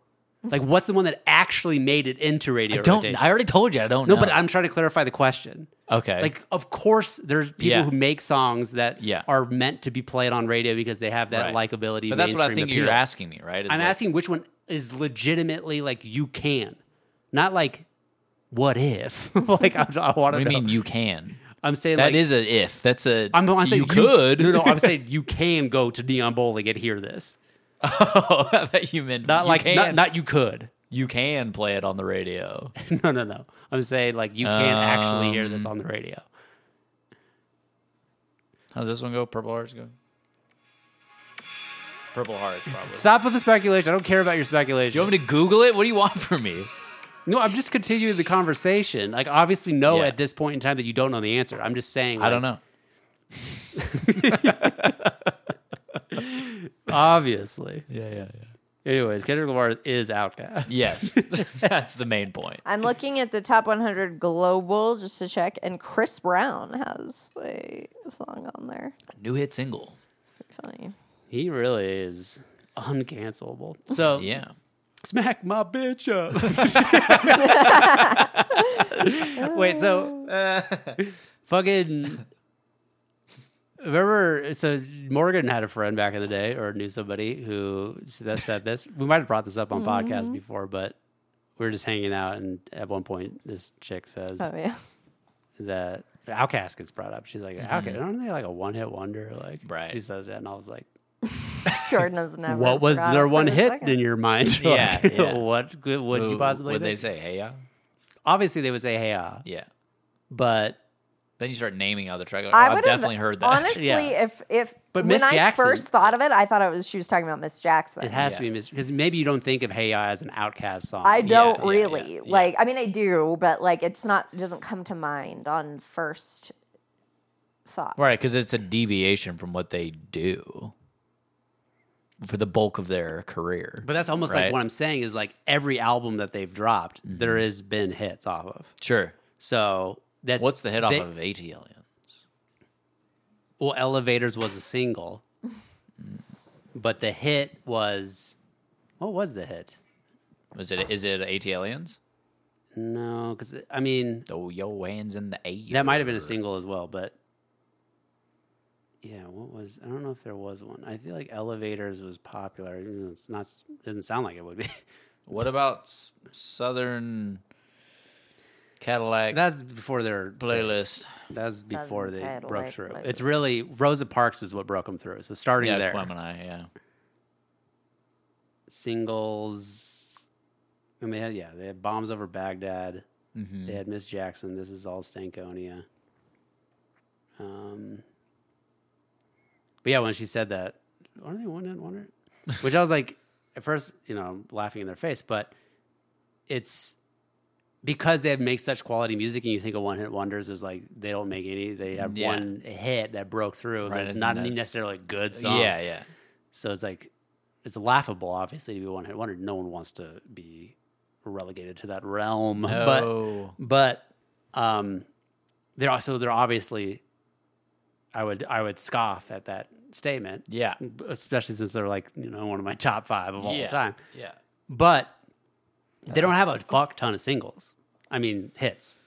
[SPEAKER 2] Like what's the one that actually made it into
[SPEAKER 3] know.
[SPEAKER 2] radio
[SPEAKER 3] I don't.
[SPEAKER 2] rotation?
[SPEAKER 3] I already told you. I don't.
[SPEAKER 2] no,
[SPEAKER 3] know.
[SPEAKER 2] but I'm trying to clarify the question.
[SPEAKER 3] okay.
[SPEAKER 2] Like of course there's people
[SPEAKER 3] Yeah.
[SPEAKER 2] who make songs that
[SPEAKER 3] Yeah.
[SPEAKER 2] are meant to be played on radio because they have that
[SPEAKER 3] Right.
[SPEAKER 2] likability.
[SPEAKER 3] But that's what I
[SPEAKER 2] mainstream
[SPEAKER 3] think you're
[SPEAKER 2] appeal.
[SPEAKER 3] asking me, right? Is
[SPEAKER 2] I'm
[SPEAKER 3] like-
[SPEAKER 2] asking which one is legitimately like you can, not like what if. like I, I want
[SPEAKER 3] What do
[SPEAKER 2] to
[SPEAKER 3] you
[SPEAKER 2] know.
[SPEAKER 3] mean you can?
[SPEAKER 2] I'm saying
[SPEAKER 3] That
[SPEAKER 2] like,
[SPEAKER 3] is a if. That's a.
[SPEAKER 2] I'm not saying
[SPEAKER 3] you could.
[SPEAKER 2] No, no. I'm saying you can go to neon bowling and hear this.
[SPEAKER 3] oh, I thought you meant
[SPEAKER 2] Not
[SPEAKER 3] you
[SPEAKER 2] like
[SPEAKER 3] can.
[SPEAKER 2] not, not you could.
[SPEAKER 3] you can play it on the radio.
[SPEAKER 2] no, no, no. I'm saying like you can actually hear
[SPEAKER 3] Um,
[SPEAKER 2] this on the radio.
[SPEAKER 3] How does this one go? Purple Hearts go. Purple Hearts, probably.
[SPEAKER 2] Stop with the speculation. I don't care about your speculation.
[SPEAKER 3] You want me to Google it? What do you want from me?
[SPEAKER 2] No, I'm just continuing the conversation. Like, obviously, know
[SPEAKER 3] Yeah.
[SPEAKER 2] at this point in time that you don't know the answer. I'm just saying.
[SPEAKER 3] I
[SPEAKER 2] like,
[SPEAKER 3] don't know.
[SPEAKER 2] Obviously.
[SPEAKER 3] Yeah, yeah, yeah.
[SPEAKER 2] Anyways, Kendrick Lamar is outcast.
[SPEAKER 3] Yes, that's the main point.
[SPEAKER 1] I'm looking at the top 100 global just to check, and Chris Brown has a song on there.
[SPEAKER 3] New hit single.
[SPEAKER 1] Pretty funny.
[SPEAKER 2] He really is uncancelable. So,
[SPEAKER 3] Yeah.
[SPEAKER 2] smack my bitch up. Wait, so uh, fucking remember? So Morgan had a friend back in the day, or knew somebody who s- that said this. We might have brought this up on podcast before, but we were just hanging out, and at one point, this chick says
[SPEAKER 1] Oh, yeah.
[SPEAKER 2] that Outcast gets brought up. She's like, "Outcast, aren't they like a one-hit wonder?" Like,
[SPEAKER 3] Mm-hmm. Right.
[SPEAKER 2] She says that, and I was like.
[SPEAKER 1] Jordan has never.
[SPEAKER 2] What was
[SPEAKER 1] forgot
[SPEAKER 2] their
[SPEAKER 1] for
[SPEAKER 2] one
[SPEAKER 1] the
[SPEAKER 2] hit
[SPEAKER 1] second.
[SPEAKER 2] in your mind?
[SPEAKER 3] Yeah,
[SPEAKER 2] Like,
[SPEAKER 3] yeah.
[SPEAKER 2] What could- would you
[SPEAKER 3] Who-
[SPEAKER 2] possibly
[SPEAKER 3] Would they
[SPEAKER 2] think?
[SPEAKER 3] say? Hey, yeah,
[SPEAKER 2] obviously they would say hey ah
[SPEAKER 3] yeah.
[SPEAKER 2] but
[SPEAKER 3] Then you start naming other tracks.
[SPEAKER 1] I
[SPEAKER 3] I've
[SPEAKER 1] would
[SPEAKER 3] definitely heard that.
[SPEAKER 1] Honestly,
[SPEAKER 2] Yeah.
[SPEAKER 1] if if
[SPEAKER 2] But
[SPEAKER 1] when
[SPEAKER 2] Miss
[SPEAKER 1] I
[SPEAKER 2] Jackson-
[SPEAKER 1] first thought of it, I thought it was she was talking about Miss Jackson.
[SPEAKER 2] it has to
[SPEAKER 3] Yeah.
[SPEAKER 2] be because maybe you don't think of hey ah as an outcast song
[SPEAKER 1] I don't
[SPEAKER 3] yeah,
[SPEAKER 1] really
[SPEAKER 3] yeah, yeah.
[SPEAKER 1] like. I mean, I do, but like, it's not it doesn't come to mind on first thought.
[SPEAKER 3] Right, because it's a deviation from what they do for the bulk of their career.
[SPEAKER 2] but that's almost like
[SPEAKER 3] Right. Mm-hmm.
[SPEAKER 2] what i'm saying is like every album that they've dropped there has been hits off of
[SPEAKER 3] sure,
[SPEAKER 2] so that's
[SPEAKER 3] what's the hit off
[SPEAKER 2] they-
[SPEAKER 3] of AT Alien?
[SPEAKER 2] well elevators was a single but the hit was what was the hit
[SPEAKER 3] Is it is it AT Aliens?
[SPEAKER 2] no because i mean
[SPEAKER 3] Throw your hands in the air.
[SPEAKER 2] that might have been a single as well but yeah what was i don't know if there was one i feel like elevators was popular it's not doesn't sound like it would be
[SPEAKER 3] What about s- Southern Cadillac
[SPEAKER 2] That's before their
[SPEAKER 3] playlist?
[SPEAKER 2] That's before they
[SPEAKER 1] Cadillac
[SPEAKER 2] broke through.
[SPEAKER 1] Playlist.
[SPEAKER 2] It's really Rosa Parks is what broke them through. So starting
[SPEAKER 3] Yeah,
[SPEAKER 2] there,
[SPEAKER 3] Gemini. Yeah,
[SPEAKER 2] singles, and they had yeah, they had bombs over Baghdad.
[SPEAKER 3] Mm-hmm.
[SPEAKER 2] They had Miss Jackson. This is all Stankonia. Um, but yeah, when she said that, aren't they one hit wonder? Which I was like, at first, you know, I'm laughing in their face, but it's because they make such quality music, and you think of one hit wonders is like they don't make any. They have
[SPEAKER 3] Yeah.
[SPEAKER 2] one hit that broke through,
[SPEAKER 3] Right,
[SPEAKER 2] that's
[SPEAKER 3] and
[SPEAKER 2] not
[SPEAKER 3] that-
[SPEAKER 2] necessarily a good song.
[SPEAKER 3] yeah, yeah.
[SPEAKER 2] So it's like it's laughable, obviously, to be one hit wonder. No one wants to be relegated to that realm.
[SPEAKER 3] No.
[SPEAKER 2] But but um they're also they're obviously I would I would scoff at that statement.
[SPEAKER 3] Yeah,
[SPEAKER 2] Especially since they're like, you know, one of my top five of all
[SPEAKER 3] yeah.
[SPEAKER 2] time.
[SPEAKER 3] Yeah,
[SPEAKER 2] But they
[SPEAKER 3] Uh,
[SPEAKER 2] don't have a fuck ton of singles. I mean hits.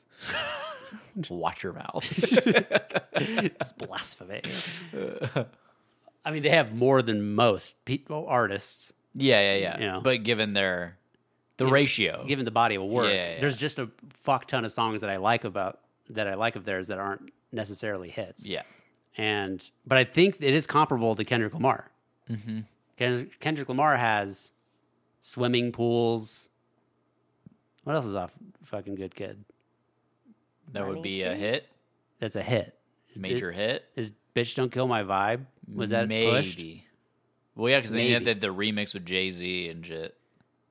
[SPEAKER 3] watch your mouth.
[SPEAKER 2] It's blasphemy. I mean, they have more than most people artists.
[SPEAKER 3] yeah, yeah, yeah.
[SPEAKER 2] You know.
[SPEAKER 3] But given their the ratio,
[SPEAKER 2] given the body of work,
[SPEAKER 3] Yeah, yeah.
[SPEAKER 2] there's just a fuck ton of songs that I like about that I like of theirs that aren't necessarily hits.
[SPEAKER 3] yeah,
[SPEAKER 2] And but I think it is comparable to Kendrick Lamar. Mm-hmm. Kendrick, Kendrick Lamar has swimming pools. What else is off fucking good kid?
[SPEAKER 3] that would
[SPEAKER 1] Running
[SPEAKER 3] be a
[SPEAKER 1] Shoes?
[SPEAKER 3] hit,
[SPEAKER 2] That's a hit.
[SPEAKER 3] major hit.
[SPEAKER 2] Is bitch don't kill my vibe? Was that
[SPEAKER 3] maybe?
[SPEAKER 2] pushed?
[SPEAKER 3] Well, yeah, because they had
[SPEAKER 2] Maybe.
[SPEAKER 3] the, the remix with Jay Z and shit.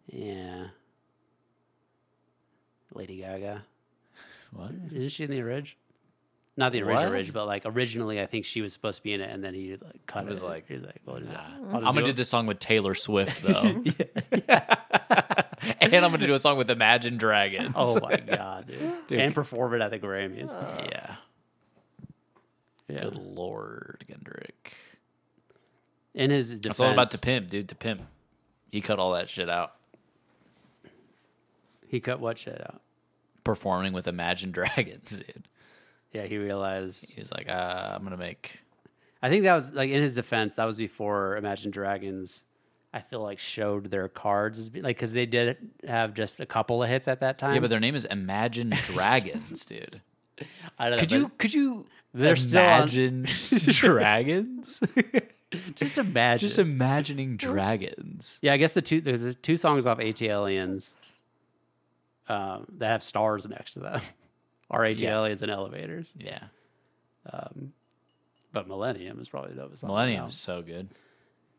[SPEAKER 2] Yeah. Lady Gaga.
[SPEAKER 3] What?
[SPEAKER 2] Isn't she in the orig? Not the original
[SPEAKER 3] What?
[SPEAKER 2] orig, but like originally, I think she was supposed to be in it, and then he like cut
[SPEAKER 3] It was
[SPEAKER 2] it.
[SPEAKER 3] like,
[SPEAKER 2] he's like, well, nah.
[SPEAKER 3] I'm gonna do this song with Taylor Swift though, and I'm gonna do a song with Imagine Dragons.
[SPEAKER 2] Oh my god, dude. and perform it at the Grammys.
[SPEAKER 3] yeah. Good lord, Kendrick.
[SPEAKER 2] in his defense,
[SPEAKER 3] It's all about to pimp, dude. To pimp, he cut all that shit out.
[SPEAKER 2] he cut what shit out.
[SPEAKER 3] Performing with Imagine Dragons, dude.
[SPEAKER 2] Yeah, he realized.
[SPEAKER 3] He was like, uh, I'm gonna make.
[SPEAKER 2] I think that was like in his defense. That was before Imagine Dragons. I feel like showed their cards as be- like because they did have just a couple of hits at that time.
[SPEAKER 3] Yeah, but their name is Imagine Dragons, dude.
[SPEAKER 2] I don't know,
[SPEAKER 3] Could
[SPEAKER 2] but
[SPEAKER 3] you? Could you?
[SPEAKER 2] They're still on-
[SPEAKER 3] imagine dragons.
[SPEAKER 2] just imagine?
[SPEAKER 3] Just imagining dragons.
[SPEAKER 2] Yeah, I guess the two the, the two songs off AT Aliens um, that have stars next to them are AT
[SPEAKER 3] Yeah.
[SPEAKER 2] Aliens and Elevators.
[SPEAKER 3] Yeah,
[SPEAKER 2] But Millennium is probably the dopest song.
[SPEAKER 3] Millennium's so good.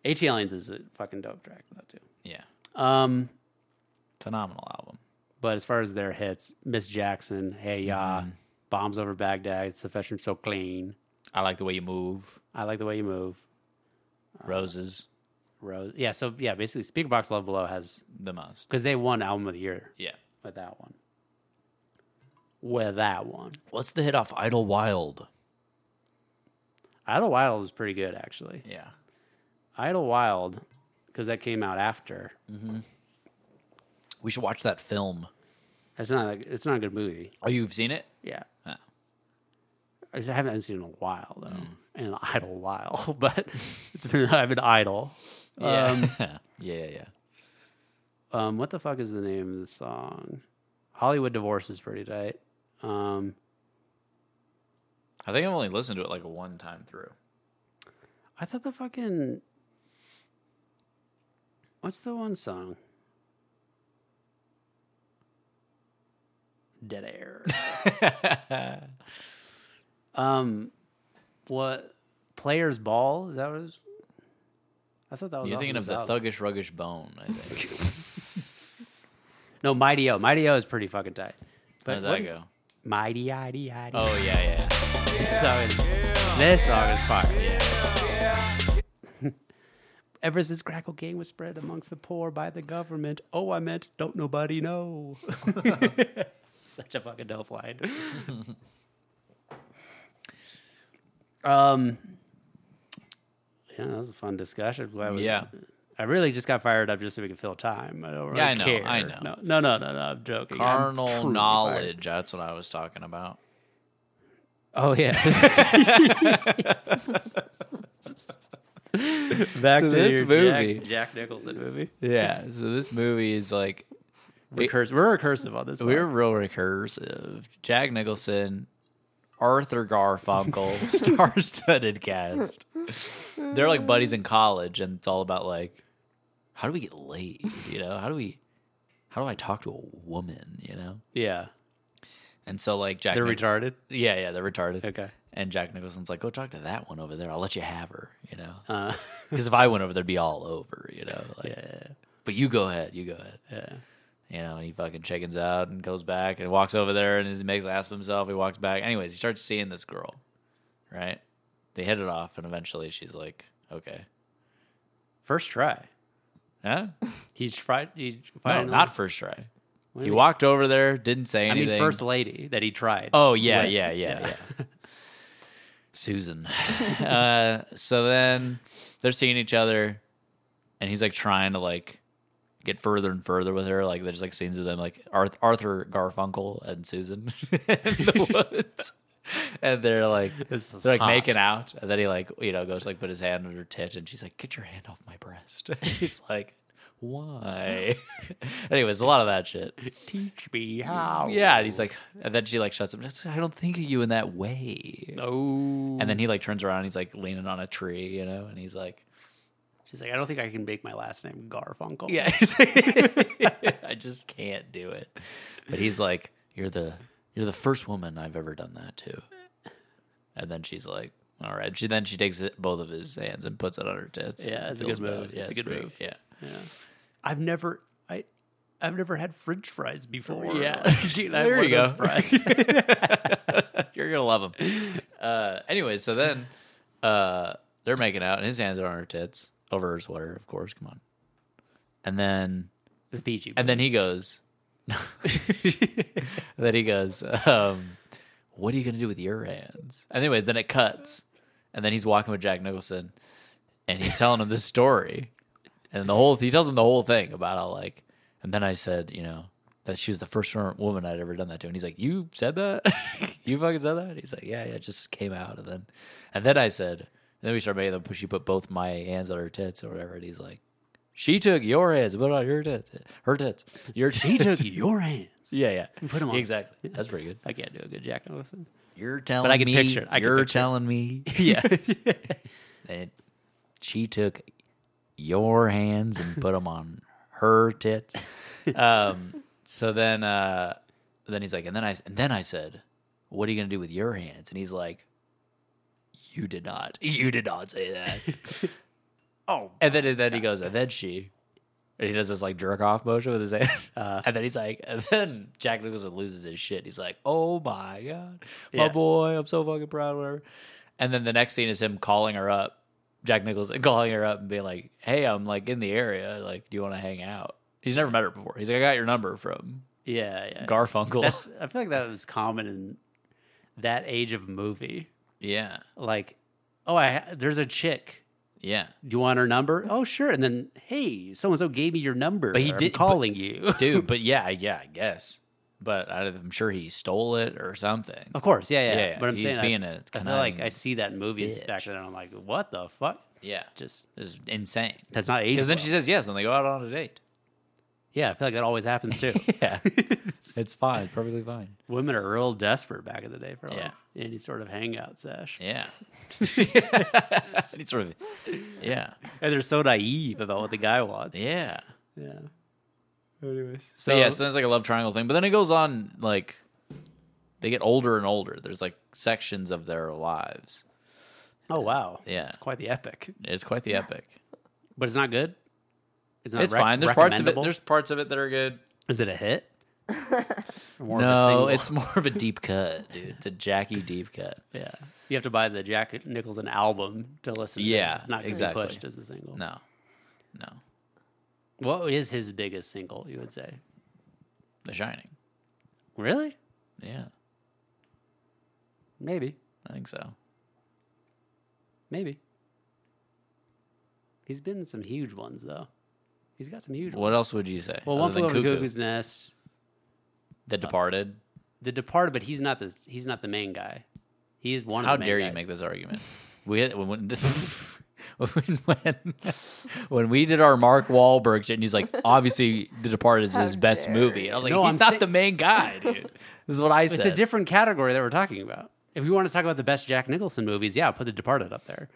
[SPEAKER 2] Now. AT Aliens is a fucking dope track though too.
[SPEAKER 3] Yeah,
[SPEAKER 2] Um,
[SPEAKER 3] phenomenal album.
[SPEAKER 2] But as far as their hits, Miss Jackson, Hey Ya, Bombs Over Baghdad, Sufficient So Clean,
[SPEAKER 3] I like the way you move.
[SPEAKER 2] I Like the Way You Move,
[SPEAKER 3] Roses,
[SPEAKER 2] Rose. Yeah, so yeah, basically Speaker Box Love Below has,
[SPEAKER 3] the most.
[SPEAKER 2] because they won Album of the Year
[SPEAKER 3] Yeah.
[SPEAKER 2] with that one. With that one.
[SPEAKER 3] What's the hit off Idle Wild?
[SPEAKER 2] Idle Wild is pretty good, actually.
[SPEAKER 3] Yeah.
[SPEAKER 2] Idle Wild, because that came out after.
[SPEAKER 3] We should watch that film.
[SPEAKER 2] It's not like it's not a good movie.
[SPEAKER 3] Oh, you've seen it?
[SPEAKER 2] Yeah.
[SPEAKER 3] Ah.
[SPEAKER 2] I just haven't seen it in a while though. In an idle while, but it's been I've been idle.
[SPEAKER 3] Yeah. yeah, yeah, yeah.
[SPEAKER 2] Um, what the fuck is the name of the song? Hollywood Divorce is pretty tight. Um,
[SPEAKER 3] I think I've only listened to it like one time through.
[SPEAKER 2] I thought the fucking what's the one song? Dead air. um, what players ball is that what it was? I thought that was.
[SPEAKER 3] You're
[SPEAKER 2] off
[SPEAKER 3] thinking of
[SPEAKER 2] this
[SPEAKER 3] the
[SPEAKER 2] album.
[SPEAKER 3] thuggish, ruggish bone, I think.
[SPEAKER 2] No, Mighty O. Mighty O is pretty fucking tight.
[SPEAKER 3] How does
[SPEAKER 2] what
[SPEAKER 3] that
[SPEAKER 2] is-
[SPEAKER 3] go?
[SPEAKER 2] Mighty Idy Idy.
[SPEAKER 3] Oh, yeah, yeah.
[SPEAKER 2] So it's- this song is fire. Ever since Crackle Gang was spread amongst the poor by the government, oh, I meant don't nobody know. Such a fucking dope line. um, yeah, that was a fun discussion. Glad we-
[SPEAKER 3] Yeah.
[SPEAKER 2] I really just got fired up just so we could fill time. I don't really
[SPEAKER 3] Yeah, I know,
[SPEAKER 2] care.
[SPEAKER 3] I know.
[SPEAKER 2] No, no, no, no, no, I'm joking. I'm
[SPEAKER 3] Carnal
[SPEAKER 2] truly fired.
[SPEAKER 3] knowledge. That's what I was talking about.
[SPEAKER 2] Oh yeah. Back
[SPEAKER 3] So
[SPEAKER 2] to
[SPEAKER 3] this
[SPEAKER 2] your
[SPEAKER 3] movie-
[SPEAKER 2] Jack, Jack Nicholson movie.
[SPEAKER 3] Yeah. So this movie is like
[SPEAKER 2] Recurs- we're recursive on this.
[SPEAKER 3] we're
[SPEAKER 2] one.
[SPEAKER 3] real recursive. Jack Nicholson, Arthur Garfunkel, star-studded cast. They're like buddies in college, and it's all about like, how do we get laid? You know, how do we, how do I talk to a woman? You know,
[SPEAKER 2] yeah.
[SPEAKER 3] and so like Jack,
[SPEAKER 2] They're
[SPEAKER 3] Nich-
[SPEAKER 2] retarded.
[SPEAKER 3] Yeah, yeah, they're retarded.
[SPEAKER 2] Okay.
[SPEAKER 3] And Jack Nicholson's like, go talk to that one over there. I'll let you have her. You know,
[SPEAKER 2] Uh,
[SPEAKER 3] because if I went over, there'd be all over. You know, like, but you go ahead, you go ahead.
[SPEAKER 2] yeah.
[SPEAKER 3] you know, and he fucking chickens out and goes back and walks over there and he makes an ass of himself. He walks back. Anyways, he starts seeing this girl, right? They hit it off, and eventually she's like, okay.
[SPEAKER 2] First try.
[SPEAKER 3] Huh?
[SPEAKER 2] He's tried. He
[SPEAKER 3] No,
[SPEAKER 2] finally-
[SPEAKER 3] not first try.
[SPEAKER 2] What do
[SPEAKER 3] He
[SPEAKER 2] you mean?
[SPEAKER 3] walked over there, didn't say
[SPEAKER 2] I
[SPEAKER 3] anything.
[SPEAKER 2] mean, first lady that he tried.
[SPEAKER 3] Oh, yeah,
[SPEAKER 2] With.
[SPEAKER 3] yeah, yeah, yeah. Susan. uh, so then they're seeing each other, and he's like trying to like get further and further with her. Like there's like scenes of them like Arth- Arthur Garfunkel and Susan in the woods, and they're like
[SPEAKER 2] This is
[SPEAKER 3] they're like
[SPEAKER 2] hot.
[SPEAKER 3] making out, and then he like you know goes like put his hand on her tit, and she's like, "Get your hand off my breast." he's like. Why? Anyways, a lot of that shit.
[SPEAKER 2] Teach me how.
[SPEAKER 3] Yeah, and he's like, and then she like shuts him. I don't think of you in that way.
[SPEAKER 2] Oh.
[SPEAKER 3] And then he like turns around. And he's like leaning on a tree, you know, and he's like,
[SPEAKER 2] She's like, I don't think I can make my last name Garfunkel.
[SPEAKER 3] yeah, he's like, I just can't do it. But he's like, you're the you're the first woman I've ever done that to. And then she's like, all right. She then she takes it, both of his hands and puts it on her tits.
[SPEAKER 2] Yeah,
[SPEAKER 3] and
[SPEAKER 2] it's a
[SPEAKER 3] feels
[SPEAKER 2] good move.
[SPEAKER 3] bad. Yeah,
[SPEAKER 2] It's a good
[SPEAKER 3] pretty-
[SPEAKER 2] move.
[SPEAKER 3] Yeah.
[SPEAKER 2] I've never. I. I've never had French fries before.
[SPEAKER 3] Yeah.
[SPEAKER 2] Can I have
[SPEAKER 3] There
[SPEAKER 2] one
[SPEAKER 3] you go.
[SPEAKER 2] of those Fries.
[SPEAKER 3] You're gonna love him. Uh, anyway, so then uh, they're making out, and his hands are on her tits over her sweater, of course. Come on. And then,
[SPEAKER 2] it's peachy.
[SPEAKER 3] and then he goes. then he goes. Um, what are you gonna do with your hands? Anyways, then it cuts, and then he's walking with Jack Nicholson, and he's telling him this story, and the whole he tells him the whole thing about how like, and then I said, you know, that she was the first woman I'd ever done that to, and he's like, you said that, you fucking said that. He's like, yeah, yeah, it just came out, and then, and then I said, and then we started making them. She put both my hands on her tits or whatever, and he's like. She took your hands, but on her tits, her tits, your tits.
[SPEAKER 2] he took your hands.
[SPEAKER 3] yeah, yeah,
[SPEAKER 2] put 'em on.
[SPEAKER 3] exactly. That's pretty good.
[SPEAKER 2] I can't do a good Jack Nicholson.
[SPEAKER 3] You're telling
[SPEAKER 2] I can
[SPEAKER 3] me.
[SPEAKER 2] picture it. I can
[SPEAKER 3] you're
[SPEAKER 2] picture it.
[SPEAKER 3] telling me
[SPEAKER 2] Yeah.
[SPEAKER 3] that she took your hands and put them on her tits. Um, so then, uh, then he's like, and then I, and then I said, "What are you gonna do with your hands?" And he's like, "You did not. You did not say that." oh. And then, and then he goes, and then she, And he does this like jerk off motion with his hand.
[SPEAKER 2] Uh-huh.
[SPEAKER 3] and then he's like, and then Jack Nicholson loses his shit. He's like, oh my God, my
[SPEAKER 2] Yeah.
[SPEAKER 3] boy, I'm so fucking proud of her. And then the next scene is him calling her up, Jack Nicholson calling her up and being like, hey, I'm like in the area. Like, do you want to hang out? He's never met her before. He's like, I got your number from
[SPEAKER 2] Yeah, yeah.
[SPEAKER 3] Garfunkel.
[SPEAKER 2] That's, I feel like that was common in that age of movie.
[SPEAKER 3] yeah.
[SPEAKER 2] Like, oh, I ha- there's a chick.
[SPEAKER 3] Yeah.
[SPEAKER 2] Do you want her number? Oh, sure. And then, hey, so and so gave me your number.
[SPEAKER 3] But he
[SPEAKER 2] I'm
[SPEAKER 3] did- but-
[SPEAKER 2] calling you.
[SPEAKER 3] Dude, but yeah, yeah, I guess. But I, I'm sure he stole it or something.
[SPEAKER 2] Of course, yeah, yeah.
[SPEAKER 3] Yeah, yeah.
[SPEAKER 2] But I'm
[SPEAKER 3] He's
[SPEAKER 2] saying
[SPEAKER 3] being
[SPEAKER 2] I,
[SPEAKER 3] a
[SPEAKER 2] I feel like
[SPEAKER 3] conniving
[SPEAKER 2] I see that in movies
[SPEAKER 3] bitch.
[SPEAKER 2] back then. and I'm like, what the fuck?
[SPEAKER 3] Yeah.
[SPEAKER 2] Just
[SPEAKER 3] It's insane.
[SPEAKER 2] that's not age.
[SPEAKER 3] Because then she says yes, and they go out on a date.
[SPEAKER 2] yeah, I feel like that always happens too.
[SPEAKER 3] Yeah. it's fine. Perfectly fine.
[SPEAKER 2] Women are real desperate back in the day for like
[SPEAKER 3] Yeah.
[SPEAKER 2] any sort of hangout sesh.
[SPEAKER 3] Yeah. it's sort of, yeah.
[SPEAKER 2] And they're so naive about what the guy wants.
[SPEAKER 3] Yeah.
[SPEAKER 2] Yeah. Anyways,
[SPEAKER 3] So,
[SPEAKER 2] so
[SPEAKER 3] yeah, so it's like a love triangle thing. But then it goes on, like, they get older and older. There's like sections of their lives.
[SPEAKER 2] oh wow,
[SPEAKER 3] Yeah.
[SPEAKER 2] it's quite the epic,
[SPEAKER 3] It's quite the epic.
[SPEAKER 2] but it's not good. It's not.
[SPEAKER 3] It's
[SPEAKER 2] rec-
[SPEAKER 3] fine. There's parts of it.
[SPEAKER 2] recommendable?
[SPEAKER 3] There's parts of it that are good.
[SPEAKER 2] is it a hit? Or more of a
[SPEAKER 3] No,
[SPEAKER 2] single?
[SPEAKER 3] it's more of a deep cut, dude. It's a Jackie deep cut.
[SPEAKER 2] yeah. You have to buy the Jack Nicholson album to listen. to
[SPEAKER 3] Yeah,
[SPEAKER 2] this. it's not gonna
[SPEAKER 3] exactly.
[SPEAKER 2] be pushed as a single.
[SPEAKER 3] No, no,
[SPEAKER 2] What is his biggest single? You would say
[SPEAKER 3] The Shining.
[SPEAKER 2] really?
[SPEAKER 3] Yeah,
[SPEAKER 2] Maybe,
[SPEAKER 3] I think so.
[SPEAKER 2] maybe. He's been in some huge ones though. He's got some huge. ones.
[SPEAKER 3] What else would you say?
[SPEAKER 2] Well,
[SPEAKER 3] other
[SPEAKER 2] one flew
[SPEAKER 3] than
[SPEAKER 2] over the
[SPEAKER 3] Cuckoo?
[SPEAKER 2] cuckoo's nest.
[SPEAKER 3] The Departed.
[SPEAKER 2] The Departed, but he's not the he's not the main guy. He is one.
[SPEAKER 3] How
[SPEAKER 2] of the main
[SPEAKER 3] dare you
[SPEAKER 2] guys.
[SPEAKER 3] make this argument? We had, when when, when when when we did our Mark Wahlberg shit, and he's like, obviously, The Departed is his best movie. And I was like,
[SPEAKER 2] No,
[SPEAKER 3] he's
[SPEAKER 2] I'm
[SPEAKER 3] not
[SPEAKER 2] sa-
[SPEAKER 3] the main guy, dude. this is what I said.
[SPEAKER 2] It's a different category that we're talking about. If we want to talk about the best Jack Nicholson movies, yeah, put The Departed up there.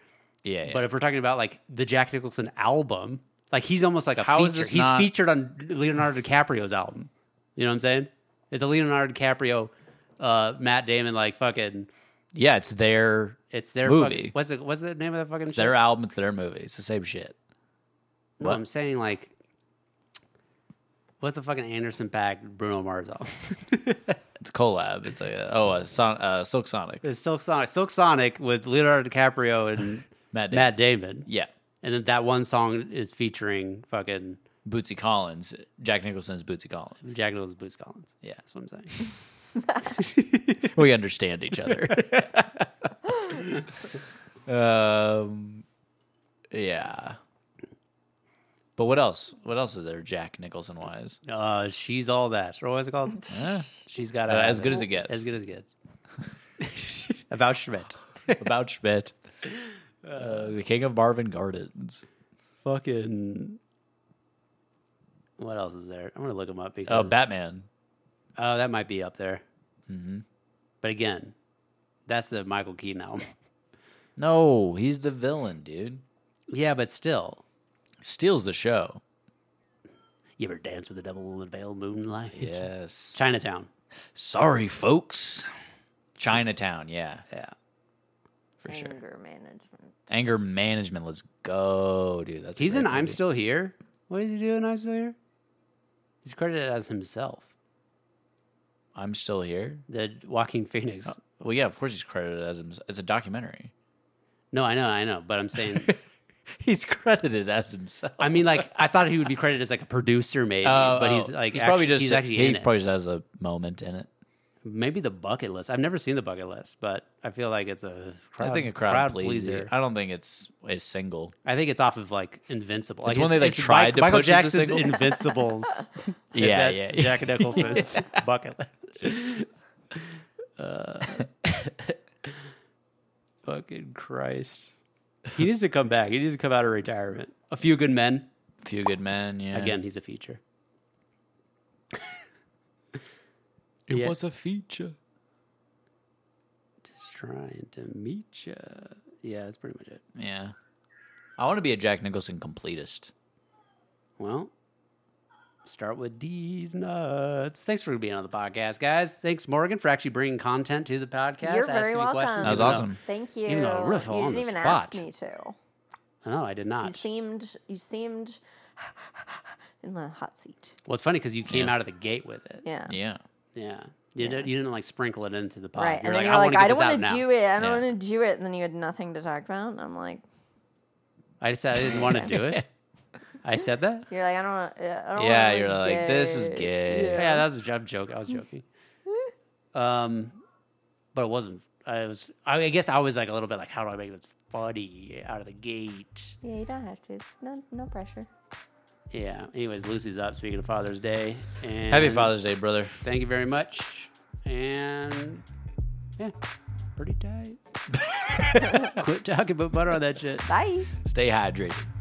[SPEAKER 3] Yeah, yeah.
[SPEAKER 2] But if we're talking about like the Jack Nicholson album, like he's almost like a
[SPEAKER 3] How
[SPEAKER 2] feature.
[SPEAKER 3] is this
[SPEAKER 2] he's
[SPEAKER 3] not-
[SPEAKER 2] featured on Leonardo DiCaprio's album. You know what I'm saying? It's a Leonardo DiCaprio, uh, Matt Damon, like fucking.
[SPEAKER 3] yeah, it's their
[SPEAKER 2] It's their
[SPEAKER 3] Movie.
[SPEAKER 2] fucking- what's the what's the name of that fucking?
[SPEAKER 3] it's
[SPEAKER 2] shit?
[SPEAKER 3] their album, it's their movie. It's the same shit.
[SPEAKER 2] No,
[SPEAKER 3] What?
[SPEAKER 2] I'm saying like, what's the fucking Anderson Pack Bruno Mars album?
[SPEAKER 3] It's a collab. It's a oh, a son, uh, Silk Sonic.
[SPEAKER 2] It's Silk Sonic, Silk Sonic with Leonardo DiCaprio and
[SPEAKER 3] Matt Mm-hmm. Damon.
[SPEAKER 2] Matt Damon.
[SPEAKER 3] Yeah,
[SPEAKER 2] And then that one song is featuring fucking
[SPEAKER 3] Bootsy Collins. Jack Nicholson's Bootsy Collins.
[SPEAKER 2] Jack Nicholson's Boots Collins.
[SPEAKER 3] Yeah,
[SPEAKER 2] That's what I'm saying.
[SPEAKER 3] we understand each other. um, yeah. But what else? What else is there, Jack Nicholson wise?
[SPEAKER 2] Uh, she's all that. Or what's it called? She's got a,
[SPEAKER 3] Uh, As Good As It Gets.
[SPEAKER 2] As good as it gets. About Schmidt.
[SPEAKER 3] About Schmidt, uh, the King of Marvin Gardens.
[SPEAKER 2] Fucking. What else is there? I'm gonna look him up because
[SPEAKER 3] Oh, Batman.
[SPEAKER 2] Oh, that might be up there.
[SPEAKER 3] Mm-hmm.
[SPEAKER 2] But again, that's the Michael Keaton album.
[SPEAKER 3] No, he's the villain, dude.
[SPEAKER 2] yeah, but still,
[SPEAKER 3] Steals the show.
[SPEAKER 2] you ever dance with the devil in the veil moonlight?
[SPEAKER 3] Yes.
[SPEAKER 2] Chinatown.
[SPEAKER 3] Sorry, folks. Chinatown. Yeah,
[SPEAKER 2] Yeah.
[SPEAKER 3] for sure.
[SPEAKER 1] Anger management.
[SPEAKER 3] Anger management. Let's go, dude. That's a
[SPEAKER 2] He's
[SPEAKER 3] great
[SPEAKER 2] in I'm
[SPEAKER 3] movie.
[SPEAKER 2] Still Here. What is he doing? I'm Still Here? He's credited as himself.
[SPEAKER 3] I'm still here.
[SPEAKER 2] The Walking Phoenix.
[SPEAKER 3] Well, yeah, of course he's credited as himself. It's a documentary.
[SPEAKER 2] No, I know, I know, but I'm saying,
[SPEAKER 3] He's credited as himself.
[SPEAKER 2] I mean, like, I thought he would be credited as like a producer, maybe, but he's like,
[SPEAKER 3] Oh, Uh, he's
[SPEAKER 2] actu-
[SPEAKER 3] probably just
[SPEAKER 2] he's actually
[SPEAKER 3] he
[SPEAKER 2] in it.
[SPEAKER 3] probably just has a moment in it.
[SPEAKER 2] Maybe the bucket list. I've never seen the bucket list, but I feel like it's a crowd,
[SPEAKER 3] I think a crowd, pleaser. I don't think it's a single.
[SPEAKER 2] I think it's off of like Invincible. Like,
[SPEAKER 3] when they, like, tried to
[SPEAKER 2] Michael
[SPEAKER 3] push as a
[SPEAKER 2] Jackson's
[SPEAKER 3] single.
[SPEAKER 2] Invincibles.
[SPEAKER 3] Yeah,
[SPEAKER 2] that's
[SPEAKER 3] yeah.
[SPEAKER 2] Jack Nicholson's bucket list. Uh, fucking Christ! He needs to come back. He needs to come out of retirement. A few good men.
[SPEAKER 3] Few Good Men. Yeah.
[SPEAKER 2] Again, he's a feature.
[SPEAKER 3] it
[SPEAKER 2] yeah.
[SPEAKER 3] was a feature.
[SPEAKER 2] Just trying to meet you. Yeah, that's pretty much it.
[SPEAKER 3] Yeah. I want to be a Jack Nicholson completist.
[SPEAKER 2] Well, start with these nuts. Thanks for being on the podcast, guys. Thanks, Morgan, for actually bringing content to the podcast.
[SPEAKER 1] You're
[SPEAKER 2] asking
[SPEAKER 1] very
[SPEAKER 2] me
[SPEAKER 1] welcome.
[SPEAKER 2] questions,
[SPEAKER 3] That was
[SPEAKER 2] even though-
[SPEAKER 3] awesome.
[SPEAKER 1] Thank you.
[SPEAKER 2] Even though
[SPEAKER 1] You
[SPEAKER 2] Riffle on
[SPEAKER 1] didn't
[SPEAKER 2] the
[SPEAKER 1] even
[SPEAKER 2] spot.
[SPEAKER 1] ask me to.
[SPEAKER 2] No, I did
[SPEAKER 1] You
[SPEAKER 2] not.
[SPEAKER 1] seemed you seemed in the hot seat.
[SPEAKER 2] Well, it's funny because you came
[SPEAKER 3] Yeah.
[SPEAKER 2] out of the gate with it.
[SPEAKER 1] Yeah.
[SPEAKER 3] Yeah.
[SPEAKER 2] Yeah. You, Did, you didn't like sprinkle it into the pot.
[SPEAKER 1] Right.
[SPEAKER 2] You're
[SPEAKER 1] and then
[SPEAKER 2] like,
[SPEAKER 1] you
[SPEAKER 2] I
[SPEAKER 1] were
[SPEAKER 2] want
[SPEAKER 1] like,
[SPEAKER 2] to get
[SPEAKER 1] I
[SPEAKER 2] this
[SPEAKER 1] don't
[SPEAKER 2] out
[SPEAKER 1] want
[SPEAKER 2] now.
[SPEAKER 1] to do it. I
[SPEAKER 3] Yeah.
[SPEAKER 1] don't want to do it. And then you had nothing to talk about. And I'm like,
[SPEAKER 2] I said I didn't want to do it. I said that?
[SPEAKER 1] you're like, I don't want I don't
[SPEAKER 3] Yeah,
[SPEAKER 1] wanna
[SPEAKER 3] you're like, this is gay.
[SPEAKER 2] Yeah, that was a job joke. I was joking. Um, but it wasn't. I was. I guess I was like a little bit like, how do I make this funny out of the gate?
[SPEAKER 1] Yeah, you don't have to. It's no, no pressure.
[SPEAKER 2] Yeah. Anyways, Lucy's up. Speaking of Father's Day, and
[SPEAKER 3] Happy Father's Day, brother.
[SPEAKER 2] Thank you very much. And yeah, pretty tight. Quit talking about butter on that shit.
[SPEAKER 1] Bye.
[SPEAKER 3] Stay hydrated.